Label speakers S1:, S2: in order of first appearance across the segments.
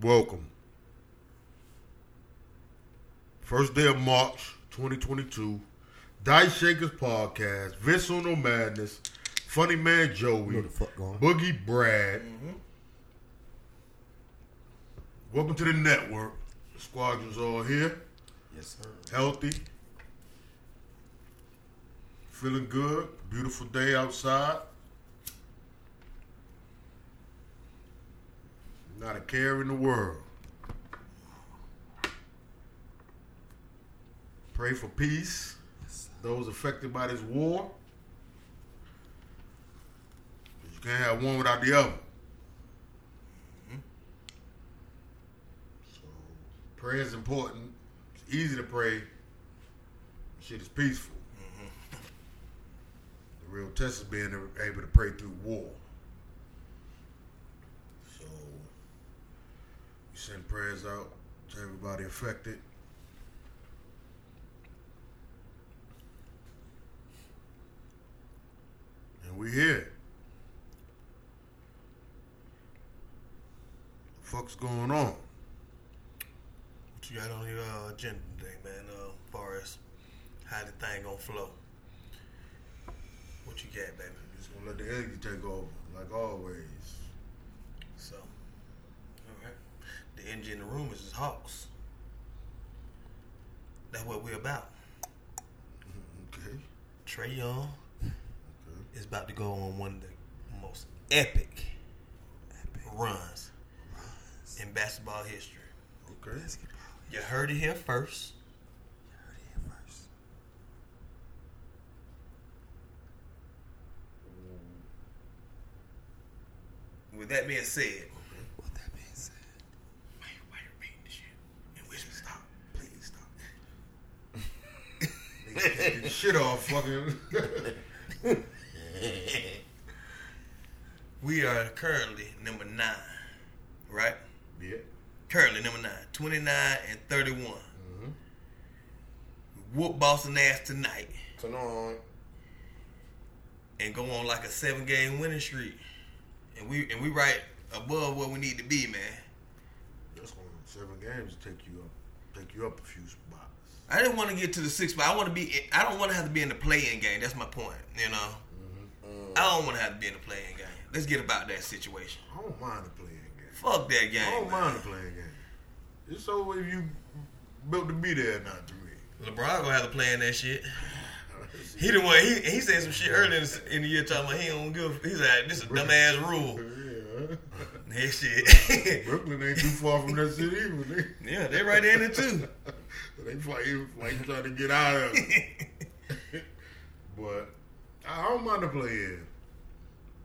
S1: Welcome. First day of March 2022. Dice Shakers Podcast. Vince Uno Madness. Funny Man Joey.
S2: Know the fuck going.
S1: Boogie Brad. Welcome to the network. Squadrons all here.
S2: Yes, sir.
S1: Healthy. Feeling good. Beautiful day outside. Not a care in the world. Pray for peace. Those affected by this war. You can't have one without the other. Mm-hmm. So prayer is important. It's easy to pray. Shit is peaceful. The real test is being able to pray through war. So we send prayers out to everybody affected. And we here. fuck's going on?
S3: What you got on your uh, agenda today, man? Uh, as far as how the thing gonna flow. What you got, baby?
S1: Just gonna let the energy take over, like always.
S3: So, all right. The energy in the room is just hawks. That's what we're about.
S1: Okay.
S3: Trey Young
S1: okay.
S3: is about to go on one of the most epic, runs in basketball history.
S1: Okay.
S3: You heard it here first. With that being said, why you, why you repeating this shit? And whisper, stop. Please stop.
S1: Get the shit off, fucking.
S3: We are currently number nine, right?
S1: yeah.
S3: Currently number nine. 29 and 31. Whoop Boston ass tonight
S2: Turn on.
S3: and go on like a seven game winning streak. And we and we right above where we need to be, man.
S1: That's going to seven games to take you up, take you up a few spots.
S3: I didn't want to get to the six, but I want to be. I don't want to have to be in the play-in game. That's my point. You know, I don't want to have to be in the play-in game. Let's get about that situation.
S1: I don't mind the playing game.
S3: Fuck that game.
S1: I don't
S3: man.
S1: mind the playing game. It's over if you built to be there, or not to me.
S3: LeBron gonna have to play in that shit. He the one. He, he said some shit earlier in the, in the year talking about he don't give. He's like this is a dumbass rule.
S1: Yeah.
S3: That shit.
S1: Brooklyn ain't too far from that city either.
S3: yeah, they right there in it too.
S1: They, they fighting, like trying to get out of it. But I don't mind the play-in.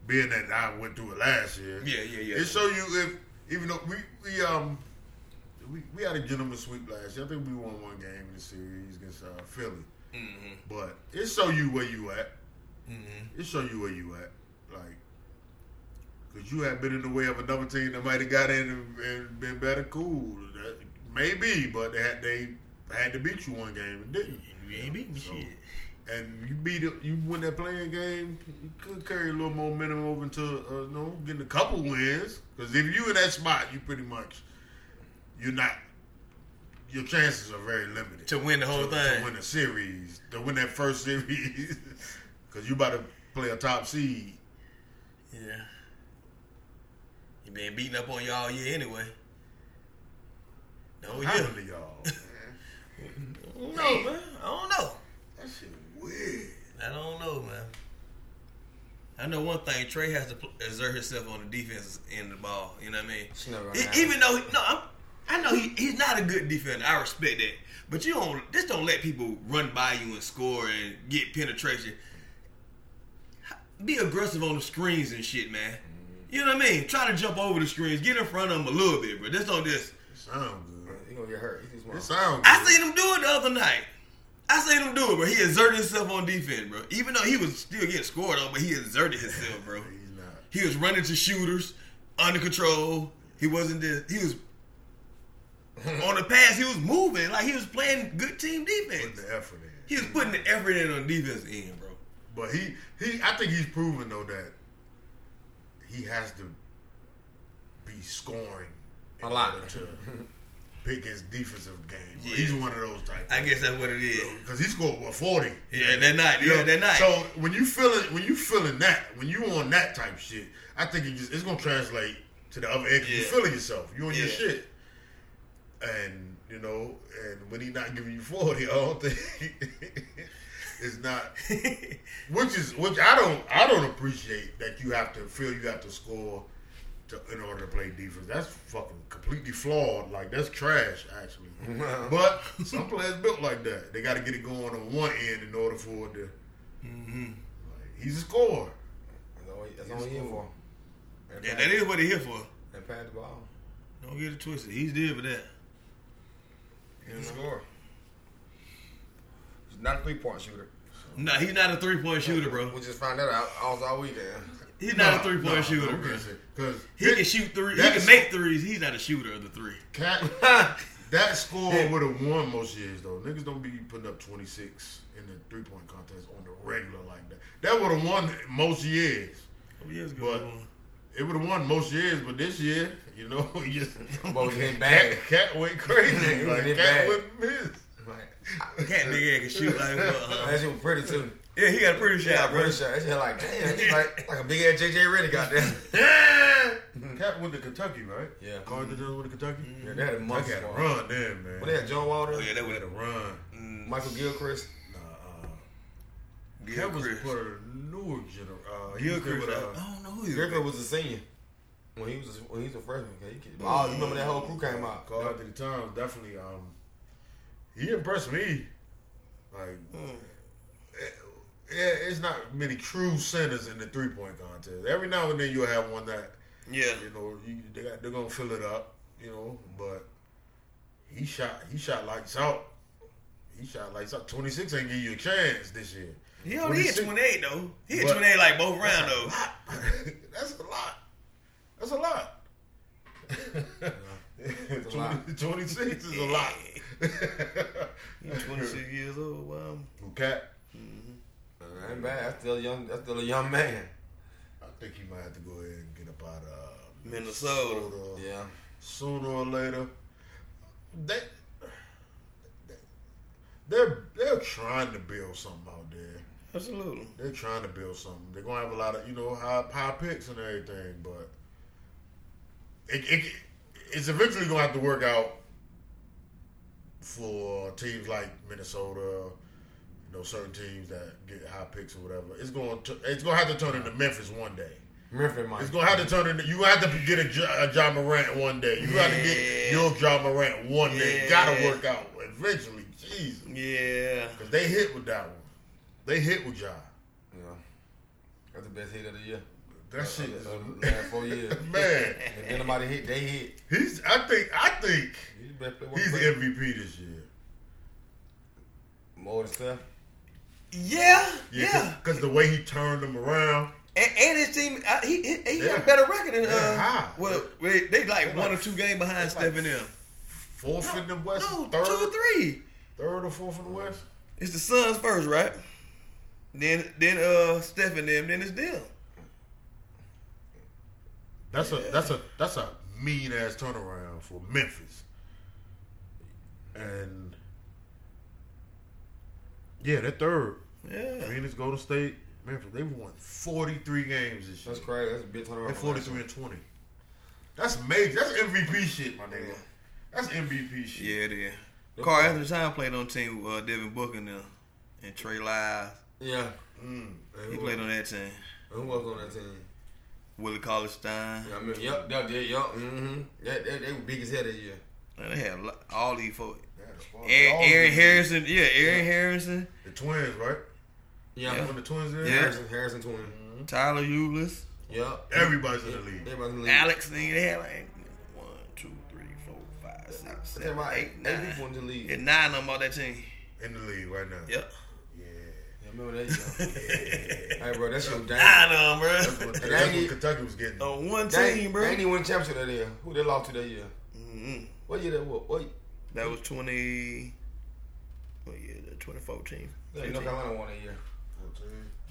S1: Being that I went through it last year.
S3: Yeah, yeah, yeah.
S1: It show you if even though we we um we, we had a gentleman sweep last year. I think we won one game in the series against uh, Philly.
S3: Mhm.
S1: But it show you where you at.
S3: Mhm.
S1: It show you where you at. Like, cause you had been in the way of another team that might have got in and, and been better. Cool, That- maybe, but they had, they had to beat you one game and didn't.
S3: You ain't beating
S1: So-
S3: shit.
S1: and you beat it, you win that playing game, you could carry a little momentum over into uh, you know getting a couple wins. Because if you in that spot, you pretty much you're not. Your chances are very limited
S3: To win the whole
S1: to,
S3: thing.
S1: to win the series, to win that first series, because you about to play a top seed.
S3: Yeah. He been beating up on y'all year anyway. No, yeah.
S1: Happened to y'all. man.
S3: No, man. I don't know.
S1: that shit weird.
S3: I don't know, man. I know one thing. Trey has to pl- exert himself on the defense end of the ball. You know what I mean?
S2: She never
S3: E-
S2: ran out.
S3: Even though he, no, I'm, I know he, he's not a good defender. I respect that, but you don't just don't let people run by you and score and get penetration. Be aggressive on the screens and shit, man. You know what I mean? Try to jump over the screens, get in front of them a little bit, bro. Just don't
S1: It
S3: just.
S1: sound good.
S2: You gonna get hurt. You
S1: It
S2: just wanna-
S1: sound good.
S3: I seen him do it the other night. I seen him do it, bro. He exerted himself on defense, bro. Even though he was still getting scored on, but he exerted himself, bro.
S1: He's not.
S3: He was running to shooters, under control. He wasn't just he was on the pass. He was moving like he was playing good team
S1: Put
S3: defense.
S1: the effort in.
S3: He was putting the effort in on defense end, bro.
S1: But he, he, I think he's proven though that he has to be scoring in
S4: lot.
S1: order to pick his defensive game.
S3: Yeah.
S1: He's one of those type.
S3: I guess that's what it is.
S1: because he scored what forty.
S3: Yeah, that night.
S1: You
S3: Yeah,
S1: know,
S3: that night.
S1: So when you feeling when you feeling that when you on that type of shit, I think it just, it's gonna translate to the other end. 'cause You
S3: Yeah.
S1: feeling yourself. You on your
S3: Yeah.
S1: shit. And you know, and when he not giving you forty, I don't think it's not. Which is which I don't I don't appreciate that you have to feel you have to score to, in order to play defense. That's fucking completely flawed. Like that's trash actually. but some players built like that. They got to get it going on one end in order for it to.
S3: Mm-hmm.
S1: Like, he's a scorer.
S5: That's all he- That's all he here for. And
S3: yeah,
S5: pass-
S3: that is what they here for.
S5: And pass the ball.
S3: Don't get it twisted. He's there for that.
S5: He's a scorer. He's not a three point shooter.
S3: No, he's not a three point shooter, bro.
S5: We just found that out all, all weekend.
S3: He's not a three point shooter, bro.
S1: Because
S3: He can shoot three. He
S1: that's-
S3: can make threes. He's not a shooter of the three.
S1: that score would have won most years though. Niggas don't be putting up twenty six in the three point contest on the regular like that. That would have won most years.
S3: Oh, years ago,
S1: But-
S3: he won.
S1: It would have won most years, but this year, you know, he just
S5: But we hit
S1: cat,
S5: bad.
S1: cat went crazy.
S5: He
S1: like
S5: hit
S1: cat
S5: bad.
S1: went miss.
S3: that nigga can shoot like what? huh?
S5: That shit was pretty too.
S3: Yeah, he got a pretty shot,
S5: Yeah,
S3: bro.
S5: pretty shot. That shit like damn, that shit like like a big ass JJ Reddy got there.
S1: Cat went to Kentucky, right?
S5: Yeah.
S1: Carter Jones went to Kentucky.
S5: Yeah, they had a
S1: I
S5: monster.
S1: got to run, damn man.
S5: What they had John Walter,
S3: Oh yeah, that mm,
S1: We had
S3: would
S1: to run.
S5: Michael Gilchrist.
S3: yeah,
S1: That was
S3: Chris.
S1: part of the newer generation. Uh, he was
S3: Gilchrist.
S1: with, uh,
S3: I don't know who he
S5: Gilchrist
S3: was.
S5: was a senior when he was a, when he was a freshman. Yeah, he could- Oh, you remember that whole crew came out?
S1: Carl Anthony Towns definitely. Um, he impressed me. Like, eh, yeah, it's not many true centers in the three point contest. Every now and then you'll have one that
S3: Yeah,
S1: you know you, they got, they're gonna fill it up, you know. But he shot, he shot lights out. He shot lights out. Twenty six ain't give you a chance this year.
S3: he only hit
S1: 26
S3: twenty eight though. He hit
S1: But-
S3: twenty eight like both round though.
S1: That's a lot. That's a lot.
S5: a lot.
S1: 20 26 is a lot.
S3: He's twenty six years old. Wow.
S1: Cat,
S3: Mm-hmm.
S5: That ain't bad. That's still a young. That's still a young man.
S1: I think he might have to go ahead and get up out of uh,
S3: Minnesota.
S5: Yeah.
S1: Sooner or later, they, they're they're trying to build something out there.
S3: Absolutely.
S1: They're trying to build something. They're gonna have a lot of you know high high picks and everything, but it, it it's eventually gonna have to work out for teams like Minnesota, you know, certain teams that get high picks or whatever. It's going to it's gonna have to turn into Memphis one day.
S5: Memphis, Mike.
S1: It's gonna have to turn into you have to get a, Ja- a John Morant one day. You got to get
S3: Yeah.
S1: your John Morant one day.
S3: Yeah.
S1: Got to work out eventually. Jesus,
S3: Yeah.
S1: because they hit with that one. They hit with John.
S5: Yeah. That's the best hit of the year.
S1: That shit is
S5: Of the last four years.
S1: man.
S5: If anybody hit, they hit.
S1: He's I think I think
S5: He the best player.
S1: he's the MVP this year.
S5: More than Steph.
S3: Yeah.
S1: Yeah,
S3: Yeah.
S1: because the way he turned them around,
S3: And, and his team, uh, he, he, he
S1: Yeah.
S3: had a better record than.
S1: They're
S3: Uh,
S1: high.
S3: well, they, they like one or two games behind
S1: they're like
S3: Steph and them.
S1: fourth in the West,
S3: No, two
S1: third,
S3: or three.
S1: third or fourth in the West.
S3: It's the Suns first, right? Then then uh Steph and them, then it's them.
S1: That's a that's a that's a mean ass turnaround for Memphis. And yeah, they're third.
S3: Yeah.
S1: Phoenix, Golden State, Memphis. They've won forty three games this year.
S5: That's crazy. That's a big turnaround.
S1: They're forty three and twenty. That's major. That's MVP shit, my nigga. That's MVP shit.
S3: Yeah, it is. Carl Anthony Town played on the team with uh, Devin Booker and them. And Trey Lyles.
S5: Yeah.
S1: Mm.
S5: And
S3: He
S5: who-
S3: played on that team.
S5: Who was on that team?
S3: Willie Collins Stein.
S5: Yeah, I mean, yep, yep, yep, yep. Mm-hmm. They, they, they were big as hell that year.
S3: Man, they had a lot- all these folks.
S1: Yeah, that's far.
S3: Aaron,
S1: They all
S3: Aaron
S1: did.
S3: Harrison. Yeah, Aaron Harrison.
S1: The twins, right?
S5: Yeah.
S1: When the twins in?
S3: Yeah. Mm-hmm.
S5: Harrison, Harrison twin.
S3: Tyler Eulis.
S5: Yep.
S1: Everybody's in the league.
S5: Everybody's in the league.
S3: Alex. They had like one, two, three, four, five, six,
S5: That's
S3: seven,
S5: about eight,
S3: eight,
S5: eight people
S3: nine.
S5: in the league.
S3: Yeah, nine of them on that team.
S1: In the league right now.
S3: Yep.
S1: Yeah.
S5: Yeah, remember that year. hey, bro, that's your damn.
S3: Nine of them, bro.
S1: But that's
S5: that
S1: what
S5: ain't-
S1: Kentucky was getting.
S3: On one
S5: They,
S3: team,
S5: they
S3: bro.
S5: ain't even win championship that year. Who they lost to that year?
S3: Mhm.
S5: What year that was? What?
S3: That was 20. What year? The 2014.
S5: I think North Carolina won that year.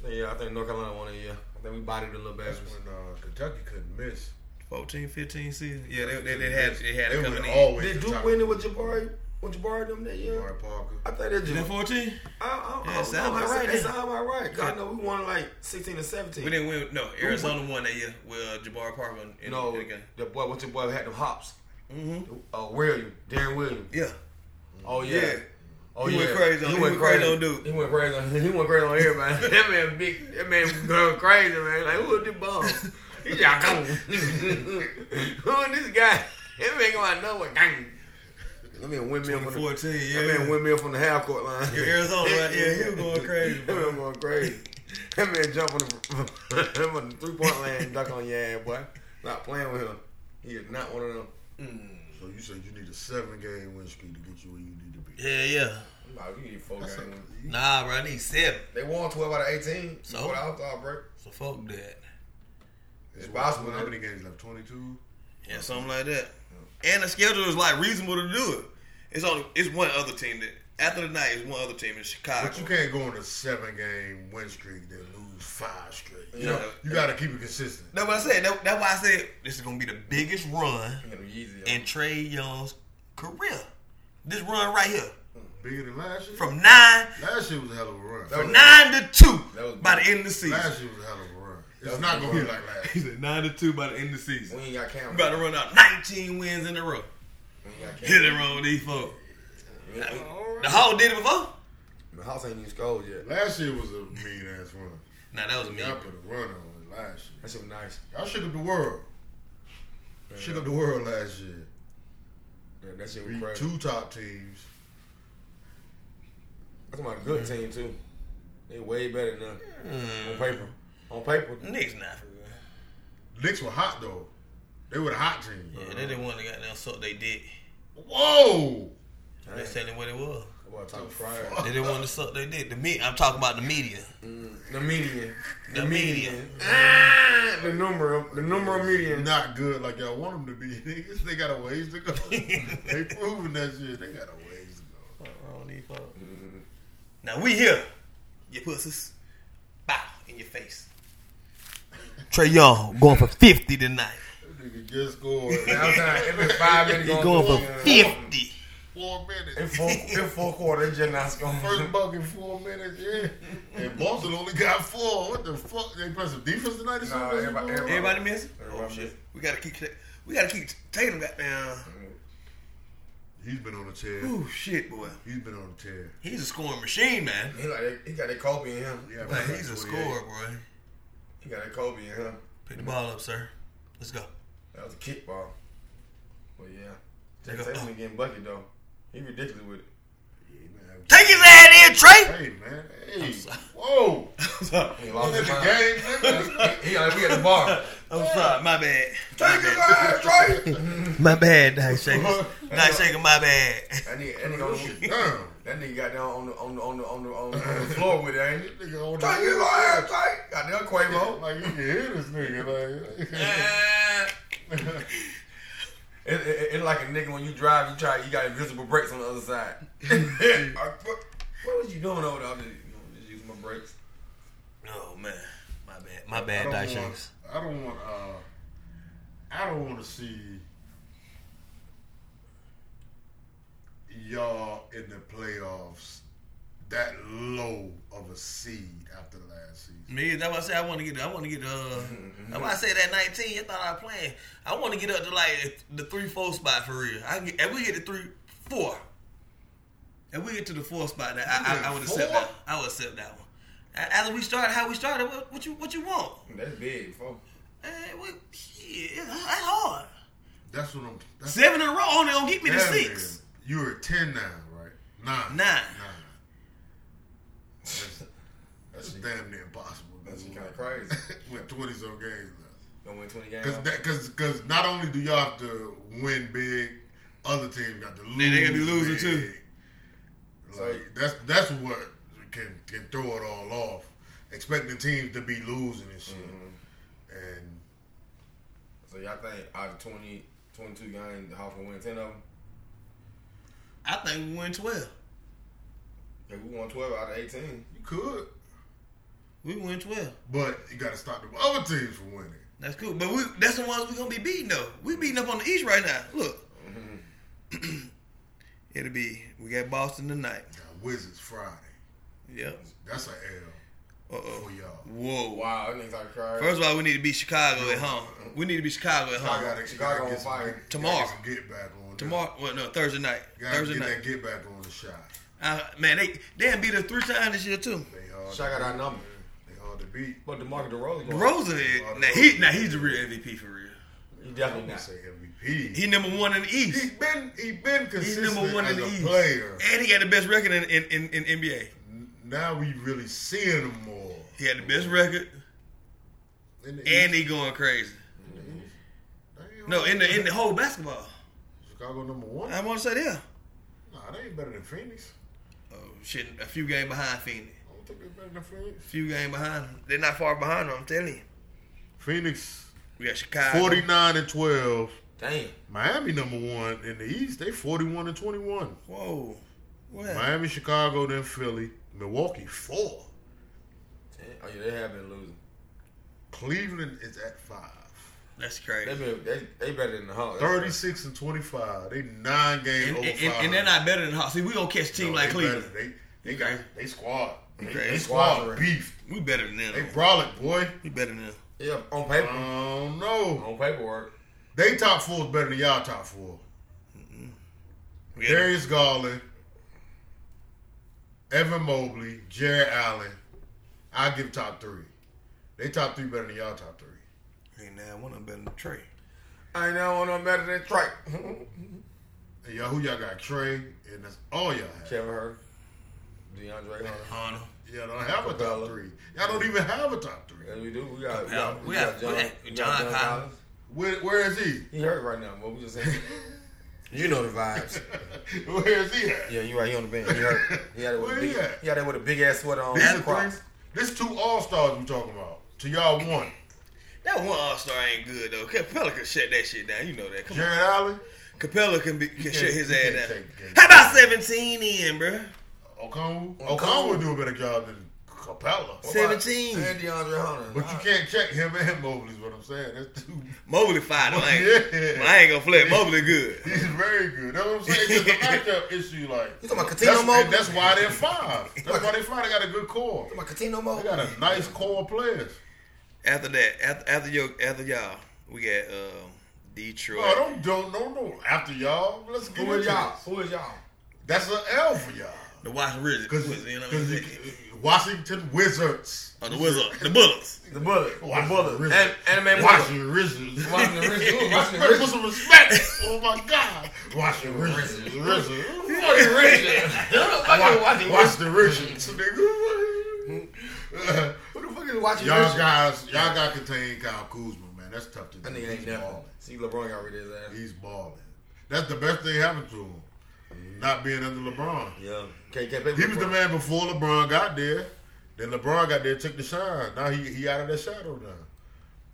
S1: 14.
S5: Yeah, I think North Carolina won that year. I think we bodied a little bad.
S1: That's when uh, Kentucky couldn't miss.
S3: 14, 15 season. Yeah, they, they, they had they had
S1: They
S3: it
S1: would
S3: coming in.
S1: always
S5: Did
S1: the
S5: Duke
S1: top.
S5: win it with Jabari? With Jabari them that year?
S1: Jabari Parker.
S5: I think that
S3: Is that
S5: Jabari.
S3: fourteen?
S5: I, I,
S3: Yeah,
S5: I, I,
S3: sound
S5: sound
S3: about
S5: about
S3: right
S5: right. It
S3: then.
S5: sound about right. God, I know we won like sixteen or seventeen.
S3: We didn't win. No, Arizona won that year with uh, Jabari Parker in,
S5: You
S3: in,
S5: know,
S3: in the game.
S5: the boy, what's your boy had them hops?
S3: Mm-hmm.
S5: Uh, William, Darren Williams.
S3: Yeah.
S5: Oh yeah.
S3: Yeah.
S5: Oh
S3: He
S5: yeah.
S3: went crazy on- he went crazy on Duke.
S5: He went crazy on. He went crazy on everybody. that man big. That man going crazy, man. Like who is this bum? He just come. who is this guy? That man come out of nowhere. Gang. That man windmill from the.
S3: 14, yeah.
S5: That man windmill from the half court line.
S3: Yeah, Arizona, right? Yeah, he was going crazy,
S5: that
S3: bro.
S5: man going crazy. That man jump on the, him on the three point line, and duck on your ass, boy. Not playing with him. He is not one of them.
S3: Mm.
S1: So you said you need a seven game win streak to get you where you need to be.
S3: Yeah, yeah.
S5: Nah, we need four games.
S3: Nah, bro, I need seven.
S5: They won 12 out of 18
S3: So?
S5: before the All-Star break.
S3: So fuck that.
S1: It's
S5: It's possible,
S1: How
S5: man.
S1: many games left? Twenty two.
S3: Yeah, something like that. And the schedule is like reasonable to do it. It's only it's one other team that after the night is one other team in Chicago.
S1: But you can't go on a seven game win streak then lose five straight. You,
S5: Yeah.
S1: know, you got to keep it consistent.
S3: That's what I said. That, that's why I said this is gonna be the biggest run in Trey Young's career. This run right here
S1: Bigger than last year.
S3: from nine
S1: last year was a hell of a run.
S5: That was-
S3: nine to two
S5: That was-
S3: by the end of the season.
S1: last year was a hell of a run. It's
S5: was
S1: not
S5: a
S1: going to be
S5: run.
S1: like last.
S3: he
S1: year.
S3: said nine to two by the end of the season.
S5: We ain't got
S3: We
S5: cameras.
S3: about to run out nineteen wins in a row.
S5: We ain't got
S3: Hit
S5: cameras.
S3: and run with these folks.
S5: We ain't-
S3: The Hawk did it before.
S5: The house ain't even scored yet.
S1: Last year was a mean ass run.
S3: Nah, that was me.
S1: Y'all put a run on it last year.
S5: That shit was nice.
S1: Y'all shook up the world. Shook up the world last year.
S5: That, that shit was
S1: Beat
S5: crazy.
S1: two top teams.
S5: That's my good team, too. They way better than us. On
S3: Mm,
S5: paper. On paper.
S3: Knicks not.
S1: Knicks were hot though. They were the hot team.
S3: Yeah, they didn't want to goddamn suck they dick.
S1: Whoa!
S3: That's telling what it was.
S5: That boy talking fire.
S3: They didn't want to suck they dick. The me, I'm talking about the media.
S5: Mm. The median.
S3: The media.
S5: Ah, the number of, the number of median.
S1: Not good like y'all want them to be. Niggas, they got a ways to go. they proving that shit. They got a ways to go.
S3: Fuck wrong with these folks.
S5: Mm.
S3: Now we here. You pussies. Bow in your face. Trey Young going for 50 tonight.
S1: That nigga just scored.
S5: Now it's time. It's been five minutes
S3: He
S5: going,
S3: going for
S5: through.
S3: 50.
S1: four
S5: In
S1: minutes.
S5: four, in four quarters, they just not scoring.
S1: First bucket, four minutes. Yeah. And Boston only got four. What the fuck? They playing some defense tonight or
S5: Nah,
S1: something?
S5: everybody-
S3: Everybody missing? Oh
S5: Everybody
S3: shit.
S5: missing.
S3: We gotta keep we gotta keep Tatum goddamn.
S1: He's been on a tear.
S3: Ooh shit boy.
S1: He's been on a tear.
S3: He's a scoring machine, man.
S5: He, like, that- he got that Kobe in him.
S1: Yeah,
S3: Like, he's a
S1: 28.
S3: scorer, boy.
S5: He got that Kobe in him.
S3: Pick the ball up, sir. Let's go.
S5: That was a kickball. But yeah.
S3: There you
S5: Jason
S3: go.
S5: Tatum been getting bucket though. He ridiculous with it.
S1: Yeah,
S3: Take his ass in, Trey!
S1: man. Hey man. Hey.
S3: I'm sorry.
S1: Whoa.
S3: I'm sorry.
S5: He
S1: Look
S5: lost
S1: at
S5: his
S1: the
S5: mind.
S1: game, nigga.
S5: He like we at the bar.
S3: I'm sorry. My bad.
S5: Take his ass, Trey.
S3: My bad, Night Shaker. Night Shaker, my bad.
S5: That nigga, that nigga, on,
S1: Damn.
S5: that nigga got down on the on the on the on the, on the, on the floor with it, ain't it?
S1: That nigga on
S5: Take his
S1: the
S5: ass, Trey. Got down Quavo.
S1: Like you can hear this nigga.
S5: Eh.
S1: Like
S5: It, it, it, it like a nigga when you drive, you try, you got invisible brakes on the other side. I- what, what was you doing over there? I'm just, you know, just using my brakes.
S3: Oh man, my bad, my
S1: I
S3: bad, Dice
S1: don't
S3: Shanks.
S1: want. I don't want. Uh, I don't want to see y'all in the playoffs that low of a seed after last season.
S3: Me, that's why I said I want to get. I want to get. Uh, that's why I said that nineteen. I thought I was playing. I want to get up to like the three four spot for real. I can get, if we get the three four, if we get to the four spot, that I, I, I would accept
S1: Four?
S3: that. I would accept that one. A- After we start, how we started, what, what you what you want?
S5: That's big, folks.
S3: Eh, we, shit, it's- that's hard.
S1: That's what I'm. That's
S3: Seven in a row only don't get me to
S1: damn
S3: six.
S1: near. You're at ten now, right? Nine.
S3: Nine.
S1: That's, that's damn near impossible.
S5: That's
S1: dude.
S5: kinda crazy.
S1: With twenty some games left.
S5: Gonna win 20 games.
S1: Cause, that, cause, cause not only do y'all have to win big, other teams got to lose.
S3: they gonna be losing
S1: big.
S3: too.
S1: Like that's that's what can can throw it all off. Expecting teams to be losing and shit,
S5: Mhm.
S1: and
S5: So y'all think out of 20, 22 games, the Hawks will win 10 of them?
S3: I think we win twelve.
S5: Yeah, we won 12 out of 18.
S1: you could.
S3: We win twelve.
S1: But you got to stop the other teams from winning.
S3: That's cool. But we that's the ones we're gonna be beating though. We beating up on the East right now. Look.
S1: Mm-hmm.
S3: It'll be we got Boston tonight.
S1: Got Wizards Friday.
S3: Yep.
S1: That's an L
S3: Uh oh.
S1: for y'all.
S3: Whoa.
S5: Wow, that nigga's out of cry.
S3: First of all, we need to be Chicago at home.
S1: Mm-hmm.
S3: We need to be Chicago at
S1: I
S3: home.
S1: gotta, you
S5: Chicago
S1: gotta
S5: on
S1: get some,
S5: fire.
S1: you gotta
S3: Tomorrow.
S1: Get some get back on. that.
S3: Tomorrow, well, no, Thursday night.
S1: Gotta
S3: Thursday
S1: get
S3: night.
S1: that get back on the shot.
S3: Uh, man, they they done beat us three times this year too.
S1: They hard.
S5: Shaq got our number.
S1: They hard to beat.
S5: But DeMarcus DeRozan. going-
S3: Rosen, is- now he now he's the real MVP for real.
S5: He
S1: I'm
S5: definitely
S1: gonna
S5: not.
S1: say MVP.
S3: He number one in the
S1: He's
S3: East,
S1: been he been consistent
S3: number one
S1: as
S3: in the
S1: a
S3: East.
S1: player.
S3: and he had the best record in, in, in, in NBA.
S1: Now we really seeing him more.
S3: He had the best record,
S1: In the East.
S3: and he going crazy.
S1: Damn.
S3: No, in the in the whole basketball.
S1: Chicago number one.
S3: I want to say there.
S1: Nah, they ain't better than Phoenix.
S3: Oh shit, a few games behind Phoenix.
S1: I don't think they're better than Phoenix.
S3: A few games behind. them. They're not far behind. them, I'm telling you.
S1: Phoenix
S3: We got Chicago.
S1: forty nine and twelve.
S5: Damn.
S1: Miami number one in the East. They forty one and twenty one.
S3: Whoa. What? happened?
S1: Miami, Chicago, then Philly. Milwaukee four.
S5: Damn. Oh, yeah, they have been losing.
S1: Cleveland is at five.
S3: That's
S5: They,
S3: crazy.
S5: been, they, they better than the Hawks.
S1: Thirty six and twenty five. They nine game
S3: And,
S1: over
S3: and,
S1: five.
S3: and, and they're not better than Hawks. See, we gonna catch a team
S1: No,
S3: like
S1: they
S3: Cleveland.
S1: better. They they got they squad. They,
S3: Okay.
S1: they squad
S5: Squad.
S1: beef.
S3: We better than them.
S1: They brolic boy.
S3: we better than them.
S5: Yeah, on
S1: I
S5: paper.
S1: don't know.
S5: on paperwork.
S1: They top four is better than y'all top four.
S3: We got
S1: Darius Garland, Evan Mobley, Jared Allen. I give top three. They top three better than y'all top three.
S3: Ain't that one of them better than Trey?
S5: I ain't never want no better than Trike.
S1: And y'all who y'all got Trey and that's all y'all have.
S5: Kevin Hurd. DeAndre Hunter.
S3: Honor.
S1: Y'all don't have a top
S5: Capella.
S1: three. Y'all don't even have a top three.
S5: Yeah, we do. We got, we
S3: Hell,
S5: got,
S3: we got- we got John Collins.
S1: Where, where is he?
S5: He hurt right now, but we just saying. you know the vibes.
S1: where is he at?
S5: Yeah, you right. He on the bench. He hurt. He had it with
S1: Where
S5: a big.
S1: he at?
S5: He had it with a big ass sweater on.
S1: These
S5: and
S1: are
S5: Crocs.
S1: three. This two all stars we talking about. To y'all one,
S3: That one All Star ain't good though. Capella can shut that shit down. You know that. Come on.
S1: Jared Allen.
S3: Capella can be can shut his
S1: he
S3: ass
S1: can't
S3: down.
S1: take games.
S3: How about seventeen in, bro?
S1: Okongwu.
S5: Okongwu.
S1: Okongwu would do a better job than Capella.
S3: Say- 17.
S5: And DeAndre Hunter.
S1: But you can't check him and Mobley. Is what I'm saying. That's two.
S3: Mobley five. though. I ain't,
S1: Yeah.
S3: I ain't gonna flip. Mobley good.
S1: He's very good. That's what I'm saying. It's a matchup issue. Like
S5: You talking about Coutinho
S1: that's,
S5: Mobley?
S1: and that's why they're five. That's why they five. They got a good core.
S5: My Catino
S1: They
S5: mode.
S1: got a nice core of players.
S3: After that, after after your after y'all, we got um, Detroit.
S1: No, Oh, don't don't no no. After y'all, let's get
S5: Who
S1: into
S5: is y'all?
S1: this.
S5: Who is y'all?
S1: That's an L for y'all.
S3: the Washington Wizards.
S1: Because
S3: You know what I mean?
S1: Washington Wizards.
S3: Oh, the Wizards. The Bullets.
S5: The bullet. The
S1: Washington
S5: bullet.
S1: Wizards.
S5: And, and man, Washington.
S1: Washington Wizards.
S5: Washington Wizards. Washington
S1: Put some respect. Oh my God. Washington Wizards. Wizards.
S5: Fucking Richard. Washington. Washington.
S1: Washington Wizards. nigga.
S5: Who the fuck is Washington?
S1: Y'all
S5: Richard?
S1: guys, y'all got to contain Kyle Kuzma, man. That's tough to do.
S5: That nigga ain't
S1: He's
S5: nothing.
S1: balling.
S5: See, LeBron got rid of his ass.
S1: He's balling. That's the best thing happened to him. Not being under LeBron.
S5: Yeah. Can't, can't play with
S1: He was the
S5: LeBron.
S1: man before LeBron got there. Then LeBron got there, took the shine. Now he he out of that shadow now.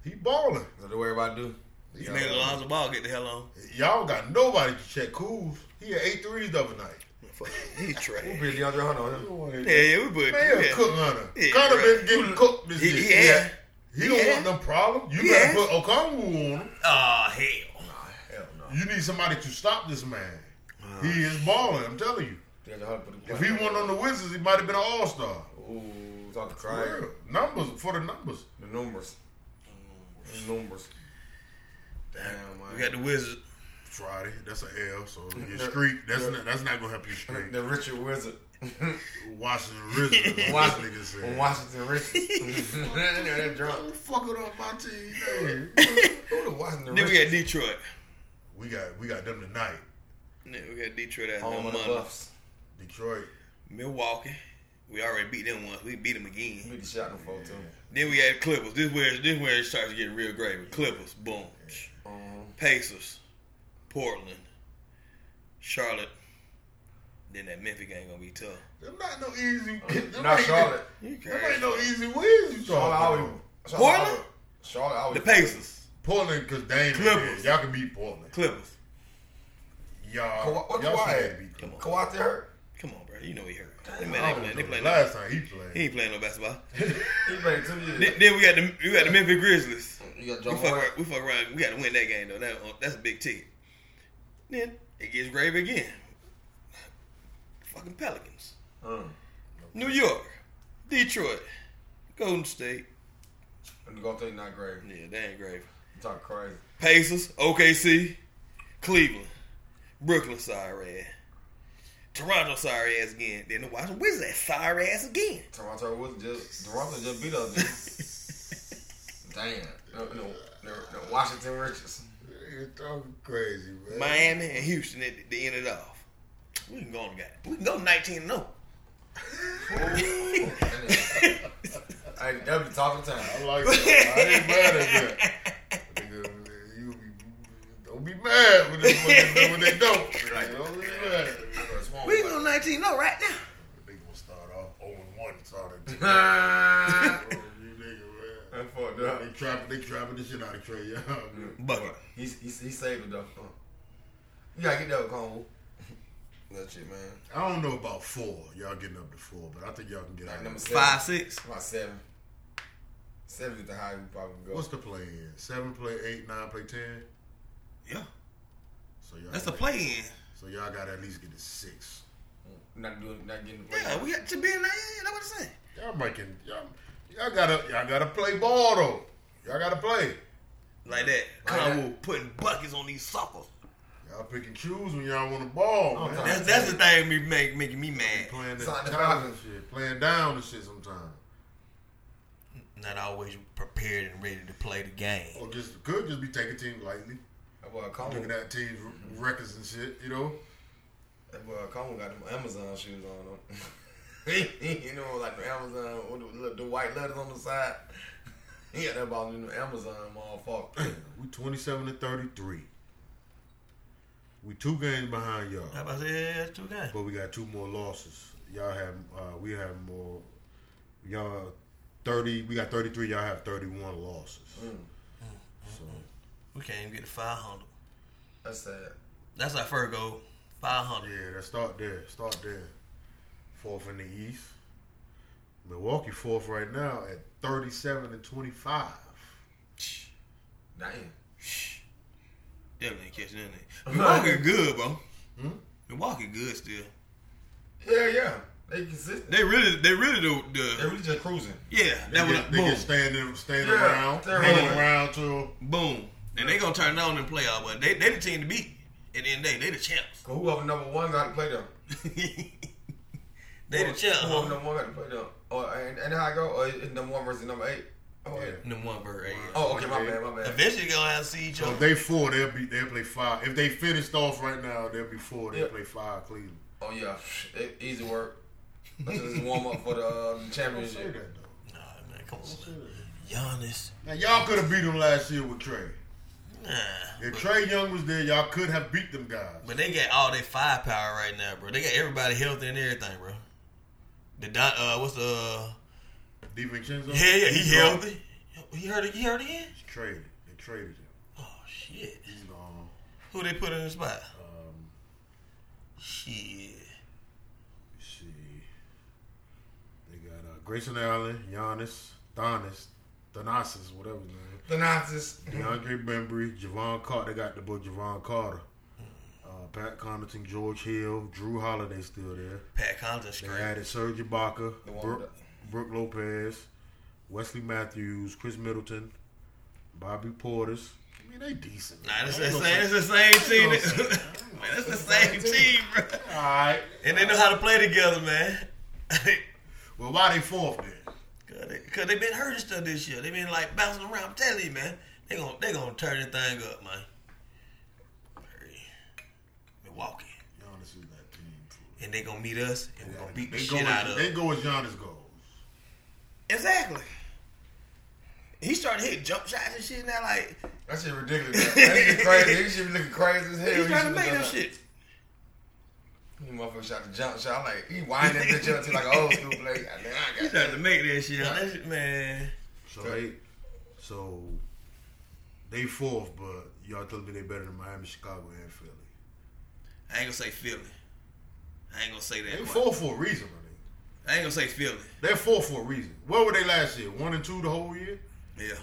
S1: He balling.
S5: So don't worry about do.
S3: You made Alonzo Ball get the hell on.
S1: Y'all got nobody to check Kuz. He had eight threes the other night.
S3: Fuck, Detroit.
S5: Put DeAndre Hunter on him.
S3: yeah, yeah, we put.
S1: Man,
S3: yeah.
S1: Cook Hunter.
S3: Yeah,
S1: Hunter
S3: right.
S1: been getting cooked this
S3: He,
S1: year.
S3: he had.
S1: He don't
S3: Yeah.
S1: want no problem. You
S3: Yeah.
S1: better put Okongwu on him.
S3: Oh hell.
S5: Nah, hell no.
S1: You need somebody to stop this man. he is balling, I'm telling you.
S5: DeAndre Hunter put the
S1: If he went on the Wizards, he might have been an all star.
S5: Ooh, talk to cry.
S1: Numbers for the numbers.
S5: The numbers. The numbers. Damn, man.
S3: We got the Wizards.
S1: Friday, that's an L. So your streak, that's not, that's not gonna help your streak.
S5: the Richard Wizard.
S1: Washington Wizards, this
S5: Washington,
S1: nigga said.
S5: Washington Richard. that
S1: Who
S5: drunk.
S1: fucking up my team? man?
S5: Who the Washington
S3: Then we got
S5: Richard?
S3: Detroit.
S1: we got we got them tonight.
S3: Then we got Detroit out
S5: Home
S3: on
S5: of the
S3: Monday.
S5: Buffs.
S1: Detroit.
S3: Milwaukee. We already beat them once. We beat them again.
S5: Beat the shot in the four too.
S3: Then we had Clippers. This where this where it starts getting real gravy. Clippers, boom.
S5: Um,
S3: Pacers, Portland, Charlotte. Then that Memphis game gonna be tough.
S1: Them not no easy. Them
S5: Uh, not
S1: ain't-
S5: Charlotte.
S3: You
S1: Them ain't
S3: crazy.
S1: no easy wins. You
S5: Charlotte
S1: talking about?
S5: always. Charlotte
S3: Portland?
S5: always- Charlotte
S3: The
S5: always.
S3: Pacers,
S1: Portland, cause Dame.
S3: Clippers.
S1: Clippers. Y'all can beat Portland.
S3: Clippers.
S1: Y'all.
S5: Kawhi- what
S1: y'all
S5: Kawhi
S1: should
S5: had?
S1: beat
S3: Come on,
S5: Kawhi still hurt.
S3: come on, bro. hurt. You know he hurt. That
S1: I
S3: man
S1: don't
S3: ain't playing. They
S1: know.
S3: playing.
S1: Last time he played.
S3: He ain't playing no basketball.
S5: He played two years.
S3: then, then we got the we got the Memphis Grizzlies.
S5: You got
S3: We
S5: John
S3: fuck,
S5: Morant.
S3: around, we fuck around. We got to win that game though. That, uh, that's a big ticket. Then it gets grave again. Fucking Pelicans,
S5: Mm.
S3: New York, Detroit, Golden State.
S5: And Golden State not great. You
S3: Yeah, they ain't grave.
S5: talk crazy.
S3: Pacers, OKC, Cleveland, Brooklyn, sorry ass, Toronto, sorry ass again. Then the Washington Wizards, sorry ass again.
S5: Toronto was just Toronto just beat us. dude. Damn. No, no, no, no, Washington Richards.
S1: You're talking crazy, man.
S3: Miami and Houston at the- the end of it off. We can go on, guy. We can go 19 and oh. 0.
S5: hey, that be talking time.
S1: I like that. I ain't mad at that. Nigga, you be- don't be mad when they, when they, when they don't. Like, don't be mad.
S3: We can go 19 and 0 right now.
S1: They gonna start off 0 1 started.
S5: Ah.
S1: Oh, you nigga, man.
S5: That fucked up.
S1: They trapping, they trapping the shit out of Trey Young.
S3: Bucket.
S5: He, he, he saved it though. Uh. You gotta get that with Cornwall. That shit, man.
S1: I don't know about four. Y'all getting up to four, but I think y'all can get
S5: Like
S1: out.
S5: number
S1: Of it.
S5: seven.
S3: Five, six.
S5: About seven. Seven is the high we probably go.
S1: What's the play in? Seven play eight, nine play ten.
S3: Yeah,
S1: So y'all
S3: that's the
S1: gotta-
S3: play in.
S1: So y'all got to at least get a six.
S5: not doing, not getting the play.
S3: Yeah, we got to be in there. That's what I'm saying.
S1: Y'all making y'all, y'all gotta y'all gotta play ball though. Y'all gotta play.
S3: Like that.
S5: Like
S3: Kyle
S5: that.
S3: Wu putting buckets on these suckers.
S1: Y'all pick and choose when y'all want to ball.
S5: Oh,
S1: man.
S5: God.
S3: That's, that's the thing me make, making me mad.
S1: Playing the
S5: Sign the
S1: top and
S5: Falcons.
S1: shit, playing down and shit sometimes.
S3: Not always prepared and ready to play the game.
S1: Or just could just be taking teams lightly,
S5: That boy
S1: looking
S5: Cornwall.
S1: at teams r- records and shit. You know,
S5: That boy Cornwall got them Amazon shoes on them. you know, like the Amazon, with the, look, the white letters on the side. He got that ball in the Amazon, motherfucker.
S1: we twenty seven to thirty three. We two games behind y'all.
S3: How about I say, yeah, that's two games.
S1: But we got two more losses. Y'all have uh, we have more. Y'all thirty. We got thirty three. Y'all have thirty one losses.
S5: Mm.
S1: So
S3: We can't even get to 500.
S5: That's sad.
S3: That's our first goal. 500.
S1: yeah, that start there. Start there. Fourth in the East. Milwaukee fourth right now at thirty seven and twenty five.
S5: Damn.
S3: Definitely ain't catching nothing. Milwaukee good, bro.
S1: Hmm?
S3: Milwaukee good still.
S5: Yeah, yeah. They consistent.
S3: They really, they really do
S5: They
S3: the.
S5: really just cruising.
S3: Yeah,
S1: They
S3: that was
S1: get, they
S3: boom,
S1: get standing standing
S5: Yeah,
S1: around,
S5: they're
S1: hanging
S5: rolling.
S1: around till
S3: boom, and they gonna turn it on in the playoff. But they, they the team to beat. At the end of the day, they the champs.
S5: Cause whoever number one got to play them.
S3: they the
S5: Whoever-
S3: champs.
S5: Whoever
S3: huh?
S5: number one got to play them. Or and, and how I go? Or it's number one versus number eight. Oh, yeah.
S3: Number one bird. Right here.
S5: oh okay. My bad. My bad.
S3: Eventually, gonna have to see each
S1: so
S3: other.
S1: if they four, they'll be they'll play five. If they finished off right now, they'll be four. They'll
S5: Yeah.
S1: play five Cleveland.
S5: Oh yeah. It, easy work. Let's just warm up for the uh,
S1: Don't say that
S5: championship.
S1: though.
S3: Nah, man, come
S1: Don't
S3: on,
S1: say
S3: man.
S1: that.
S3: Giannis.
S1: Now y'all could have beat them last year with Trey.
S3: Nah,
S1: If
S3: but,
S1: Trey Young was there, y'all could have beat them guys.
S3: but they got all their firepower right now, bro. They got everybody healthy and everything, bro. The Don, uh, what's the? Uh,
S1: DiVincenzo,
S3: yeah, yeah, he
S1: gone.
S3: healthy. He hurt. He hurt again.
S1: He's traded. They traded him.
S3: Oh shit.
S1: He's gone.
S3: Who they put in the spot?
S1: Um,
S3: Shit.
S1: let's see, they got uh, Grayson Allen, Giannis, Donis, Donasis, whatever his name.
S5: The Nazis.
S1: DeAndre Bembry, Javon Carter. They got the boy Javon Carter. Uh, Pat Connaughton, George Hill, Drew Holiday still there.
S3: Pat Connaughton
S1: They
S3: straight.
S1: added Serge Ibaka,
S5: The one
S1: Brooke,
S5: with
S1: Brooke Lopez, Wesley Matthews, Chris Middleton, Bobby Portis. I mean, they decent.
S3: Nah, that's
S1: I
S3: the
S1: ain't
S3: same.
S1: gonna
S3: That's
S1: say-
S3: the same team.
S1: I ain't gonna
S3: that- man, that's the same team, bro.
S1: All right.
S3: And they know how to play together, man.
S1: Well, why they fourth then?
S3: Cause they, cause they been hurt and stuff this year. They been like bouncing around. I'm telling you, man. They gonna they gonna turn that thing up, man. Hurry. Milwaukee,
S1: Giannis is that team. fool.
S3: and they gonna meet us, and we gonna beat the
S1: They go,
S3: shit out
S1: as,
S3: of.
S1: they
S3: them.
S1: go as Giannis goes.
S3: Exactly. He started hitting jump shots and shit. Now, like
S5: That shit ridiculous. man. That shit crazy. He should be looking crazy as hell.
S3: he's
S5: He
S3: trying to
S5: should
S3: make
S5: be
S3: them
S5: done that.
S3: shit.
S5: You motherfucker shot the jump shot. I'm like, he wind that bitch up to like an old school play. Goddamn, I
S3: He
S5: got
S3: trying to make that shit. up. That shit- man.
S1: So
S5: Okay.
S1: they, so they fourth, but y'all telling me they better than Miami, Chicago, and Philly.
S3: I ain't gonna say Philly. I ain't gonna say that.
S1: They
S3: quite.
S1: four for a reason, my nigga.
S3: I ain't gonna say Philly.
S1: They're four for a reason. Where were they last year? One and two the whole year?
S3: Yeah.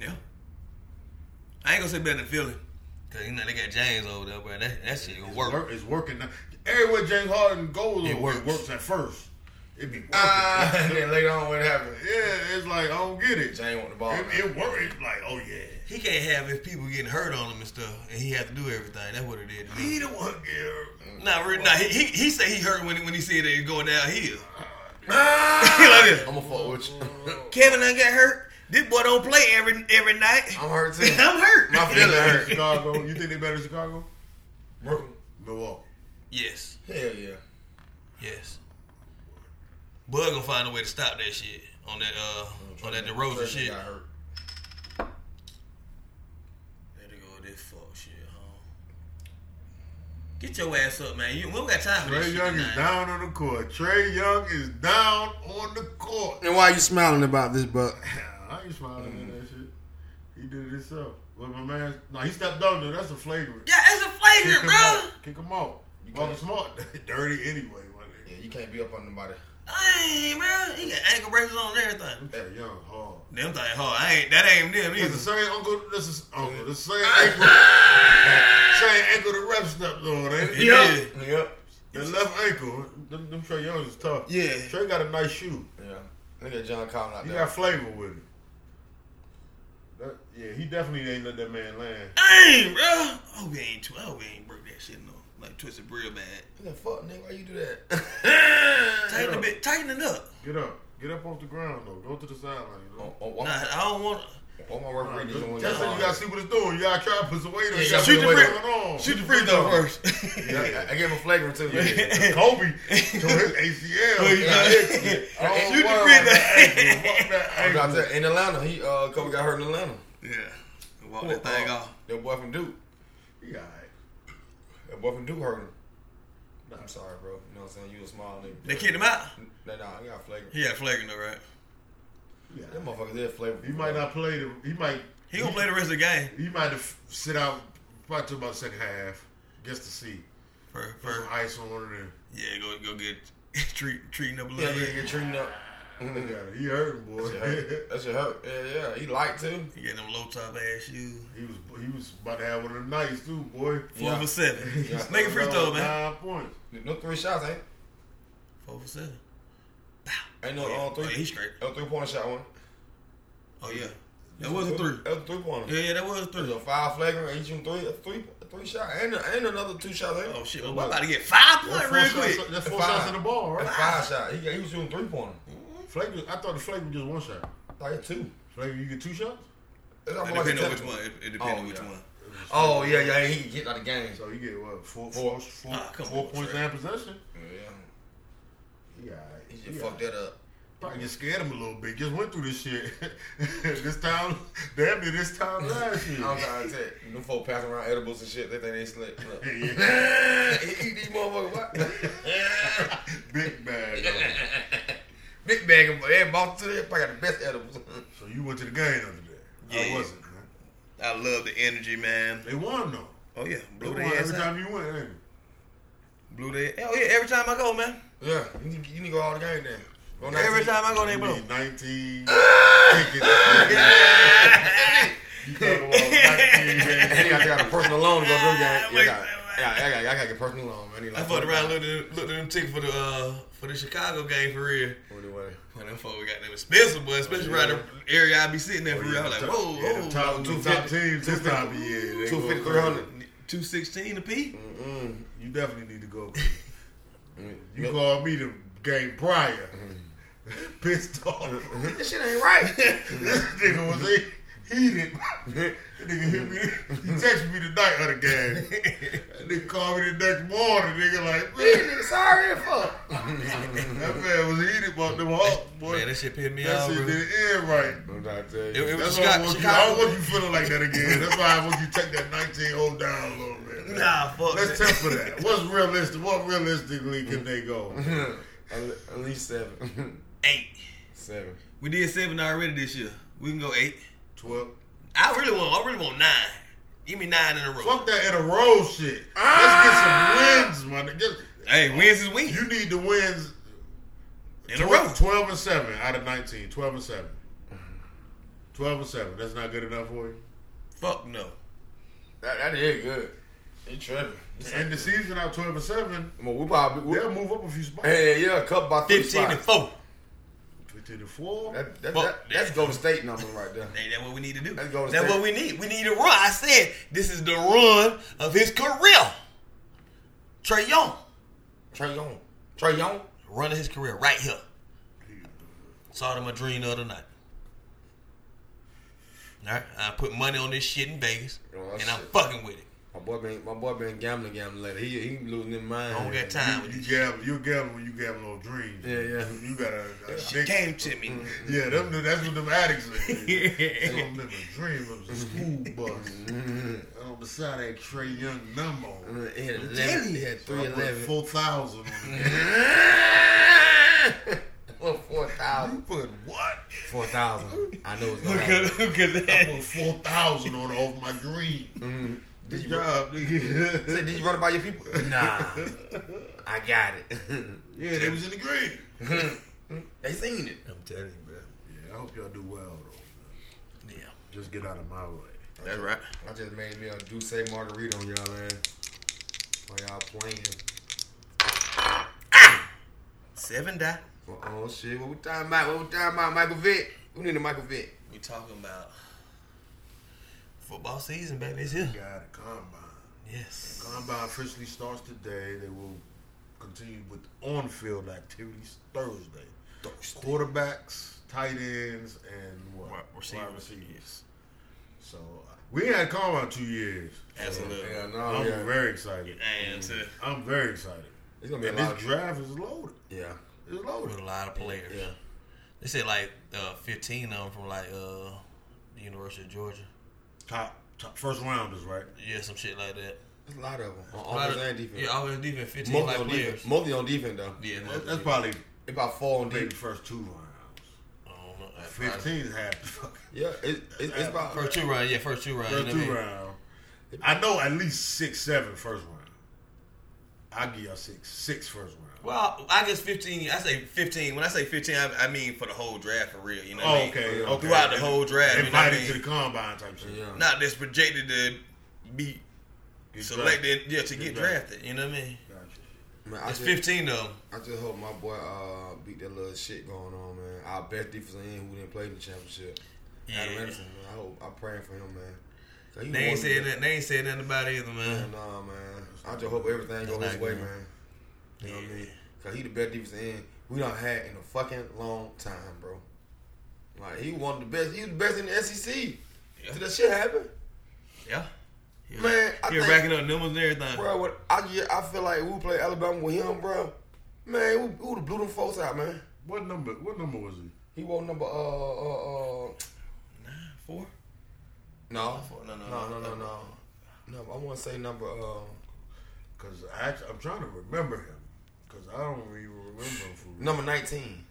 S3: Yeah. I ain't gonna say better than Philly. Cause you know they got James over there, bro. That, that shit gonna work.
S1: Work- It's working now. Everywhere James Harden goes,
S3: It
S1: it works. it
S3: works.
S1: works at first. It be working.
S5: Ah, and then later on, what happened?
S1: yeah, it's like, I don't get it.
S5: Jane want the ball.
S1: It,
S5: man.
S1: it works. It's like, oh yeah.
S3: He can't have his people getting hurt on him and stuff, and he have to do everything. That's what it did. to me.
S1: He the one get
S3: Nah, really, nah. He, he he said he hurt when when he said that he going downhill.
S5: Ah!
S3: like this.
S5: I'ma fuck with you.
S3: Kevin done got hurt. This boy don't play every every night.
S5: I'm hurt too.
S3: I'm hurt.
S5: My feelings hurt.
S1: Chicago. You think they better than Chicago?
S5: Brooklyn.
S1: Milwaukee.
S3: Yes,
S5: Hell yeah.
S3: yes. Bud gonna find a way to stop that shit on that uh on that DeRozan
S5: Tracy
S3: shit.
S5: got hurt.
S3: Let it go with this fuck shit, home. Get your ass up, man. You, we don't got time for this
S1: Trey
S3: shit
S1: Young is
S3: tonight.
S1: down on the court. Trey Young is down on the court.
S6: And why you smiling about this, Buck?
S1: I ain't smiling at that shit. He did it himself. But my man, no, he stepped on there. That's a flagrant.
S3: Yeah, it's a flagrant,
S1: him
S3: bro.
S1: out. Kick him out.
S5: You
S1: Walker
S5: can't.
S1: Smart, dirty anyway. My
S5: Yeah, you can't be up on nobody.
S3: Dang, bro. He got ankle braces on and everything.
S1: nigga. Trey Young hard.
S3: Them thing hard. I ain't. That ain't them
S1: It's the
S3: either.
S1: same uncle. This is uncle. The same ankle. same ankle the ref stepped on. Ain't it?
S3: It is.
S5: Yep.
S1: The left ankle. Them, them Trey Youngs is tough.
S3: Yeah.
S1: Trey got a nice shoe.
S5: Yeah. Look at John Collins out
S1: He
S5: there.
S1: got flavor with him. That, yeah, he definitely ain't let that man land.
S3: Dang, bro. Oh, we ain't. tw- Oh, we ain't broke that shit no. Like twisted real bad.
S5: What the fuck, nigga? Why you do that?
S3: Tighten a bit. Tighten it up.
S1: Get up. Get up off the ground though. Go to the sideline. You
S5: on,
S1: know?
S5: on,
S3: Nah,
S5: on,
S3: I don't want.
S5: Oh, on oh, my referee,
S1: That's
S5: this one
S1: when
S5: was-
S1: you gotta see what it's doing. You gotta try to put some weight on.
S5: Yeah,
S1: it.
S5: shoot the free-
S1: on.
S3: Shoot the free throw first.
S5: Yeah, I gave him a flagrant too. Yeah.
S1: Kobe tore his ACL.
S3: Well, you
S1: Yeah.
S3: did.
S1: Oh,
S3: Shoot the
S1: wow.
S3: free throw.
S1: Fuck that
S5: I was out
S1: ankle.
S5: there in Atlanta. He uh, Kobe got hurt in Atlanta.
S3: Yeah. Walk
S5: That
S3: that thing off.
S5: That boy from Duke.
S1: He all right.
S5: That boy from Duke hurt him. I'm sorry, bro. You know what I'm saying? You a small nigga.
S3: They kicked him out.
S5: Nah, nah, he got flagrant.
S3: He got flagrant though, right?
S1: He all
S5: That
S1: right.
S5: motherfucker did flagrant.
S1: He might not play. The, he might.
S3: He gonna play the rest of the game.
S1: He might have sit out probably till about second half. Gets to see.
S3: For,
S1: Put some
S3: for,
S1: ice on one of them.
S3: yeah, go go get treat, treating up a
S5: Yeah,
S3: little
S5: yeah,
S3: bit.
S5: get treating up.
S1: Yeah, he hurting boy.
S5: That shit hurt. That shit hurt. Yeah, yeah. He liked too.
S3: He got them low top ass shoes.
S1: he was he was about to have one of the nights too, boy.
S3: Four
S5: Yeah.
S3: for seven.
S1: He
S5: Yeah.
S3: Make a free throw, man.
S1: Nine points.
S5: No three shots, ain't.
S3: Four for seven.
S5: Ain't no
S3: Oh, yeah.
S5: uh, three.
S3: Oh, yeah, he straight.
S5: No three point shot one.
S3: Oh yeah, that was a three.
S5: That was a three pointer.
S3: Yeah, yeah, that was a
S5: There's
S3: three.
S5: a five flagrant. and He shooting three, three, three shot, and and another two shots. Ain't.
S3: Oh shit, well, I'm about to get five
S1: That's
S3: point
S1: four,
S3: real
S1: shots,
S3: quick.
S1: that's four
S5: Five.
S1: shots in the ball,
S5: That's
S1: right?
S5: five shot. He, got- he was shooting three pointer.
S1: Flake, was- I thought the flake was just one shot.
S5: Like two.
S1: Flake, you get two shots,
S5: That's almost
S3: Mm-hmm. It depends on which one.
S5: like a touchdown.
S3: It, it depends
S5: Oh,
S3: on which
S5: yeah.
S3: one.
S5: Oh yeah, yeah. He can get out of the game.
S1: so you get what four, four,
S5: Four.
S1: four,
S3: Ah, come
S1: four
S3: on,
S1: points
S3: Trey.
S1: and possession.
S5: Yeah,
S1: Yeah,
S5: he just fucked that up.
S1: Probably just scared him a little bit. Just went through this shit. this time, damn near this time last year.
S5: I'm trying to tell you, them folk passing around edibles and shit. They think they slick. Look.
S1: Yeah.
S5: Eat these motherfuckers. What?
S1: Big bag. though.
S5: Big bag of every boss to I got the best edibles.
S1: So you went to the game under that.
S3: Yeah.
S1: I wasn't. man.
S3: I love the energy, man.
S1: They won though.
S3: Oh yeah,
S1: They
S3: blew
S1: won
S3: their ass
S1: every
S3: out.
S1: time you went. ain't it?
S3: Blew their. Oh yeah, every time I go, man.
S5: yeah, you need, you need to go all the game then. Go
S3: Every
S5: 19.
S3: time I go, they
S1: You
S3: blow.
S1: need 19 tickets. you talking about 19
S5: They got,
S1: man.
S5: they got a personal loan to go to the game. Yeah, I
S3: Wait,
S5: got,
S3: wait, wait.
S5: yeah, I got, I got to get personal loan, man. He
S3: I
S5: Like,
S3: fucked around, looked at looked at them tickets for the uh for the Chicago game for real.
S5: What do I-
S3: When them folk got them expensive, but especially right around the area I be sitting there for real. I was like, whoa,
S1: Oh, Yeah,
S3: whoa,
S1: the top,
S3: two
S1: the top teams this time of year. they go
S5: 250,
S1: crazy.
S5: 300.
S3: two sixteen a piece.
S1: Mm-hmm.
S5: Mm-mm.
S1: You definitely need to go.
S3: Mm-hmm.
S1: You
S5: Yep.
S1: called me the game prior.
S3: Mm-hmm.
S1: Pissed off.
S5: This shit ain't right.
S1: this nigga was he- heated. that nigga hit me. He texted me the night of the game. That nigga called me the next morning. Nigga like, man,
S5: Nigga, sorry as fuck.
S1: that man was heated about them hawks, boy.
S3: Man, that shit pissed me
S1: that
S3: off,
S1: shit
S3: bro.
S1: didn't end right.
S5: I'm trying to tell you.
S3: It, it was
S1: That's why I
S3: Chicago.
S1: want you. I don't
S3: Chicago.
S1: want you feeling like that again. That's why I want you to take that 19 0 down a little bit. man.
S3: Nah, fuck.
S1: Let's
S3: that.
S1: temper that. What's realistic? What realistically can they go?
S3: Mm-hmm.
S5: At at least seven.
S3: eight.
S5: seven.
S3: We did seven already this year. We can go eight.
S1: Twelve.
S3: I really want. I really want nine. Give me nine in a row.
S1: Fuck that in a row shit.
S5: Ah!
S1: Let's get some wins, my nigga. Just-
S3: Hey, wins is wins.
S1: You need the wins
S3: in a row.
S1: 12 and 7 out of 19. 12 and 7. 12 and 7. That's not good enough for you.
S3: Fuck no.
S5: That, that is good. He tripping.
S1: End the season out 12 and 7.
S5: Well, we probably we,
S1: They'll move up a few spots.
S5: hey, yeah, a couple by three
S3: 15 and
S5: spots.
S3: 4.
S1: 15 and 4.
S5: That, that,
S3: Fuck
S5: that,
S3: that.
S5: that's Golden State number right there.
S3: Hey, that's what we need to do.
S5: Let's go to
S3: that's
S5: state.
S3: what we need. We need a run. I said this is the run of his career. Trey Young,
S5: Trey Young, Trey Young.
S3: run of his career right here. Saw it in my dream the other night. All right, I put money on this shit in Vegas,
S5: Oh,
S3: and
S5: that
S3: I'm
S5: shit.
S3: fucking with it.
S5: My boy been my boy been gambling gambling later. He he losing his mind.
S3: I don't got time with
S1: You
S3: this.
S1: gamble, you gamble when you gamble on dreams.
S5: Yeah, yeah.
S1: You got a, a
S3: shit.
S1: dick-
S3: Came to me.
S1: Yeah, them, that's what them addicts are. they don't live a dream of a school bus. on the side of that Trey Young number.
S5: Mm, He had eleven. He had three
S1: I put
S5: eleven.
S1: 4,000 on it.
S5: Well, four
S1: You
S5: thousand.
S1: put what?
S5: Four thousand. I know it's gonna
S3: Look
S5: happen.
S3: at, look at
S1: I
S3: that.
S1: put 4,000 on it off my dream. Good
S5: Mm-hmm.
S1: job,
S5: Say,
S1: nigga.
S5: did you run it by your people? Nah, I got it.
S1: yeah, they was in the green.
S5: they seen it.
S3: I'm telling you, bro.
S1: Yeah, I hope y'all do well, though.
S3: Yeah,
S1: Just get out of my way.
S3: that's right.
S5: I just made me a Douce margarita on y'all man. While y'all playing.
S3: Seven die.
S5: Well, oh shit, what we talking about? What we talking about? Michael Vick. We need a Michael Vick.
S3: We talking about football season, baby. It's here.
S1: Got a combine.
S3: Yes.
S1: Combine officially starts today. They will continue with on-field activities Thursday. Quarterbacks, tight ends, and what?
S3: Wide receivers.
S1: So uh, we ain't had combine two years.
S3: Absolutely.
S5: Yeah, no,
S1: I'm
S5: yeah.
S1: very excited.
S3: And to
S1: I'm very excited.
S5: It's gonna be a
S1: And
S5: lot.
S1: this
S5: Of,
S1: draft is loaded.
S5: yeah,
S1: It's
S3: with
S1: loaded.
S3: a lot of players.
S5: yeah.
S3: They said like uh, 15 of them from like uh, the University of Georgia.
S1: Top, top first rounders, right?
S3: Yeah, some shit like that.
S5: There's a lot of them
S3: A
S5: on
S3: lot
S5: offense
S3: of-
S5: and defense.
S3: Yeah, offense defense. 15
S5: mostly
S3: like
S5: on
S3: players.
S5: defense. Mostly on defense though.
S3: Yeah,
S1: That's,
S3: most
S1: that's
S3: of them.
S1: probably
S5: About four on
S1: maybe
S5: defense.
S1: first two rounds.
S3: I don't know. That's probably-
S1: Fifteen is half.
S5: Yeah, it, it, it's about
S3: First two round. Yeah, first two round.
S1: First
S3: you know
S1: two
S3: what I mean?
S1: round. I know at least six, seven first round. I give y'all six, six first round.
S3: Well, I guess 15. I say 15. When I say 15, I, I mean for the whole draft for real. You know. what I
S1: Oh,
S3: mean?
S1: okay,
S5: Yeah.
S1: okay.
S3: Throughout the whole draft, you know what I
S1: invited
S3: mean?
S1: to the combine type shit.
S5: Yeah.
S3: Not that's projected to be
S1: Get
S3: selected. Yeah, to get
S1: Get
S3: drafted. You know what I mean?
S1: drafted. Gotcha.
S5: man, I
S3: It's
S5: just,
S3: 15 though.
S5: I just hope my boy uh, beat that little shit going on, man. Our best defense end who didn't play in the championship. Adam
S3: Yeah.
S5: Anderson, man. I hope I'm praying for him, man. 'Cause he
S3: They ain't
S5: wanted
S3: said
S5: it.
S3: that. They ain't said nothing about it either,
S5: Yeah,
S3: man.
S5: Nah, uh, man. I just hope everything goes his
S3: not
S5: way,
S3: good.
S5: man. You know what I mean?
S3: Yeah.
S5: Cause he the best defense end we done had in a fucking long time, bro. Like he one of the best. He was the best in the SEC.
S3: Yeah.
S5: Did that shit happen?
S3: Yeah. He was-
S5: Mm-hmm. Man, I
S3: he was
S5: think-
S3: racking up numbers and everything.
S5: Bro, when I yeah, I feel like we play Alabama with him, bro. Man, we, we would have blew them folks out, man.
S1: What number? What number was he?
S5: He wore number uh uh uh
S3: Four?
S5: no
S3: No, no,
S5: no no
S3: no.
S5: no no no I want to say number uh
S1: Because I'm trying to remember him. Because I don't even remember him for
S5: number nineteen.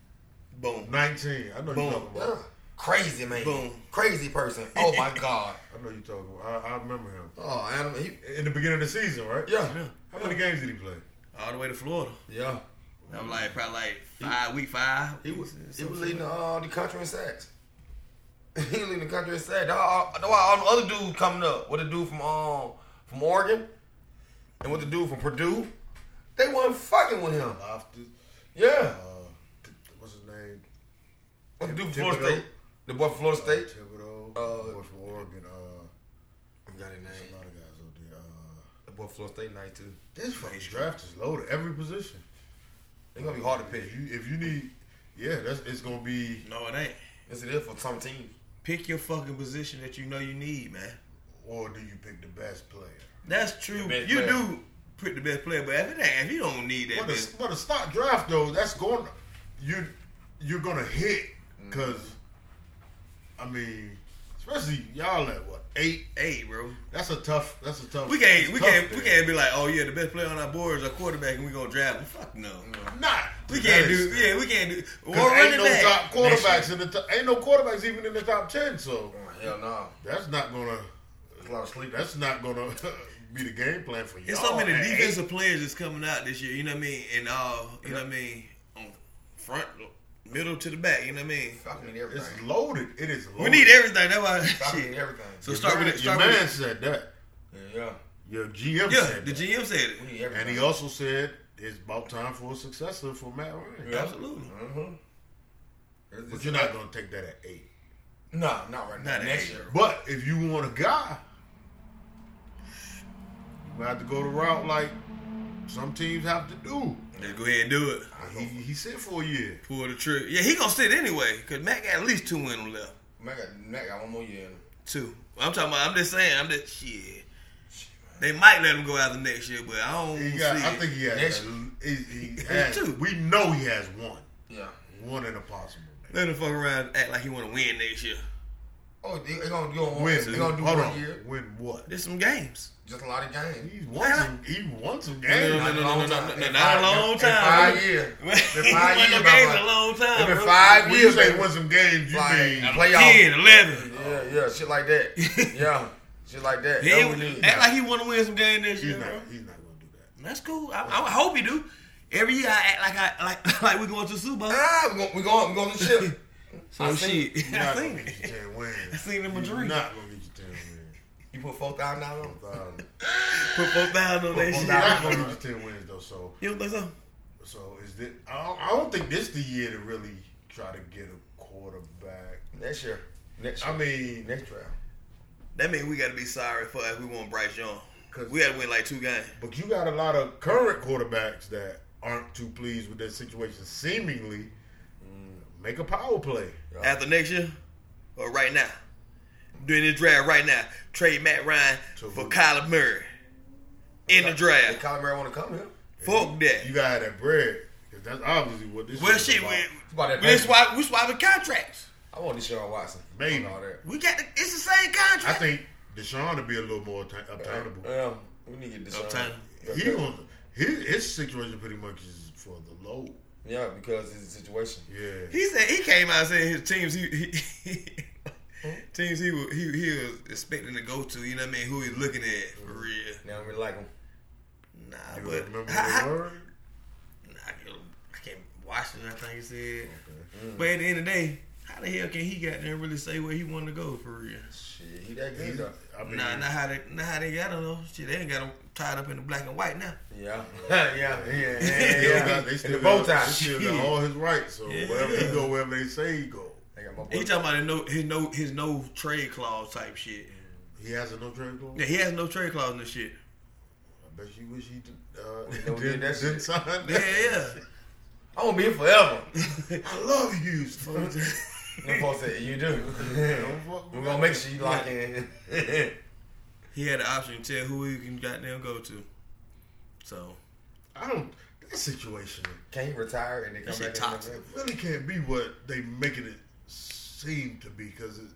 S3: Boom.
S1: 19. I know you're
S3: Boom.
S1: talking about.
S5: Yeah. Crazy man,
S3: Boom.
S5: crazy person. Oh my god.
S1: I know you're talking about. I, I remember him.
S5: Oh, Adam, he,
S1: In the beginning of the season, right?
S5: yeah,
S1: How many games did he play?
S3: All the way to Florida.
S5: yeah.
S3: I'm like probably like five, week five.
S5: He was he
S3: Something
S5: was
S3: like
S5: leading uh, the country in sacks. he leading the country in sacks. That's why all, that's why all the other dudes coming up with the dude from um from Oregon and with the dude from Purdue, they wasn't fucking with him.
S1: Loftus.
S5: Yeah,
S1: Uh, th- what's his name?
S5: with the dude from Florida
S1: Thibodeau.
S5: State, the boy from Florida State.
S1: Thibodeau.
S5: Uh,
S1: boy from Oregon. Uh,
S5: I got his
S1: there's a
S5: name.
S1: lot of guys out there. Uh,
S5: The boy from Florida State nice too.
S1: This fucking draft is loaded. Every position.
S5: It's gonna be hard to pick.
S1: If you, if you need, yeah, that's it's gonna be
S3: that. No, it ain't.
S5: Yes, it is for some teams.
S3: Pick your fucking position that you know you need, man.
S1: or do you pick the best player?
S3: That's true.
S5: best
S3: You
S5: player.
S3: do pick the best player, but if it ain't, if you don't need that,
S1: But a,
S3: best-
S1: but a stock draft though, that's going you you're gonna hit because I mean, especially y'all at what eight?
S3: hey, bro.
S1: That's a tough. That's a tough.
S3: We can't, we
S1: tough
S3: can't, we
S1: thing.
S3: can't be like, oh yeah, the best player on our board is our quarterback, and we gonna draft him. Fuck no.
S1: Not.
S3: We
S1: to that
S3: can't do.
S1: extent.
S3: Yeah, we can't do. Or
S1: 'Cause ain't
S3: running
S1: no
S3: back.
S1: top
S3: That shit-
S1: quarterbacks in the top, ain't no quarterbacks even in the top ten. So
S5: Oh, Hell no.
S1: that's not gonna. clock sleep. That's not gonna be the game plan for you.
S3: There's
S5: Oh,
S3: so many defensive players that's coming out this year. You know what I mean? And uh, you know what I mean? On front, middle to the back. You know what I mean?
S5: Falcon need
S1: It's
S5: everything.
S1: loaded. It is loaded.
S3: We need everything. That's why.
S5: Falcon
S3: Shit.
S5: Oh. need everything.
S3: So start with it.
S1: Your
S3: Start
S1: man
S3: with it.
S1: said that.
S5: Yeah,
S1: Your GM
S3: Yeah,
S1: said
S3: the
S1: that.
S3: GM said
S5: we
S3: it.
S5: need everything.
S1: and he also said it's about time for a successor for Matt Ryan.
S5: Yeah.
S3: Absolutely.
S5: Uh-huh.
S1: But you're not gonna take that at eight.
S5: No, Mm-hmm. not right now.
S3: Not
S5: Next
S3: at
S5: year.
S1: But if you want a guy, you might have to go the route like some teams have to do.
S3: Just go ahead and do it.
S1: He, he said for a year.
S3: Pull the trigger. Yeah, he gonna sit anyway. Cause Mac got at least two in him left.
S5: Mac got, Mac got one more year in him.
S3: Two. I'm talking about. I'm just saying. I'm just shit. They might let him go out the next year, but I don't
S1: He got,
S3: see
S1: I
S3: it.
S1: think he has.
S5: Next-
S1: A, he, he has
S3: two.
S1: we know he has one.
S5: Yeah.
S1: One in a possible. man.
S3: let him fuck around, and act like he want to win next year.
S5: Oh, they're they gonna, they gonna,
S1: Win.
S5: they gonna do
S1: Hold
S5: one
S1: on.
S5: year.
S1: Win what?
S3: There's some games.
S5: Just a lot of games.
S1: He won some. He won some games.
S3: No, no, no, no,
S5: Not a long
S3: no,
S5: time.
S3: no,
S5: In
S3: not
S5: five-
S3: a long
S5: in
S3: time.
S5: Five years.
S3: Been
S5: five years,
S3: no
S5: my
S3: games
S5: boy.
S3: in a long time.
S5: It's been
S3: bro.
S5: five
S1: When you
S5: years.
S1: say
S5: they
S1: won some games, you
S5: Like,
S1: mean
S5: playoff.
S3: 10, 11.
S5: Yeah, yeah, shit like that. Yeah, shit like that.
S3: He,
S5: That's what we need.
S3: act like he want to win some games this
S1: he's
S3: year.
S1: not.
S3: bro.
S1: He's not going to do that.
S3: That's cool. I, I hope he do. Every year I act like I like like we going to the Super Bowl.
S5: Ah, we going, we going, we going to the ship.
S3: So
S5: I seen
S3: shit,
S1: You're
S3: I
S1: not
S3: seen
S1: going to
S3: it.
S1: get you ten wins.
S3: I seen him a
S1: You're
S3: dream.
S1: not going to get you ten wins.
S5: You put four thousand dollars on.
S1: Um,
S3: Put four thousand on that
S1: Well,
S3: shit.
S1: they're not going to get you ten wins though. So,
S3: You don't think so?
S1: so is this? I don't, I don't think this the year to really try to get a quarterback.
S5: Next year, next year,
S1: I mean,
S5: next round.
S3: That means we got to be sorry for if we want Bryce Young.
S1: 'Cause-
S3: We got to win like two games.
S1: but you got a lot of current quarterbacks that aren't too pleased with their situation. Seemingly,
S3: Mm.
S1: make a power play.
S3: After next year or right now, during this draft right now, trade Matt Ryan
S1: To
S3: for
S1: who?
S3: Kyler Murray in the
S5: If
S3: draft.
S5: Kyler Murray want to come here,
S3: Fuck that.
S1: You got that bread. 'cause That's obviously what this.
S3: Well,
S1: is
S3: shit, we,
S1: about.
S5: It's about that
S3: that's
S5: baby.
S3: why we swapping contracts.
S5: I want Deshaun Watson.
S1: Maybe.
S5: and all that.
S3: We got the, it's the same
S1: I
S3: contract.
S1: think Deshaun would be a little more t- obtainable.
S3: Uh,
S5: Yeah, we need to get Deshaun.
S3: Uptown.
S1: He
S3: uh,
S1: gonna- his, his situation pretty much is for the low.
S5: Yeah, because it's a situation.
S1: Yeah.
S3: He said he came out saying his teams he, he
S1: Hmm?
S3: teams he, wa- he he was expecting to go to. You know what I mean? Who he's looking at for real?
S5: Now we like him.
S3: Nah,
S1: Hmm. You
S3: but
S1: remember
S3: how-
S1: the word?
S3: I can't, I can't Washington, I think he said.
S1: Hmm.
S3: But at the end of the day, how the hell can he got there and really say where he wanted to go for real?
S5: Shit, he that good though.
S1: I mean,
S3: Nah, not how they, not how they got him though. Shit, they ain't got him tied up in the black and white now.
S5: Yeah, yeah, yeah, yeah. yeah,
S1: They
S5: yeah.
S1: still got, they
S5: And
S1: still
S5: the bow
S1: got,
S5: tie.
S1: they still got all his rights. So
S3: Yeah.
S1: wherever he go, wherever they say he go,
S5: They got my
S3: He
S5: boy.
S3: talking about his no, his no, his no trade clause type shit.
S1: he has a no trade clause.
S3: Yeah, he has no trade clause in this shit.
S1: I bet you wish he did, uh,
S5: know
S1: didn't,
S5: we did that
S1: didn't
S5: shit.
S1: sign that.
S3: Yeah, yeah.
S5: I'm gonna be here forever.
S1: I love Houston.
S5: Them folks said, "You do."
S1: fuck
S5: We're
S1: with
S5: gonna
S1: that.
S5: make sure you lock in.
S3: he had the option to tell who he can goddamn go to. So
S1: I don't. That situation
S5: Can you retire and then come
S3: That shit
S5: back?
S3: toxic.
S5: And
S1: really can't be what they making it seem to be because it,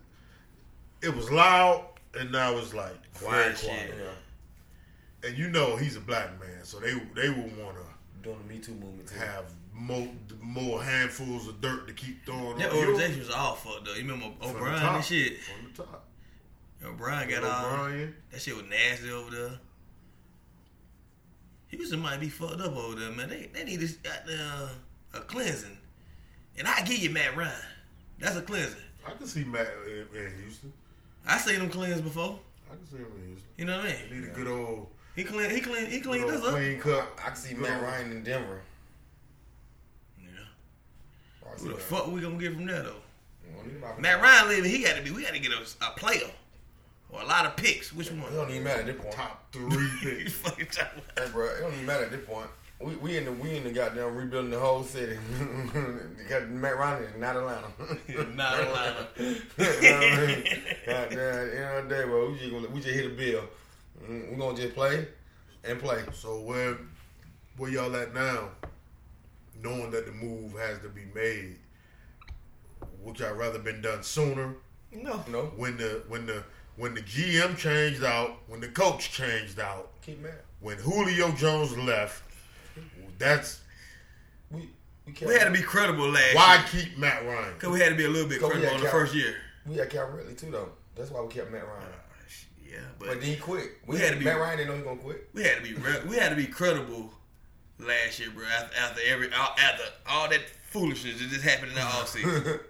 S1: it was loud and now it's like very
S3: Quiet
S1: quiet.
S3: shit.
S5: yeah,
S1: And you know he's a black man, so they they would want to.
S5: doing the Me Too movement. Too.
S1: have more, more handfuls of dirt to keep throwing
S3: that
S1: on you
S3: organization was all fucked up. You remember
S1: From the
S3: O'Brien
S1: top.
S3: and shit?
S1: From the top.
S3: O'Brien got uh, all.
S1: O'Brien.
S3: That shit was nasty over there. Houston might be fucked up over there, man. They they need this goddamn a cleansing, and I give you Matt Ryan. That's a cleansing.
S1: I can see Matt in, in Houston.
S3: I seen him cleanse before.
S1: I can see him in Houston.
S3: You know what I
S1: They
S3: mean?
S1: need a good old,
S3: He clean, he clean, he
S1: good
S3: cleaned
S1: old
S3: us up.
S1: clean cut.
S5: I can see
S1: Good
S5: Matt
S1: old-
S5: Ryan in Denver.
S3: Yeah.
S5: I see
S3: Who the
S5: that.
S3: fuck we gonna get from there though?
S5: We don't need Malcolm
S3: Matt Ryan leaving, he got to be. We got to get a, a player or a lot of picks. Which
S5: It
S3: one?
S5: don't even matter at this point.
S1: Top three
S3: You
S1: picks.
S3: fucking talking about-
S5: Hey, bro, it don't even matter at this point. We we in the we in the goddamn rebuilding the whole city. Because Matt Ryan is not Atlanta.
S3: Not Atlanta.
S5: you know what I mean? Goddamn, at the end of the day, bro, we just gonna, we just hit a bill. Mm, We gonna just play and play.
S1: so where, where y'all at now? Knowing that the move has to be made, would y'all rather been done sooner?
S3: No.
S5: You know,
S1: When the when the when the GM changed out, when the coach changed out,
S5: keep Matt.
S1: when Julio Jones left, that's
S5: We we kept,
S3: We had to be credible last
S1: why keep Matt Ryan.
S3: Because we had to be a little bit
S5: Go
S3: credible
S5: ahead,
S3: on the
S5: Cal.
S3: first year.
S5: we had Calvin Ridley too though. That's why we kept Matt Ryan.
S3: yeah,
S5: But
S3: but
S5: then he quit. We
S3: We had to be-
S5: Matt Ryan didn't know he gonna quit.
S3: we had to be re- we had to be credible last year, bro. After, after every all- after all that foolishness that just happened in the offseason.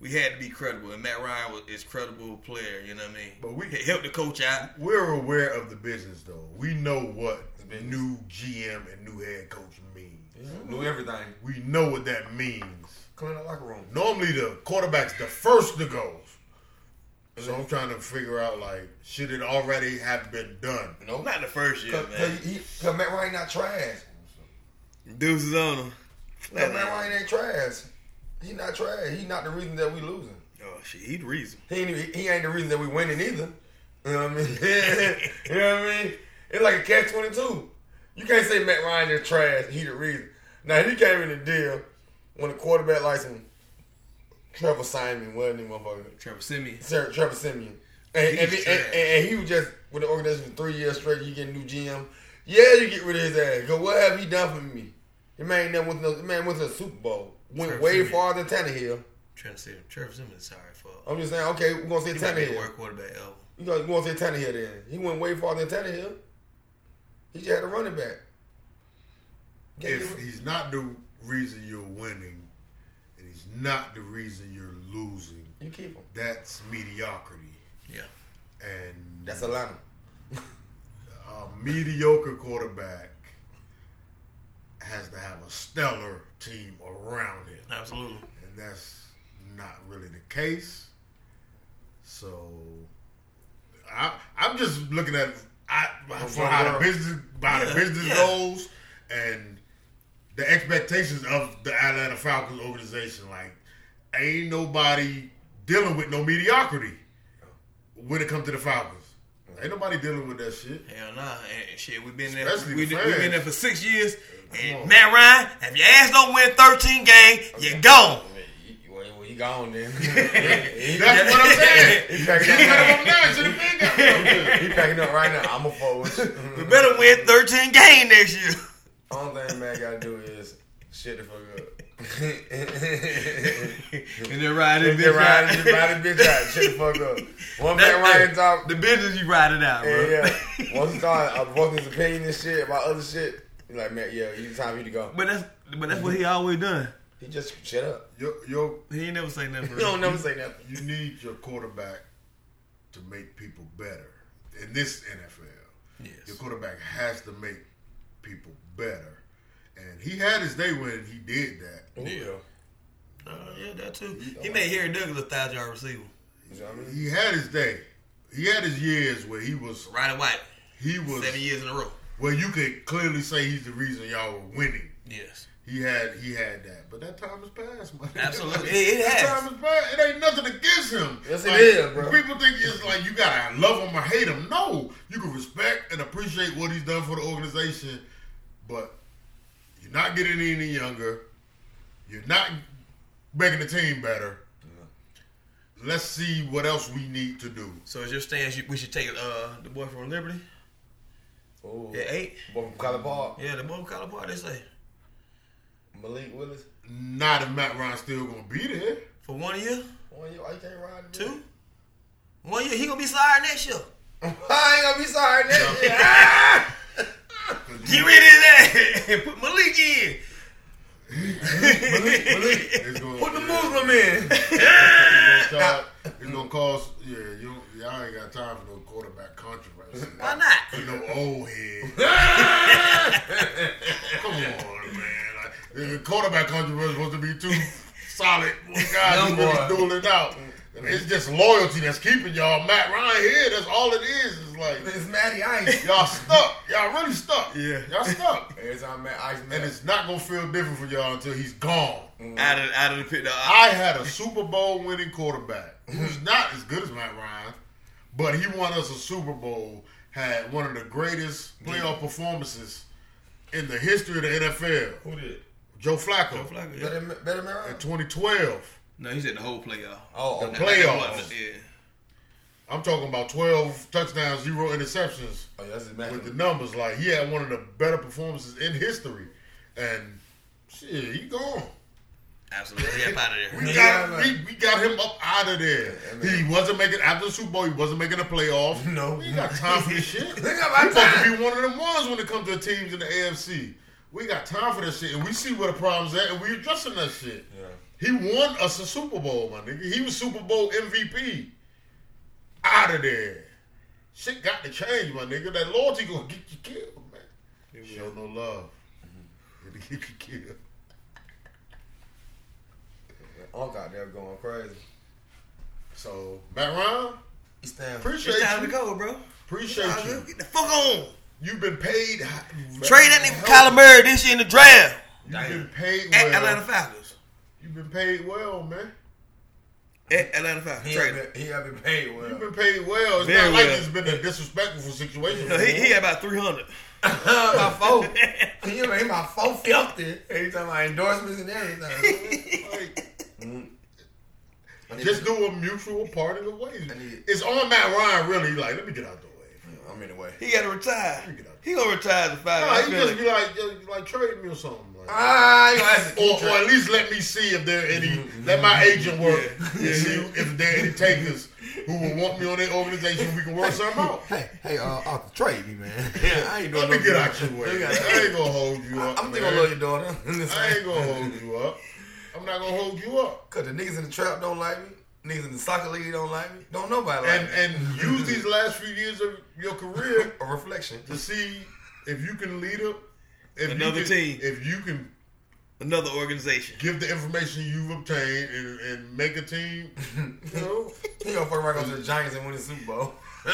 S3: We had to be credible, and Matt Ryan was is credible player. You know what I mean?
S1: But we-
S3: He helped the coach out.
S1: We're aware of the business, though. We know what new GM and new head coach mean.
S5: Knew everything.
S1: We know what that means.
S5: Clean the locker room.
S1: Normally, the quarterback's the first to go. So I'm trying to figure out like, should it already have been done?
S5: No,
S3: Not the first year, man.
S5: because Matt Ryan not trash.
S3: Deuces on him.
S5: Matt Ryan ain't trash. He not trash. He not the reason that we losing.
S3: Oh shit, he the reason.
S5: He ain't, he ain't the reason that we winning either. You know what I mean? you know what I mean? It's like a catch twenty two. You can't say Matt Ryan is trash. He the reason. Now he came in the deal when the quarterback license Trevor Simon wasn't even motherfucker.
S3: Trevor Simeon.
S5: Sir, Trevor Simeon. And, and,
S3: He's
S5: and, and, and he was just with the organization for three years straight. You get a new GM. Yeah, you get rid of his ass. Cause what have he done for me? The man that went to the man went to the Super Bowl. Went
S3: Trevor
S5: way
S3: Siemian.
S5: farther than Tannehill.
S3: Trying to say Trevor Simeon. Sorry for.
S5: I'm just saying, okay, we're gonna say
S3: He might be the
S5: Tannehill.
S3: worst quarterback ever.
S5: You guys going to say Tannehill then? He went way farther than Tannehill. He just had a running back. Can't get
S1: If
S5: rid-
S1: he's not the reason you're winning, and he's not the reason you're losing,
S5: you keep him.
S1: that's mediocrity.
S3: Yeah.
S1: And
S5: That's Atlanta.
S1: a mediocre quarterback has to have a stellar team around him.
S3: Absolutely.
S1: and that's not really the case. So, I, I'm just looking at I, for how the business by the
S3: Yeah,
S1: business
S3: yeah.
S1: goes and the expectations of the Atlanta Falcons organization. Like, ain't nobody dealing with no mediocrity when it comes to the Falcons. Ain't nobody dealing with that shit.
S3: Hell nah. And- And shit, we've been there.
S1: Especially
S3: we,
S1: the
S3: have been
S1: fans.
S3: there for six years.
S1: Come
S3: And
S1: on.
S3: Matt Ryan, if your ass don't win 13 games, you're gone.
S5: I mean, you- well, well, you gone then.
S1: That's
S5: he,
S1: what I'm saying.
S5: he
S1: You
S5: packing up
S1: got
S5: right
S1: him now to the big guy.
S5: now. He packing up right now. I'm a forward.
S3: We better win 13 games next year.
S5: Only thing man gotta do is shit the fuck up.
S3: and then ride
S5: Just get riding, just ride this bitch out, shit the fuck up. One man Ryan talk,
S3: The business you ride it out, bro.
S5: yeah, yeah. Once he started uh, voicing his opinion and shit about other shit, he's like, man, yeah, it's time for you to go.
S3: But that's but that's what he always done.
S5: He just shut up.
S1: Yo, yo,
S3: He ain't never say nothing.
S5: He don't never say nothing.
S1: you need your quarterback to make people better in this NFL. Your
S3: Yes.
S1: quarterback has to make people better, and he had his day when he did that.
S5: Yeah.
S3: Uh, yeah, that too. He made Harry Douglas a thousand yard receiver.
S5: You know what I mean?
S1: He had his day. He had his years where he was
S3: Roddy White,
S1: he was
S3: seven years in a row.
S1: where you could clearly say he's the reason y'all were winning.
S3: Yes.
S1: He had he had that, but that time has passed, man.
S3: Absolutely. It- it
S1: that
S3: has.
S1: time is passed. It ain't nothing against him.
S5: Yes, it
S1: like,
S5: is, bro.
S1: People think it's like you gotta love him or hate him. No, you can respect and appreciate what he's done for the organization, but you're not getting any younger. You're not making the team better. Let's see what else we need to do.
S3: So is your stance you, we should take uh the boy from Liberty?
S5: Ooh.
S3: Yeah, eight.
S5: Boy from College Park,
S3: Yeah, the boy from College Park, they say.
S5: Malik Willis.
S1: Not if Matt Ryan's still gonna be there.
S3: For one year?
S5: One year, why you can't ride the bitch?
S3: Two? One year, he gonna be sorry next year.
S5: I ain't gonna be sorry next year. Ah!
S3: Get rid of that and put Malik in.
S1: It's gonna,
S5: Put the Muslim in.
S1: It's gonna, cost- it's gonna cost. Yeah, you y'all ain't got time for no quarterback controversy.
S3: Why not?
S1: For no old head. Come on, man. Like, the quarterback controversy supposed to be too solid. One guy
S5: Young
S1: who really
S5: boy.
S1: doing it out. And it's just loyalty that's keeping y'all Matt Ryan here. That's all it is. It's like
S5: It's Matty Ice.
S1: y'all stuck. Y'all really stuck.
S3: Yeah.
S1: Y'all stuck.
S5: Every time Matt Ice, man.
S1: And it's not gonna feel different for y'all until he's gone.
S3: Out of out of the pit. No, I,
S1: I had a Super Bowl winning quarterback who's not as good as Matt Ryan, but he won us a Super Bowl, had one of the greatest playoff performances in the history of the NFL.
S5: Who did?
S1: Joe Flacco,
S5: Better, better man.
S1: in
S5: Ryan?
S1: 2012.
S3: No, he said the whole playoff.
S5: Oh,
S1: The
S5: okay.
S1: playoffs.
S3: Uh, Yeah.
S1: I'm talking about 12 touchdowns, zero interceptions
S5: Oh, yeah, that's his man.
S1: with the numbers. Like, he had one of the better performances in history. And, shit, he gone.
S3: Absolutely. Up out of
S1: We
S3: there.
S1: got, we, we got him up out of there. He wasn't making after the Super Bowl. He wasn't making the playoffs.
S2: No.
S1: we ain't got time for this shit.
S2: They got my
S1: We supposed to
S2: time.
S1: be one of them ones when it comes to teams in the AFC. We got time for that shit, and we see where the problems at, and we addressing that shit. He won us a Super Bowl, my nigga. He was Super Bowl MVP. Out of there. Shit got to change, my nigga. That loyalty gonna get you killed, man. Show no love. It'll get you killed.
S5: Unc out there going crazy.
S1: So, Matt Ryan,
S5: He's standing.
S1: appreciate
S3: It's time to
S1: you.
S3: go, bro.
S1: Appreciate you.
S3: Get the fuck on.
S1: You've been paid.
S3: Trade that nigga for Kyler Murray this year in the draft
S1: You've been paid
S3: at
S1: well.
S3: Atlanta Falcons.
S1: You've been paid well, man.
S3: At Atlanta Falcons.
S5: He
S3: Trade him.
S5: haven't, he haven't paid well.
S1: You've been paid well. It's
S3: Very
S1: not like
S3: well.
S1: it's been a disrespectful situation.
S3: No, he, he had about 300.
S5: my four. He made my four filthy. Every time I endorsements and everything.
S1: Like,
S5: I need
S1: Just
S5: to-
S1: do a mutual parting of ways.
S5: I need-
S1: It's on Matt Ryan, really. Like, let me get out the way.
S5: I'm in the way.
S3: He got to retire.
S1: Get out.
S3: He going to retire as a five.
S1: Nah,
S3: I
S1: he
S3: feel
S1: just
S3: it.
S1: be like, just, like trade me or something. Like,
S5: Ah, you asked
S1: or, or at least let me see if there are any. Let my agent work and see if there are any takers who will want me on their organization. We can work something out.
S7: Hey, hey, uh, Arthur, trade me, man. I ain't doing
S1: Let me
S7: no
S1: get
S7: good.
S1: out your way.
S5: got-
S1: I ain't gonna hold you
S5: I'm
S1: up.
S5: thinking
S1: man.
S5: I love your daughter.
S1: I ain't gonna hold you up. I'm not gonna hold you up.
S5: Cause the niggas in the trap don't like me. Niggas in the soccer league don't like me. Don't nobody like
S1: And
S5: me.
S1: and use these last few years of your career
S5: a reflection.
S1: to see if you can lead up if
S3: Another
S1: you can,
S3: team.
S1: If you can
S3: Another organization.
S1: give the information you've obtained and, and make a team, you know,
S5: He gonna fuck around go to the Giants and win the Super Bowl.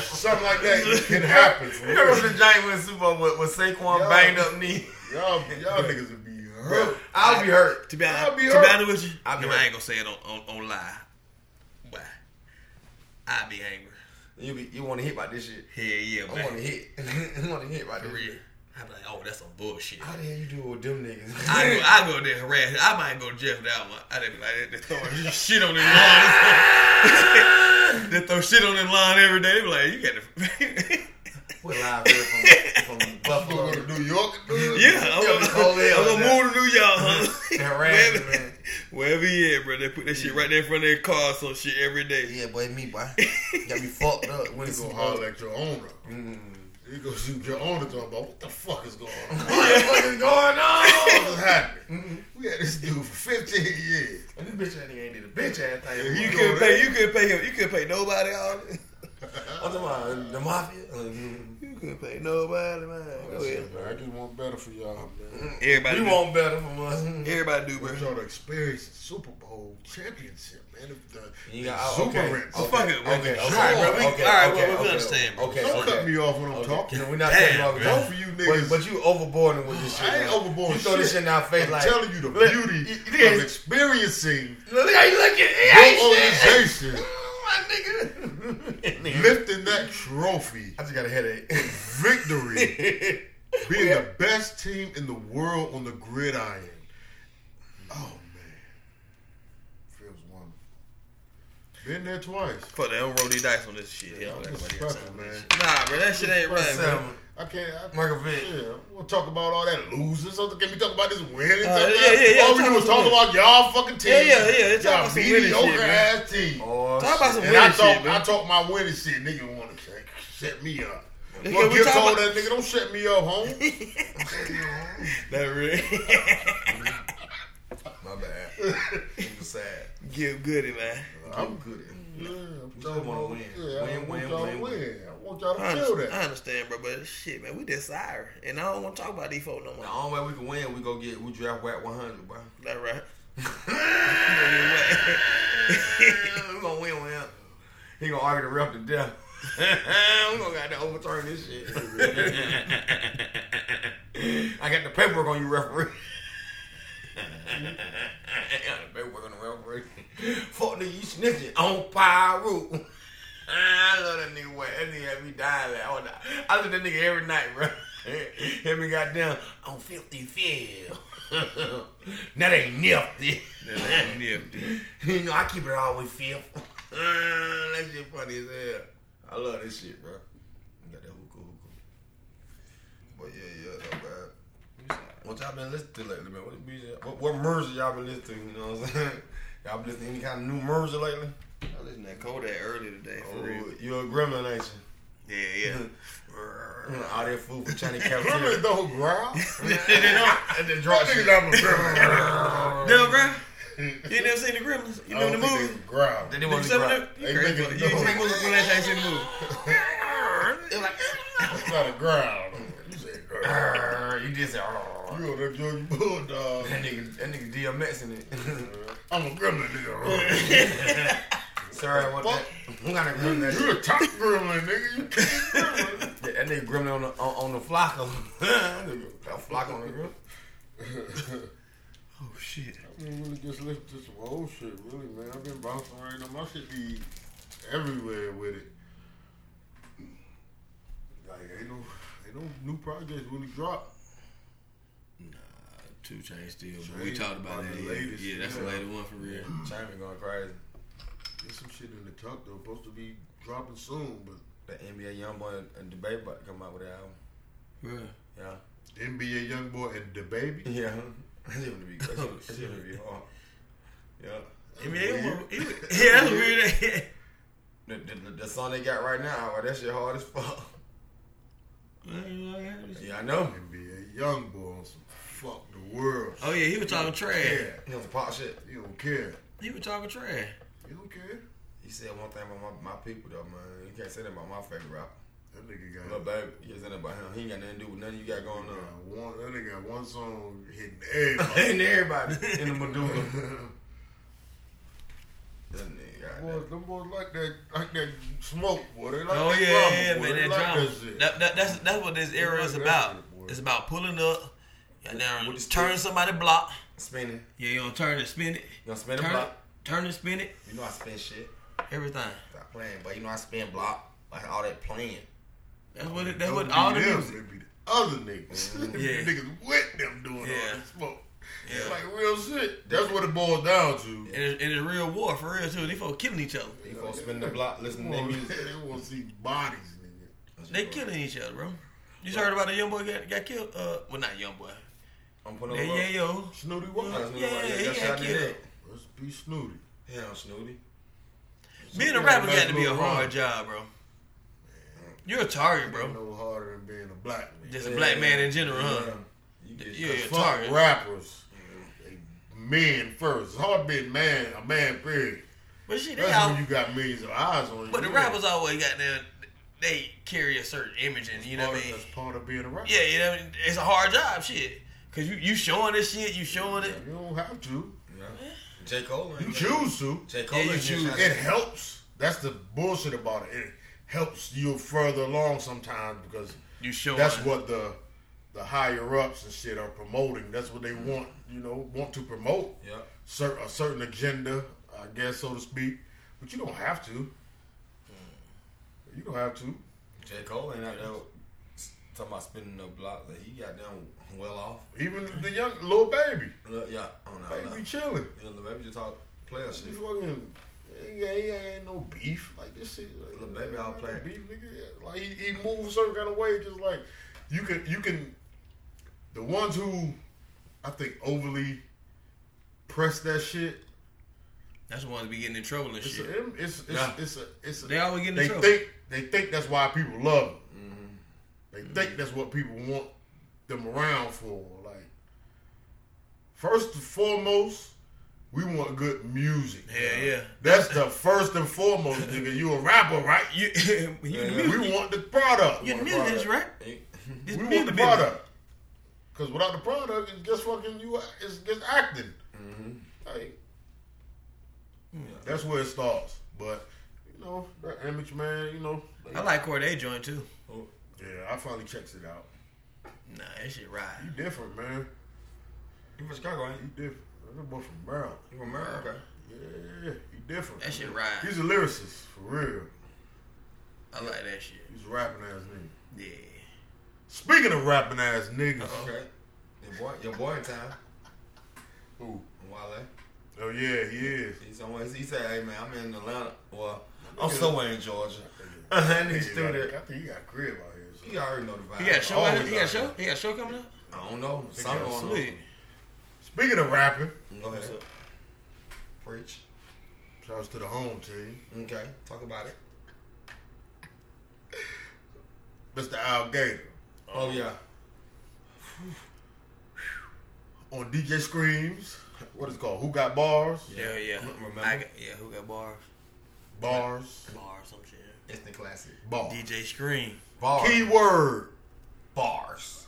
S1: something like that can happen. For
S5: He gonna go
S1: real.
S5: to the Giants win the Super Bowl with, with Saquon
S1: Yo.
S5: banged up knee.
S1: Y'all, y'all niggas would be hurt.
S5: I'll be hurt.
S3: To be
S1: I'll
S3: honest,
S1: be
S3: to
S1: hurt.
S3: be honest with you,
S5: I'll be
S3: no, I
S5: hurt.
S3: ain't gonna say it on on, on live, but I be angry.
S5: You be you want to hit by this shit.
S3: Hell yeah,
S5: I want to
S3: man.
S5: hit. I want to hit by this.
S3: For real.
S5: shit.
S3: I be like, oh, that's some bullshit.
S5: How the hell you do it with them niggas?
S3: I go, I go there and harass. I might go to jail for that one. I didn't like they throwing shit on their lawn. they throw shit on their lawn every day. They be like, you got to.
S5: We're live here from, from
S1: I'm
S5: Buffalo.
S1: gonna go to New York, dude.
S3: yeah, I'm
S5: Yeah,
S3: gonna,
S5: cold air
S3: I'm
S5: on that.
S3: gonna move to New York, huh?
S5: Harass
S3: Wherever-
S5: man.
S3: Wherever he at, bro, they put that shit right there in front of their car, or some shit every day.
S5: Yeah, boy, me, boy. Got me fucked up. When it's
S1: You
S5: Super
S1: gonna
S5: Bowl.
S1: holler at your owner.
S3: Mm-hmm.
S1: You go shoot your owner talking about what the fuck is going on? What
S5: What the fuck is going on?
S1: the fuck is happening? Mm-hmm. We had this dude for 15 years.
S5: And this bitch ass nigga ain't did a bitch ass thing.
S3: You couldn't pay, you couldn't pay him, you couldn't pay nobody all. this.
S5: I'm talking about the mafia.
S3: You couldn't pay nobody, man.
S5: Oh,
S3: Go ahead.
S1: I just want better for y'all, man.
S3: Everybody,
S5: You
S3: do-
S5: want better from us.
S3: everybody do,
S1: I
S3: bro.
S1: want y'all to experience the Super Bowl championship, man. If the
S5: You
S1: the
S5: got- oh, okay.
S1: exuberance.
S5: Okay.
S3: Fuck it,
S5: Okay, okay,
S3: All
S5: okay,
S3: right, bro. We,
S5: okay,
S3: all right,
S5: okay,
S3: bro. We
S5: okay,
S3: understand, bro.
S5: Okay,
S1: Don't
S5: okay.
S1: cut me off when I'm
S5: Okay.
S1: talking.
S5: Yeah, we're not
S3: Damn,
S5: cutting you off.
S3: bro.
S1: Both of you
S5: But,
S1: niggas.
S5: but you overboarding with this shit.
S1: I ain't
S5: bro.
S1: overboard
S5: You throw this
S1: shit.
S5: shit in our face
S1: I'm
S5: like.
S1: telling you the
S5: look,
S1: beauty
S5: it- it
S1: of
S5: is-
S1: experiencing
S5: Look how you looking. It
S1: your
S5: ain't shit.
S1: organization
S5: My nigga.
S1: lifting that trophy,
S5: I just got a headache.
S1: victory, being the best team in the world on the gridiron. Oh man, feels wonderful. Been there twice.
S3: Fuck that. I don't roll these dice on this shit. Yeah,
S1: I'm
S3: everybody
S1: just
S3: else.
S1: prepping, man.
S3: Nah, bro, that shit ain't right, bro.
S5: Seven.
S1: I can't. I,
S5: Michael Vick.
S1: Yeah, we'll talk about all that losing. So can we talk about this winning?
S3: Uh,
S1: something?
S3: yeah, yeah, yeah.
S1: All we do is
S3: Talk
S1: talk about y'all fucking team.
S3: Yeah, yeah, yeah. Talk
S1: Y'all
S3: about some winning
S1: mediocre
S3: shit, man.
S1: ass team.
S5: Oh,
S3: Talk about some
S1: and
S3: winning
S1: I talk,
S3: shit,
S1: I
S3: man.
S1: talk my winning shit. Nigga want to set, set me up.
S3: Nigga,
S1: Well,
S3: we
S1: Gil
S3: talk
S1: told
S3: about-
S1: that nigga, don't set me up, home.
S3: That really.
S5: My bad. I'm sad.
S3: Get goody, man.
S1: I'm
S5: good.
S1: Yeah, I'm
S5: We
S1: talking
S5: just wanna
S1: about-
S5: win.
S1: Yeah, I want
S5: Win, win,
S1: y'all to
S5: win, win.
S1: win. I want y'all
S3: I
S1: to feel
S3: understand, I
S1: that.
S3: understand, bro, but shit, man, we desire, and I don't want to talk about these folk no more.
S5: The only way we can win, we go get we draft whack 100, bro.
S3: That right?
S5: we gonna win with him. He gonna argue the ref to death. we gonna gotta overturn this shit. I got the paperwork on you, referee. I got the paperwork on the referee. Fuck nigga, you snitching on Pyro. I love that nigga. What that nigga had me dying. Like, oh, nah. I look at that nigga every night, bro. Him and goddamn, I'm 50 feel. that ain't nifty. you know, I keep it all the way fifth.
S3: Uh,
S5: that shit funny as hell. I love this shit, bro. You got that hookah hookah. But yeah, yeah, no bad. What y'all been listening to lately, man? What, music- what, what music y'all been listening to? You know what I'm saying? Y'all been listening to any kind of new music lately?
S3: I listened to Kodak earlier today. For real.
S5: Oh, you a gremlin, ain't
S3: Yeah, yeah.
S5: you? All that food from Chinese
S1: Gremlins
S5: cafeteria.
S1: don't growl.
S5: and then drop shit.
S1: I'm a gremlin.
S3: Del Brown? You never seen the Gremlins? You know the movie?
S1: Growl.
S5: Then they
S3: You
S5: want to
S3: seven
S5: grab.
S3: up? You
S1: They
S3: crazy.
S1: making
S3: You ain't
S1: noise.
S3: seen the movie when that ain't seen the movie. "Ah."
S1: It's not a growl. You said growl.
S5: You just say, "Arr."
S1: You on that Georgia Bulldog.
S5: that nigga, that nigga DMX in it.
S1: I'm a gremlin nigga.
S5: Sorry, I want that. I'm gonna gremlin that
S1: You a top gremlin nigga. You gremlin.
S5: That, that nigga gremlin on the on, on the flock on that flock on the grill.
S3: Oh, shit.
S1: I mean, really just listen to some old shit, really, man. I've been bouncing around on my shit be everywhere with it. Like ain't no ain't no new projects really dropped.
S3: Nah, Two Chain still.
S1: Chainz
S3: But we talked about
S1: probably
S3: that.
S1: the
S3: Yeah,
S1: latest,
S3: yeah, that's the
S1: yeah.
S3: latest one for real.
S5: China going crazy.
S1: There's some shit in the tuck though, supposed to be dropping soon, but
S5: The NBA young boy and debate about to come out with that album.
S3: Bruh.
S5: Yeah.
S1: NBA YoungBoy and the baby.
S5: Yeah. That's gonna be good.
S3: Oh,
S5: That's gonna be hard. Yeah.
S3: yeah, that's weird.
S5: The, the, the song they got right now, well, that shit hard as fuck. Yeah, I know.
S1: NBA YoungBoy on some fuck the world.
S3: Oh yeah, he was talking trash.
S1: Yeah,
S5: It was pop shit.
S1: you don't care.
S3: He was talking trash.
S1: You don't care.
S5: He said one thing about my, my people though, man. You can't say that about my favorite rapper.
S1: That nigga got
S5: Lil baby, you can't say that about him. He ain't got nothing to do with nothing you got going
S1: got
S5: on.
S1: one. That nigga got one song hitting everybody.
S5: Ain't everybody in the medulla. That nigga,
S1: Boys, them boys like that, like that smoke, boy. They like
S3: Oh
S1: that
S3: yeah, yeah,
S1: drama, boy.
S3: man,
S1: They
S3: that
S1: like
S3: drama.
S1: That shit.
S3: That, that, that's that's what this era is
S1: like that
S3: about.
S1: shit, boy.
S3: It's about pulling up, and then
S5: What is
S3: turn
S5: this?
S3: somebody block.
S5: Spinning. You
S3: Yeah, you gonna turn and spin it.
S5: gonna spin a
S3: Turn,
S5: block?
S3: it, turn and spin it.
S5: You know I spin shit.
S3: Everything.
S5: Stop playing, but you know I spin block. Like all that playing.
S3: That's what. It, that's
S1: Don't
S3: what
S1: be
S3: all the
S1: them,
S3: music.
S1: They be the other niggas. They be
S3: Yeah.
S1: the niggas with them doing
S3: Yeah.
S1: all that smoke.
S3: Yeah.
S1: It's like real shit. That's what it boils down to.
S3: It is, it is real war for real too. They folks killing each other.
S5: You gonna spin the block,
S1: They
S5: listen to their
S1: want,
S5: music.
S1: they want to see bodies, nigga.
S3: They killing each other, bro. You heard about the young boy got, got killed? Uh, well, not young boy.
S5: I'm putting
S3: Yeah,
S5: on
S3: yeah, yo.
S1: Snooty
S5: I
S1: Wild.
S5: just knew
S3: Yeah,
S5: about that.
S3: he
S5: That's
S3: got
S5: how I did
S3: killed.
S5: it.
S1: Let's be Snooty.
S5: Hell, Snooty.
S3: Being a
S1: Yeah,
S3: rapper
S1: nice
S3: got to be a
S1: little
S3: hard
S1: run.
S3: job, bro. You're a target, bro.
S1: No harder than being a black man.
S3: Just a black man in general, huh?
S5: You get
S3: Yeah, a
S1: Fuck
S3: target.
S1: rappers. They Men first. It's hard being man, a man period.
S3: But shit, they
S1: That's
S3: out.
S1: when you got millions of eyes on you.
S3: But the
S1: Yeah.
S3: rappers always got them. They carry a certain image, and you know what I mean.
S1: That's part of being a rapper.
S3: Yeah, you know, what I mean? it's a hard job, shit. Cause you you showing this shit, you showing it.
S1: You don't have to.
S5: Yeah. J. Cole. ain't
S1: You
S5: got-
S1: choose to.
S5: J. Cole.
S3: Yeah, you
S5: ain't
S3: choose.
S5: got-
S1: It helps. That's the bullshit about it. It helps you further along sometimes because
S3: You showing.
S1: that's what the the higher ups and shit are promoting. That's what they want. You know, want to promote
S5: Yeah.
S1: cer- a certain agenda, I guess, so to speak. But you don't have to. You don't have to.
S5: J. Cole ain't out there talking about spinning the block. Like, he got down well off.
S1: Even the young little baby,
S5: Look, Yeah, I don't know. I don't know.
S1: baby chilling.
S5: Yeah, Lil Baby just talk player
S1: She
S5: shit.
S1: fucking. Yeah, he ain't no beef like this shit. Like,
S5: Lil Baby all
S1: ain't no
S5: playing.
S1: beef, nigga. Yeah, Like he, he moves a certain kind of way, just like you can you can. The ones who, I think, overly press that shit.
S3: That's the ones that be getting in trouble and
S1: It's
S3: shit.
S1: a, it's it's,
S3: Nah.
S1: it's a it's a.
S3: They always get in
S1: they
S3: trouble.
S1: think they think that's why people love them.
S3: Mm-hmm.
S1: They think that's what people want them around for. Like first and foremost, we want good music.
S3: yeah, yeah.
S1: That's the first and foremost, nigga. You a rapper, right?
S3: You, you the music,
S1: We want the product.
S3: you the
S1: We
S3: music industry, right? This
S1: want
S3: music
S1: the
S3: business.
S1: product. Cause without the product, it's just fucking you. It's just acting.
S5: Mm-hmm.
S1: Like, that's where it starts. But you know, that image, man. You know,
S3: I like Corday joint too.
S5: Oh,
S1: yeah. I finally checked it out.
S3: Nah, that shit ride.
S1: You different, man.
S5: You from Chicago, ain't
S1: You different. That boy from Maryland.
S5: you? You from America?
S1: Yeah, you different.
S3: That shit ride.
S1: He's a lyricist for real.
S3: I like that shit.
S1: He's a rapping ass nigga.
S3: Yeah.
S1: Speaking of rapping ass niggas,
S5: Okay. Your boy, your boy in town.
S1: Who?
S5: Wale.
S1: oh yeah, he is.
S5: He's always, he said, hey man, I'm in Atlanta. Well, I'm somewhere in Georgia.
S1: I
S5: that nigga
S1: think he
S5: still
S1: got-
S5: there.
S1: I think he got a crib out here. So.
S5: You already know the vibe.
S3: He got a show.
S1: Always
S3: He got a
S1: like
S3: show.
S1: that.
S3: He got a show coming up.
S5: I don't know. Something
S1: that's
S5: going
S1: Speaking of rapping,
S5: on. Go ahead. Preach.
S1: shouts to the home team.
S5: Okay. Talk about it.
S1: Mr. Al Gator
S5: Oh, yeah.
S1: on DJ Screams. What is it called? Who got bars?
S3: Yeah, yeah.
S5: Remember?
S3: I got, yeah, who got bars?
S1: Bars.
S3: Bars, some shit.
S5: Instant classic.
S1: Bars.
S3: DJ Scream.
S5: Bars.
S1: Keyword.
S5: Bars.